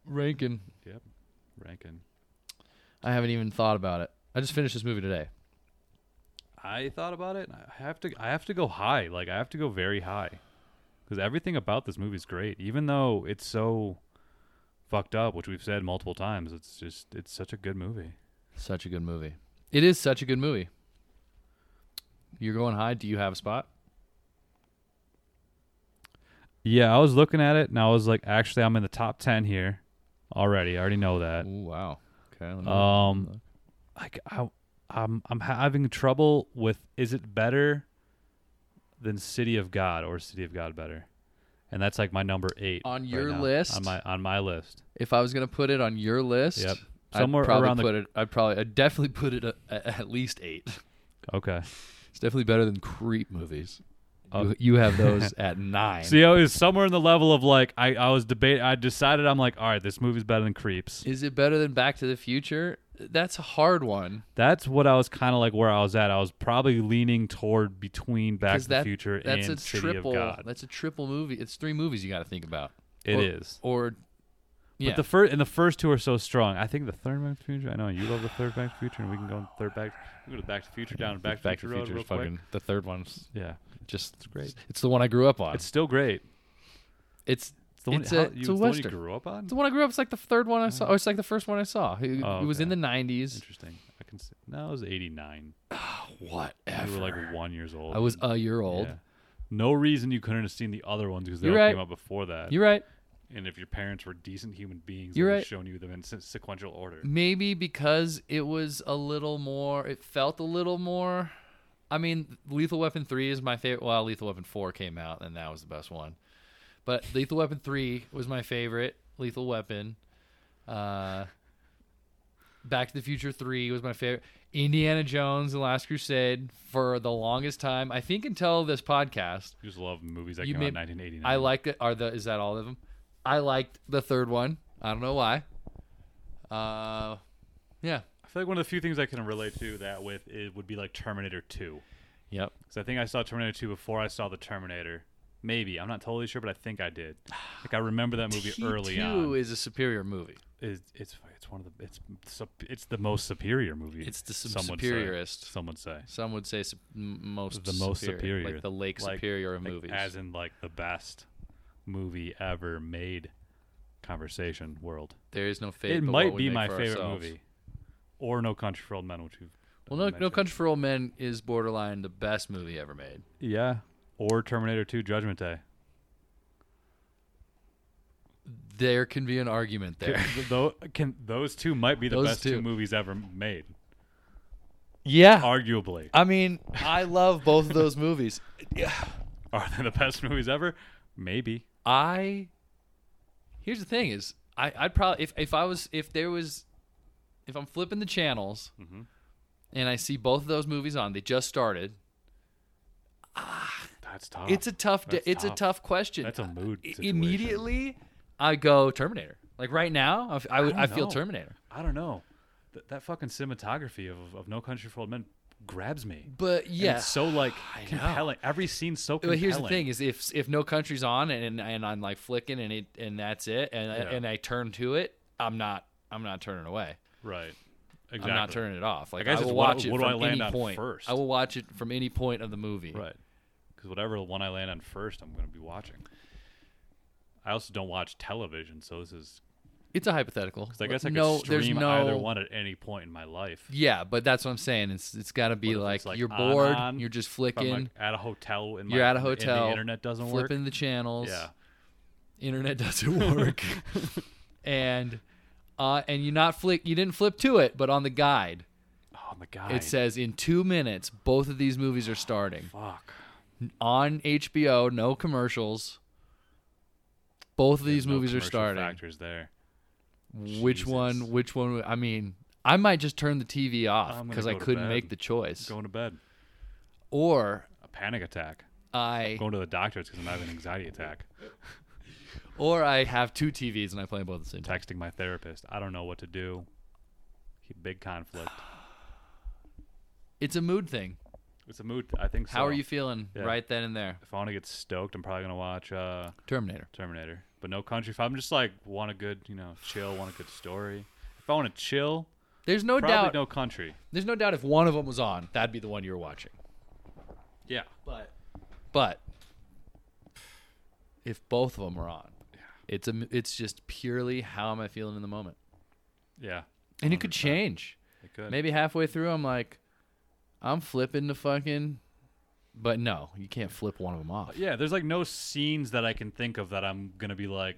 [SPEAKER 1] Ranking.
[SPEAKER 2] Yep. Ranking.
[SPEAKER 1] I haven't even thought about it. I just finished this movie today.
[SPEAKER 2] I thought about it. and I have to. I have to go high. Like I have to go very high, because everything about this movie is great. Even though it's so fucked up, which we've said multiple times, it's just it's such a good movie.
[SPEAKER 1] Such a good movie. It is such a good movie. You're going high. Do you have a spot?
[SPEAKER 2] Yeah, I was looking at it and I was like, actually, I'm in the top ten here already. I already know that.
[SPEAKER 1] Ooh, wow. Okay. Let me
[SPEAKER 2] Um, like I, I'm I'm having trouble with is it better than City of God or City of God better, and that's like my number eight
[SPEAKER 1] On
[SPEAKER 2] right
[SPEAKER 1] your
[SPEAKER 2] now,
[SPEAKER 1] list?
[SPEAKER 2] on my on my list.
[SPEAKER 1] if I was gonna put it on your list,
[SPEAKER 2] Yep.
[SPEAKER 1] I'd
[SPEAKER 2] Somewhere
[SPEAKER 1] probably
[SPEAKER 2] around the-
[SPEAKER 1] put it. I'd probably, I'd definitely put it a, a, at least eight.
[SPEAKER 2] Okay,
[SPEAKER 1] It's definitely better than creep movies.
[SPEAKER 2] Oh.
[SPEAKER 1] you, you have those at nine.
[SPEAKER 2] see, I was somewhere in the level of like I I was debating. I decided I'm like, all right, this movie's better than Creeps.
[SPEAKER 1] Is it better than Back to the Future? That's a hard one.
[SPEAKER 2] That's what I was kind of like where I was at. I was probably leaning toward between Back
[SPEAKER 1] 'cause
[SPEAKER 2] to
[SPEAKER 1] that-
[SPEAKER 2] the Future
[SPEAKER 1] That's
[SPEAKER 2] and
[SPEAKER 1] a
[SPEAKER 2] City
[SPEAKER 1] triple.
[SPEAKER 2] of God.
[SPEAKER 1] That's a triple movie. It's three movies you got to think about.
[SPEAKER 2] It
[SPEAKER 1] or,
[SPEAKER 2] is.
[SPEAKER 1] Or yeah,
[SPEAKER 2] But the first and the first two are so strong. I think the third Back to the Future. I know you love the third Back to the Future, and we can go on third Back. We go to Back to the Future down and Back,
[SPEAKER 1] Back
[SPEAKER 2] to
[SPEAKER 1] to
[SPEAKER 2] the
[SPEAKER 1] the
[SPEAKER 2] Future
[SPEAKER 1] Future
[SPEAKER 2] road
[SPEAKER 1] is
[SPEAKER 2] real quick.
[SPEAKER 1] fucking the third one's
[SPEAKER 2] Yeah,
[SPEAKER 1] just it's
[SPEAKER 2] great.
[SPEAKER 1] It's the one I grew up on.
[SPEAKER 2] it's
[SPEAKER 1] It's
[SPEAKER 2] still great.
[SPEAKER 1] it's
[SPEAKER 2] It's the one,
[SPEAKER 1] It's
[SPEAKER 2] how-
[SPEAKER 1] a-
[SPEAKER 2] you,
[SPEAKER 1] it's a
[SPEAKER 2] it's the one you
[SPEAKER 1] Western.
[SPEAKER 2] grew up on.
[SPEAKER 1] the one I grew up. It's like the third one I saw. Oh, it's like the first one I saw. It,
[SPEAKER 2] Oh,
[SPEAKER 1] it was in the
[SPEAKER 2] okay.
[SPEAKER 1] nineties.
[SPEAKER 2] Interesting. I can see. No, it was eighty nine.
[SPEAKER 1] Whatever.
[SPEAKER 2] You were like one years old.
[SPEAKER 1] I was a year
[SPEAKER 2] Yeah.
[SPEAKER 1] old.
[SPEAKER 2] No reason you couldn't have seen the other ones because they
[SPEAKER 1] You're
[SPEAKER 2] all
[SPEAKER 1] right.
[SPEAKER 2] came out before that.
[SPEAKER 1] You're right.
[SPEAKER 2] and if your parents were decent human beings,
[SPEAKER 1] You're
[SPEAKER 2] they would have
[SPEAKER 1] right. Mm.
[SPEAKER 2] shown you them in se- sequential order.
[SPEAKER 1] Maybe because it was a little more. It felt a little more. I mean, Lethal Weapon three is my favorite. Well, Lethal Weapon four came out, and that was the best one. But Lethal Weapon three was my favorite. Lethal Weapon. Uh, Back to the Future 3 was my favorite. Indiana Jones and Last Crusade for the longest time. I think until this podcast,
[SPEAKER 2] You just love movies that
[SPEAKER 1] You
[SPEAKER 2] came out in
[SPEAKER 1] may-
[SPEAKER 2] nineteen eighty nine.
[SPEAKER 1] I like it. Are the is that all of them? I liked the third one. I don't know why. Uh, yeah.
[SPEAKER 2] I feel like one of the few things I can relate to that with it would be like Terminator Two.
[SPEAKER 1] Yep.
[SPEAKER 2] Because I think I saw Terminator 2 before I saw the Terminator. Maybe I'm not totally sure, but I think I did. Like I remember that movie early on.
[SPEAKER 1] is a superior movie.
[SPEAKER 2] It's, it's it's one of the it's sup- it's the most superior movie.
[SPEAKER 1] It's the sub-
[SPEAKER 2] some would say.
[SPEAKER 1] superiorist.
[SPEAKER 2] Some would say
[SPEAKER 1] Some would say sup- m- most
[SPEAKER 2] the most superior,
[SPEAKER 1] like the Lake
[SPEAKER 2] Like-
[SPEAKER 1] Superior of
[SPEAKER 2] like,
[SPEAKER 1] movies.
[SPEAKER 2] as in like the best movie ever made. Conversation world.
[SPEAKER 1] there is no fate.
[SPEAKER 2] it
[SPEAKER 1] but what
[SPEAKER 2] might
[SPEAKER 1] we
[SPEAKER 2] be
[SPEAKER 1] make
[SPEAKER 2] my
[SPEAKER 1] for
[SPEAKER 2] favorite
[SPEAKER 1] ourselves.
[SPEAKER 2] movie, or No Country for Old Men, which you've
[SPEAKER 1] Well, no, no
[SPEAKER 2] mentioned.
[SPEAKER 1] Country for Old Men is borderline the best movie ever made.
[SPEAKER 2] Yeah, or Terminator Two Judgment Day.
[SPEAKER 1] There can be an argument there.
[SPEAKER 2] Those, can, those two might be the
[SPEAKER 1] Those
[SPEAKER 2] best
[SPEAKER 1] two.
[SPEAKER 2] two movies ever made.
[SPEAKER 1] yeah,
[SPEAKER 2] Arguably.
[SPEAKER 1] I mean, I love both of those movies.
[SPEAKER 2] Are they the best movies ever? Maybe.
[SPEAKER 1] I here's the thing is I, I'd probably if, if I was if there was if I'm flipping the channels
[SPEAKER 2] Mm-hmm.
[SPEAKER 1] and I see both of those movies on, they just started.
[SPEAKER 2] That's tough.
[SPEAKER 1] It's a tough. di-
[SPEAKER 2] That's
[SPEAKER 1] it's a
[SPEAKER 2] tough.
[SPEAKER 1] tough question.
[SPEAKER 2] That's a mood
[SPEAKER 1] I-
[SPEAKER 2] situation.
[SPEAKER 1] Immediately, I go Terminator. Like right now, I f- I would
[SPEAKER 2] don't
[SPEAKER 1] I feel
[SPEAKER 2] know.
[SPEAKER 1] Terminator.
[SPEAKER 2] I don't know. Th- that fucking cinematography of, of No Country for Old Men grabs me.
[SPEAKER 1] But
[SPEAKER 2] And
[SPEAKER 1] yeah,
[SPEAKER 2] it's so like
[SPEAKER 1] I know.
[SPEAKER 2] compelling. Every scene's so
[SPEAKER 1] But
[SPEAKER 2] compelling.
[SPEAKER 1] here's the thing: is if if no country's on and and I'm like flicking and it and that's it and I
[SPEAKER 2] Yeah.
[SPEAKER 1] and I turn to it, I'm not I'm not turning away.
[SPEAKER 2] Right. Exactly.
[SPEAKER 1] I'm not turning it off. Like
[SPEAKER 2] I
[SPEAKER 1] I,
[SPEAKER 2] guess
[SPEAKER 1] will
[SPEAKER 2] it's what-
[SPEAKER 1] watch it
[SPEAKER 2] what do
[SPEAKER 1] from
[SPEAKER 2] I land
[SPEAKER 1] any
[SPEAKER 2] on
[SPEAKER 1] point.
[SPEAKER 2] first?
[SPEAKER 1] I will watch it from any point of the movie.
[SPEAKER 2] Right. Because whatever the one I land on first, I'm going to be watching. I also don't watch television, so this is
[SPEAKER 1] It's a hypothetical.
[SPEAKER 2] because I guess I could
[SPEAKER 1] no, there's
[SPEAKER 2] stream
[SPEAKER 1] no,
[SPEAKER 2] either one at any point in my life.
[SPEAKER 1] Yeah, but that's what I'm saying. It's it's got to be
[SPEAKER 2] What if
[SPEAKER 1] like,
[SPEAKER 2] it's, like,
[SPEAKER 1] you're
[SPEAKER 2] on,
[SPEAKER 1] bored,
[SPEAKER 2] on?
[SPEAKER 1] you're just
[SPEAKER 2] If I'm
[SPEAKER 1] flicking,
[SPEAKER 2] like, at a hotel, and my,
[SPEAKER 1] you're at a
[SPEAKER 2] and
[SPEAKER 1] hotel,
[SPEAKER 2] the internet doesn't
[SPEAKER 1] flipping the channels.
[SPEAKER 2] work. Yeah.
[SPEAKER 1] internet doesn't work, and uh, and you not flick. You didn't flip to it, but on the guide.
[SPEAKER 2] Oh my god.
[SPEAKER 1] It says in two minutes, both of these movies are starting
[SPEAKER 2] fuck.
[SPEAKER 1] on HBO. No commercials. Both of these
[SPEAKER 2] There's no
[SPEAKER 1] movies are
[SPEAKER 2] commercial
[SPEAKER 1] starting.
[SPEAKER 2] Factors there.
[SPEAKER 1] Which
[SPEAKER 2] Jesus.
[SPEAKER 1] one? Which one? I mean, I might just turn the TV off
[SPEAKER 2] I'm gonna
[SPEAKER 1] because I
[SPEAKER 2] go to
[SPEAKER 1] couldn't
[SPEAKER 2] bed.
[SPEAKER 1] make the choice,
[SPEAKER 2] Going to bed.
[SPEAKER 1] or
[SPEAKER 2] A panic attack.
[SPEAKER 1] I
[SPEAKER 2] Going to the doctor because I'm having an anxiety attack.
[SPEAKER 1] or I have two TVs and I play both at the same time.
[SPEAKER 2] Texting my therapist. I don't know what to do. Big conflict.
[SPEAKER 1] It's a mood thing.
[SPEAKER 2] It's a mood. I think. So.
[SPEAKER 1] How are you feeling
[SPEAKER 2] yeah.
[SPEAKER 1] right then and there?
[SPEAKER 2] If I want to get stoked, I'm probably gonna watch uh,
[SPEAKER 1] Terminator.
[SPEAKER 2] Terminator. But no country. If I'm just like want a good, you know, chill, want a good story. If I want to chill,
[SPEAKER 1] There's no
[SPEAKER 2] probably
[SPEAKER 1] doubt.
[SPEAKER 2] no country.
[SPEAKER 1] There's no doubt if one of them was on, that'd be the one you were watching.
[SPEAKER 2] Yeah.
[SPEAKER 1] But but if both of them were on, it's a it's just purely how am I feeling in the moment,
[SPEAKER 2] Yeah.
[SPEAKER 1] and it could change.
[SPEAKER 2] It could.
[SPEAKER 1] Maybe halfway through, I'm like, I'm flipping the fucking. But no, you can't flip one of them off.
[SPEAKER 2] Yeah. There's like no scenes that I can think of that I'm gonna be like,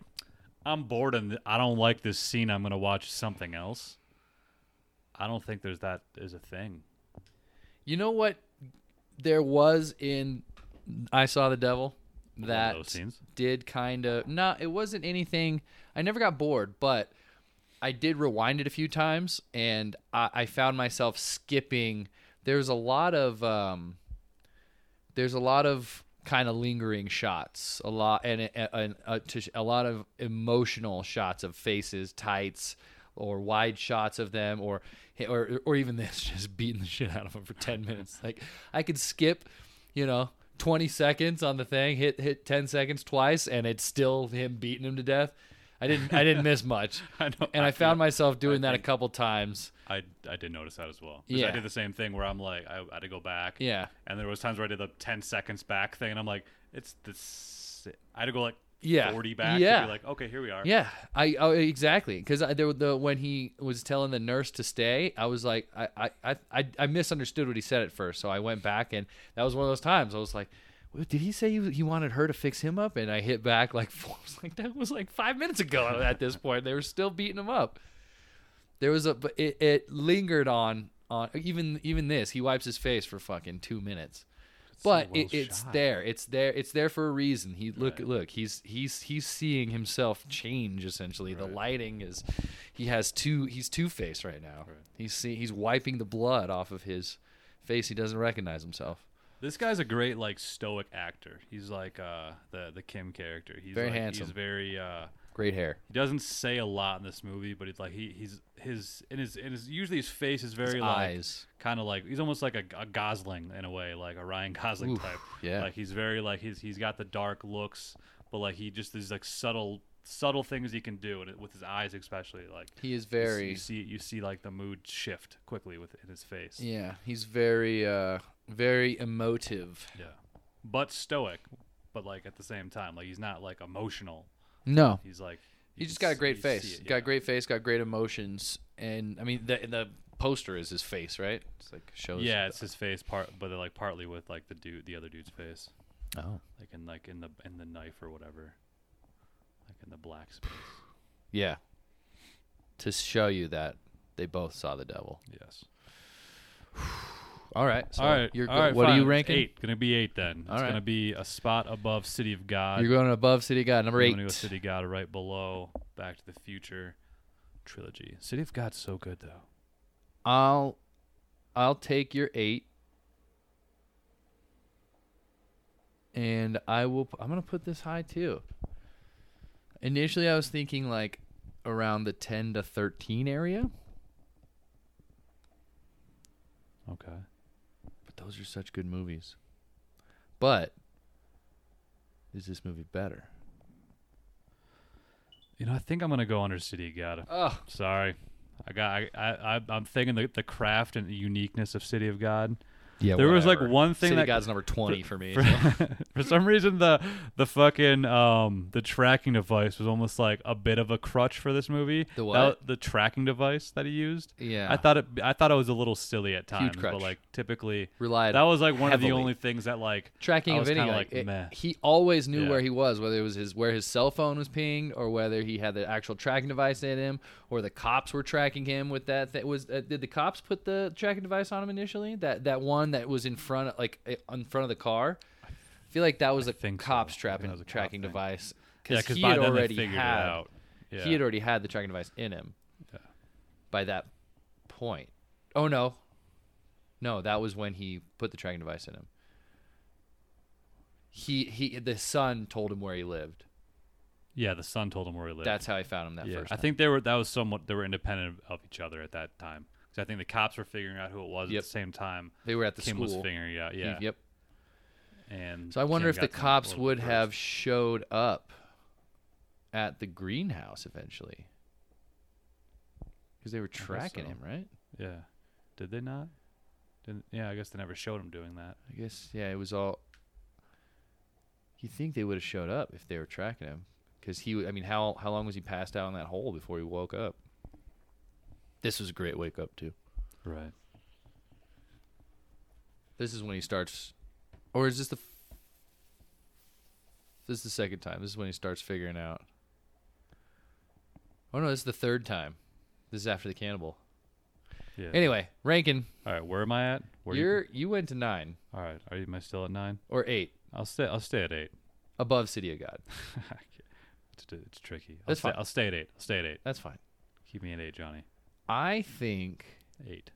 [SPEAKER 2] I'm bored and I don't like this scene. I'm gonna watch something else. I don't think there's that is a thing.
[SPEAKER 1] You know what? There was in I Saw the Devil that
[SPEAKER 2] those scenes?
[SPEAKER 1] did kind of no. It wasn't anything. I never got bored, but I did rewind it a few times, and I, I found myself skipping. There's a lot of um, there's a lot of kind of lingering shots, a lot and a, a, a, to sh- a lot of emotional shots of faces, tights, or wide shots of them, or or or even this just beating the shit out of them for ten minutes. Like I could skip, you know. 20 seconds on the thing hit hit 10 seconds twice and it's still him beating him to death i didn't i didn't miss much
[SPEAKER 2] I know.
[SPEAKER 1] and I found myself doing that a
[SPEAKER 2] think-
[SPEAKER 1] couple times.
[SPEAKER 2] I, I did notice that as well. 'Cause
[SPEAKER 1] Yeah.
[SPEAKER 2] I did the same thing where I'm like, I, I had to go back.
[SPEAKER 1] Yeah.
[SPEAKER 2] And there was times where I did the 10 seconds back thing, and I'm like, it's this. I had to go like
[SPEAKER 1] Yeah.
[SPEAKER 2] 40 back
[SPEAKER 1] Yeah.
[SPEAKER 2] to be like, okay, here we are.
[SPEAKER 1] Yeah, I oh, exactly because there were the when he was telling the nurse to stay, I was like, I, I I- I I misunderstood what he said at first, so I went back and that was one of those times I was like. "Well, Did he say he, he wanted her to fix him up? And I hit back like four. I was like that was like five minutes ago. At this point, they were still beating him up. There was a but it, it lingered on on even even this. He wipes his face for fucking two minutes. but
[SPEAKER 2] well
[SPEAKER 1] it, it's
[SPEAKER 2] shot.
[SPEAKER 1] there. It's there. It's there for a reason. He look look. He's he's he's seeing himself change. Essentially, the lighting is. He has two. He's two faced right now. He's see, he's wiping the blood off of his face. He doesn't recognize himself.
[SPEAKER 2] This guy's a great, like, stoic actor. He's like uh, the, the Kim character. He's
[SPEAKER 1] Very
[SPEAKER 2] like,
[SPEAKER 1] handsome.
[SPEAKER 2] He's very. Uh,
[SPEAKER 1] Great hair.
[SPEAKER 2] he doesn't say a lot in this movie, but he's like he he's his in his in his usually his face is very like
[SPEAKER 1] eyes.
[SPEAKER 2] kind of like he's almost like a, a Gosling in a way, like a Ryan Gosling
[SPEAKER 1] Oof,
[SPEAKER 2] type.
[SPEAKER 1] yeah.
[SPEAKER 2] like he's very like he's he's got the dark looks, but like he just there's like subtle subtle things he can do and it- with his eyes especially. Like
[SPEAKER 1] He is
[SPEAKER 2] you s-
[SPEAKER 1] very.
[SPEAKER 2] you see you see like the mood shift quickly with in his face.
[SPEAKER 1] yeah, he's very uh very emotive.
[SPEAKER 2] Yeah. but stoic, but like at the same time, like he's not like emotional.
[SPEAKER 1] No,
[SPEAKER 2] He's like
[SPEAKER 1] He just got a great face. got
[SPEAKER 2] great.
[SPEAKER 1] great face. Got great emotions. And I mean, the the poster is his face, right? It's like shows.
[SPEAKER 2] Yeah, it's his face part, but they're like partly with like the dude, the other dude's face,
[SPEAKER 1] Oh.
[SPEAKER 2] like in like in the in the knife or whatever, like in the black space.
[SPEAKER 1] Yeah. To show you that they both saw the devil.
[SPEAKER 2] Yes.
[SPEAKER 1] All right. So
[SPEAKER 2] all right.
[SPEAKER 1] You're
[SPEAKER 2] all
[SPEAKER 1] go-
[SPEAKER 2] right,
[SPEAKER 1] what
[SPEAKER 2] fine.
[SPEAKER 1] are you
[SPEAKER 2] It's
[SPEAKER 1] ranking?
[SPEAKER 2] Eight. Gonna be eight then.
[SPEAKER 1] All
[SPEAKER 2] it's
[SPEAKER 1] right.
[SPEAKER 2] gonna be a spot above City of God.
[SPEAKER 1] You're going above City God number
[SPEAKER 2] I'm
[SPEAKER 1] eight.
[SPEAKER 2] gonna go City of God right below Back to the Future trilogy. City of God's so good though.
[SPEAKER 1] I'll I'll take your eight. And I will. p- I'm gonna put this high too. Initially, I was thinking like around the 10 to 13 area.
[SPEAKER 2] Okay.
[SPEAKER 1] But those are such good movies. But is this movie better?
[SPEAKER 2] You know, I think I'm gonna go under City of God.
[SPEAKER 1] Oh,
[SPEAKER 2] Sorry, I got. I, I I- I'm thinking the the craft and the uniqueness of City of God.
[SPEAKER 1] yeah.
[SPEAKER 2] There was, like, one thing
[SPEAKER 1] City
[SPEAKER 2] that-
[SPEAKER 1] God's number 20 for me.
[SPEAKER 2] For,
[SPEAKER 1] so-
[SPEAKER 2] for some reason, the the fucking um the tracking device was almost like a bit of a crutch for this movie.
[SPEAKER 1] The
[SPEAKER 2] That-
[SPEAKER 1] what?
[SPEAKER 2] the tracking device that he used.
[SPEAKER 1] yeah.
[SPEAKER 2] I thought it. I thought it was a little silly at times, but
[SPEAKER 1] crutch.
[SPEAKER 2] like typically,
[SPEAKER 1] relied
[SPEAKER 2] that was like one of the
[SPEAKER 1] heavily.
[SPEAKER 2] only things that like
[SPEAKER 1] tracking
[SPEAKER 2] I
[SPEAKER 1] of
[SPEAKER 2] was kinda
[SPEAKER 1] anything.
[SPEAKER 2] like,
[SPEAKER 1] it-
[SPEAKER 2] meh.
[SPEAKER 1] he always knew
[SPEAKER 2] Yeah.
[SPEAKER 1] where he was, whether it was his where his cell phone was pinged, or whether he had the actual tracking device in him, or the cops were tracking him with that. That was uh, did the cops put the tracking device on him initially? That that one that was in front of like i- in front of the car. I feel like that was a
[SPEAKER 2] think so.
[SPEAKER 1] cops
[SPEAKER 2] I think
[SPEAKER 1] trapping
[SPEAKER 2] that was a cop
[SPEAKER 1] tracking
[SPEAKER 2] thing.
[SPEAKER 1] device
[SPEAKER 2] yeah,
[SPEAKER 1] because
[SPEAKER 2] because
[SPEAKER 1] he
[SPEAKER 2] by
[SPEAKER 1] had
[SPEAKER 2] then
[SPEAKER 1] already
[SPEAKER 2] they figured
[SPEAKER 1] had
[SPEAKER 2] it out. Yeah.
[SPEAKER 1] he had already had the tracking device in him
[SPEAKER 2] Yeah.
[SPEAKER 1] by that point. Oh no. No, that was when he put the tracking device in him. He he the son told him where he lived.
[SPEAKER 2] yeah, the son told him where he lived.
[SPEAKER 1] That's how I found him that
[SPEAKER 2] yeah.
[SPEAKER 1] first.
[SPEAKER 2] I
[SPEAKER 1] time.
[SPEAKER 2] think they were that was somewhat they were independent of each other at that time. Because I think the cops were figuring out who it was
[SPEAKER 1] Yep.
[SPEAKER 2] at the same time.
[SPEAKER 1] they were at the
[SPEAKER 2] Kim was
[SPEAKER 1] school.
[SPEAKER 2] figuring it out.
[SPEAKER 1] He-
[SPEAKER 2] Yeah.
[SPEAKER 1] yep.
[SPEAKER 2] And
[SPEAKER 1] So I wonder
[SPEAKER 2] Kim
[SPEAKER 1] if the
[SPEAKER 2] got to know a
[SPEAKER 1] cops
[SPEAKER 2] little
[SPEAKER 1] would
[SPEAKER 2] bit
[SPEAKER 1] have
[SPEAKER 2] first.
[SPEAKER 1] showed up at the greenhouse eventually. Because they were tracking
[SPEAKER 2] so.
[SPEAKER 1] him, right?
[SPEAKER 2] Yeah. Did they not? Didn't, yeah, I guess they never showed him doing that.
[SPEAKER 1] I guess yeah, it was all. You think they would have showed up if they were tracking him? Because he, w- I mean, how how long was he passed out in that hole before he woke up? This was a great wake up too.
[SPEAKER 2] Right.
[SPEAKER 1] This is when he starts, or is this the? f- This is the second time. This is when he starts figuring out. Oh no, this is the third time. This is after the cannibal.
[SPEAKER 2] Yeah.
[SPEAKER 1] Anyway, Rankin,
[SPEAKER 2] All right. Where am I at? Where you-
[SPEAKER 1] you're you went to nine
[SPEAKER 2] All right. Are you? Am I still at nine?
[SPEAKER 1] or eight
[SPEAKER 2] I'll stay. I'll stay at eight.
[SPEAKER 1] above City of God.
[SPEAKER 2] it's, t- it's tricky. I'll
[SPEAKER 1] That's
[SPEAKER 2] stay,
[SPEAKER 1] fine.
[SPEAKER 2] I'll stay at eight. I'll stay at eight.
[SPEAKER 1] That's fine.
[SPEAKER 2] Keep me at eight, Johnny.
[SPEAKER 1] I think
[SPEAKER 2] Eight.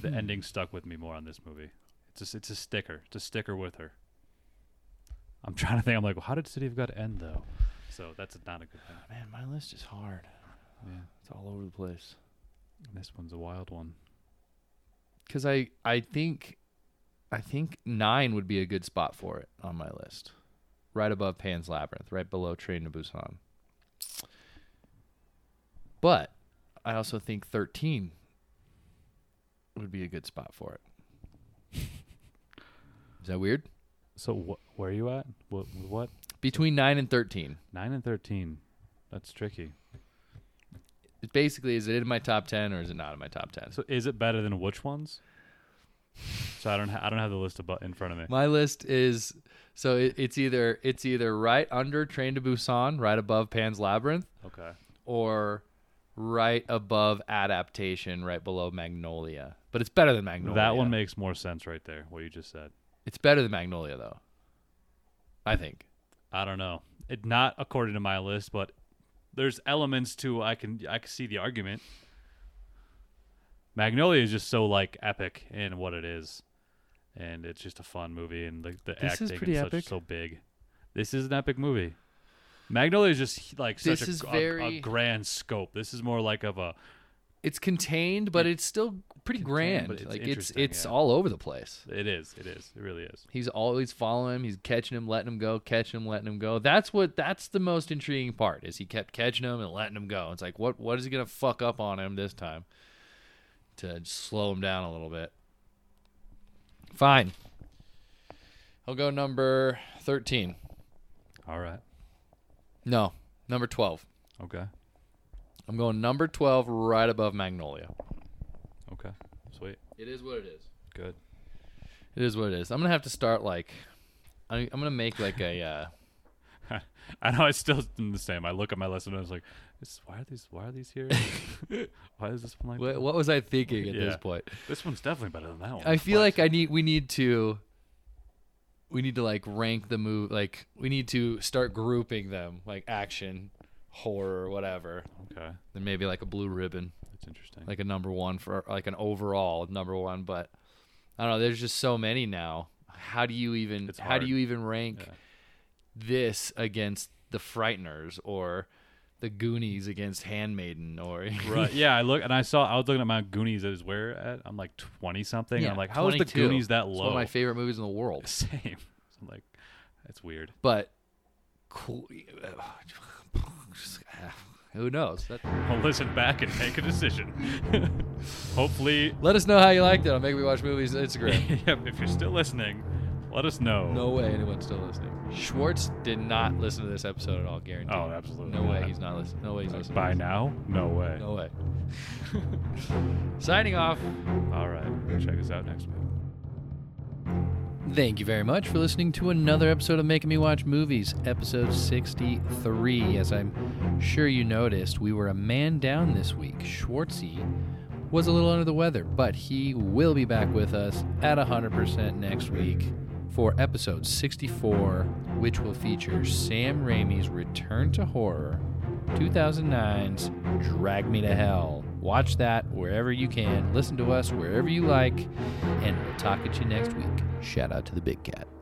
[SPEAKER 1] Hmm.
[SPEAKER 2] The ending stuck with me more on this movie. It's just it's a sticker. It's a sticker with her. I'm trying to think. I'm like, well, how did City of God end though? So that's not a good thing.
[SPEAKER 1] Man, my list is hard.
[SPEAKER 2] Yeah.
[SPEAKER 1] It's all over the place.
[SPEAKER 2] This one's a wild one.
[SPEAKER 1] Cause I, I think, I think nine would be a good spot for it on my list, right above Pan's Labyrinth, right below Train to Busan. But I also think thirteen would be a good spot for it. is that weird?
[SPEAKER 2] So wh- where are you at? What with what?
[SPEAKER 1] Between nine and thirteen,
[SPEAKER 2] Nine and thirteen. That's tricky.
[SPEAKER 1] it basically is it in my top ten or is it not in my top ten?
[SPEAKER 2] So is it better than which ones? So I don't ha- I don't have the list abo- in front of me.
[SPEAKER 1] My list is so it, it's either it's either right under Train to Busan, right above Pan's Labyrinth,
[SPEAKER 2] Okay.
[SPEAKER 1] or right above Adaptation, right below Magnolia. But it's better than Magnolia.
[SPEAKER 2] That one makes more sense right there. What you just said.
[SPEAKER 1] it's better than Magnolia though. I think.
[SPEAKER 2] I don't know. It not according to my list, but there's elements to I can I can see the argument. Magnolia is just so like epic in what it is, and it's just a fun movie, and the the
[SPEAKER 1] This is
[SPEAKER 2] acting
[SPEAKER 1] pretty
[SPEAKER 2] and such
[SPEAKER 1] epic.
[SPEAKER 2] is so big. This is an epic movie. Magnolia is just like such
[SPEAKER 1] This
[SPEAKER 2] a,
[SPEAKER 1] is
[SPEAKER 2] a- a
[SPEAKER 1] very-
[SPEAKER 2] grand scope. This is more like of a
[SPEAKER 1] It's contained, but it's still pretty
[SPEAKER 2] Contained,
[SPEAKER 1] grand.
[SPEAKER 2] but it's
[SPEAKER 1] like it's
[SPEAKER 2] interesting,
[SPEAKER 1] it's
[SPEAKER 2] yeah.
[SPEAKER 1] all over the place.
[SPEAKER 2] it is it is it really is.
[SPEAKER 1] He's always following him. He's catching him, letting him go, catching him, letting him go. That's what that's the most intriguing part is he kept catching him and letting him go. It's like what what is he gonna fuck up on him this time to slow him down a little bit. Fine. I'll go number thirteen.
[SPEAKER 2] All right.
[SPEAKER 1] No, number twelve.
[SPEAKER 2] Okay.
[SPEAKER 1] I'm going number twelve right above Magnolia.
[SPEAKER 2] Okay. Sweet.
[SPEAKER 1] It is what it is.
[SPEAKER 2] Good.
[SPEAKER 1] It is what it is. I'm gonna have to start like I, I'm gonna make like a uh,
[SPEAKER 2] I know I still am the same. I look at my list and I was like, this, "Why are these? Why are these here? why is this one like
[SPEAKER 1] what, what was I thinking at this
[SPEAKER 2] Yeah.
[SPEAKER 1] point?
[SPEAKER 2] this one's definitely better than that one?"
[SPEAKER 1] I feel like I need we need to we need to like rank the move like we need to start grouping them like action, horror, whatever.
[SPEAKER 2] okay,
[SPEAKER 1] Then maybe like a blue ribbon,
[SPEAKER 2] that's interesting.
[SPEAKER 1] like a number 1 for like an overall number 1, but I don't know, there's just so many now. How do you even
[SPEAKER 2] It's
[SPEAKER 1] how
[SPEAKER 2] hard.
[SPEAKER 1] do you even rank
[SPEAKER 2] Yeah.
[SPEAKER 1] this against the frighteners or the the Goonies against Handmaiden or
[SPEAKER 2] Right. Yeah, I look and I saw I was looking at my Goonies as where at I'm like twenty something.
[SPEAKER 1] Yeah,
[SPEAKER 2] and I'm like, how is the
[SPEAKER 1] 22.
[SPEAKER 2] Goonies that
[SPEAKER 1] It's
[SPEAKER 2] low?
[SPEAKER 1] one of my favorite movies in the world.
[SPEAKER 2] Same. So I'm like, that's weird.
[SPEAKER 1] But cool. Who knows? That,
[SPEAKER 2] I'll listen back and make a decision. Hopefully,
[SPEAKER 1] let us know how you liked it on Make Me Watch Movies Instagram.
[SPEAKER 2] yep, if you're still listening, let us know.
[SPEAKER 1] no way anyone's still listening. Schwartz did not listen to this episode at all. Guaranteed.
[SPEAKER 2] Oh, absolutely.
[SPEAKER 1] no way
[SPEAKER 2] not.
[SPEAKER 1] he's not listening. No way he's
[SPEAKER 2] Like,
[SPEAKER 1] listening.
[SPEAKER 2] by now? No way.
[SPEAKER 1] No way. Signing off.
[SPEAKER 2] All right. Check us out next week.
[SPEAKER 1] Thank you very much for listening to another episode of Making Me Watch Movies, episode 63. As I'm sure you noticed, we were a man down this week. Schwartzy was a little under the weather, but he will be back with us at 100% next week for episode 64, which will feature Sam Raimi's return to horror, 2009's Drag Me to Hell. Watch that wherever you can. Listen to us wherever you like, and we'll talk at you next week. Shout out to the big cat.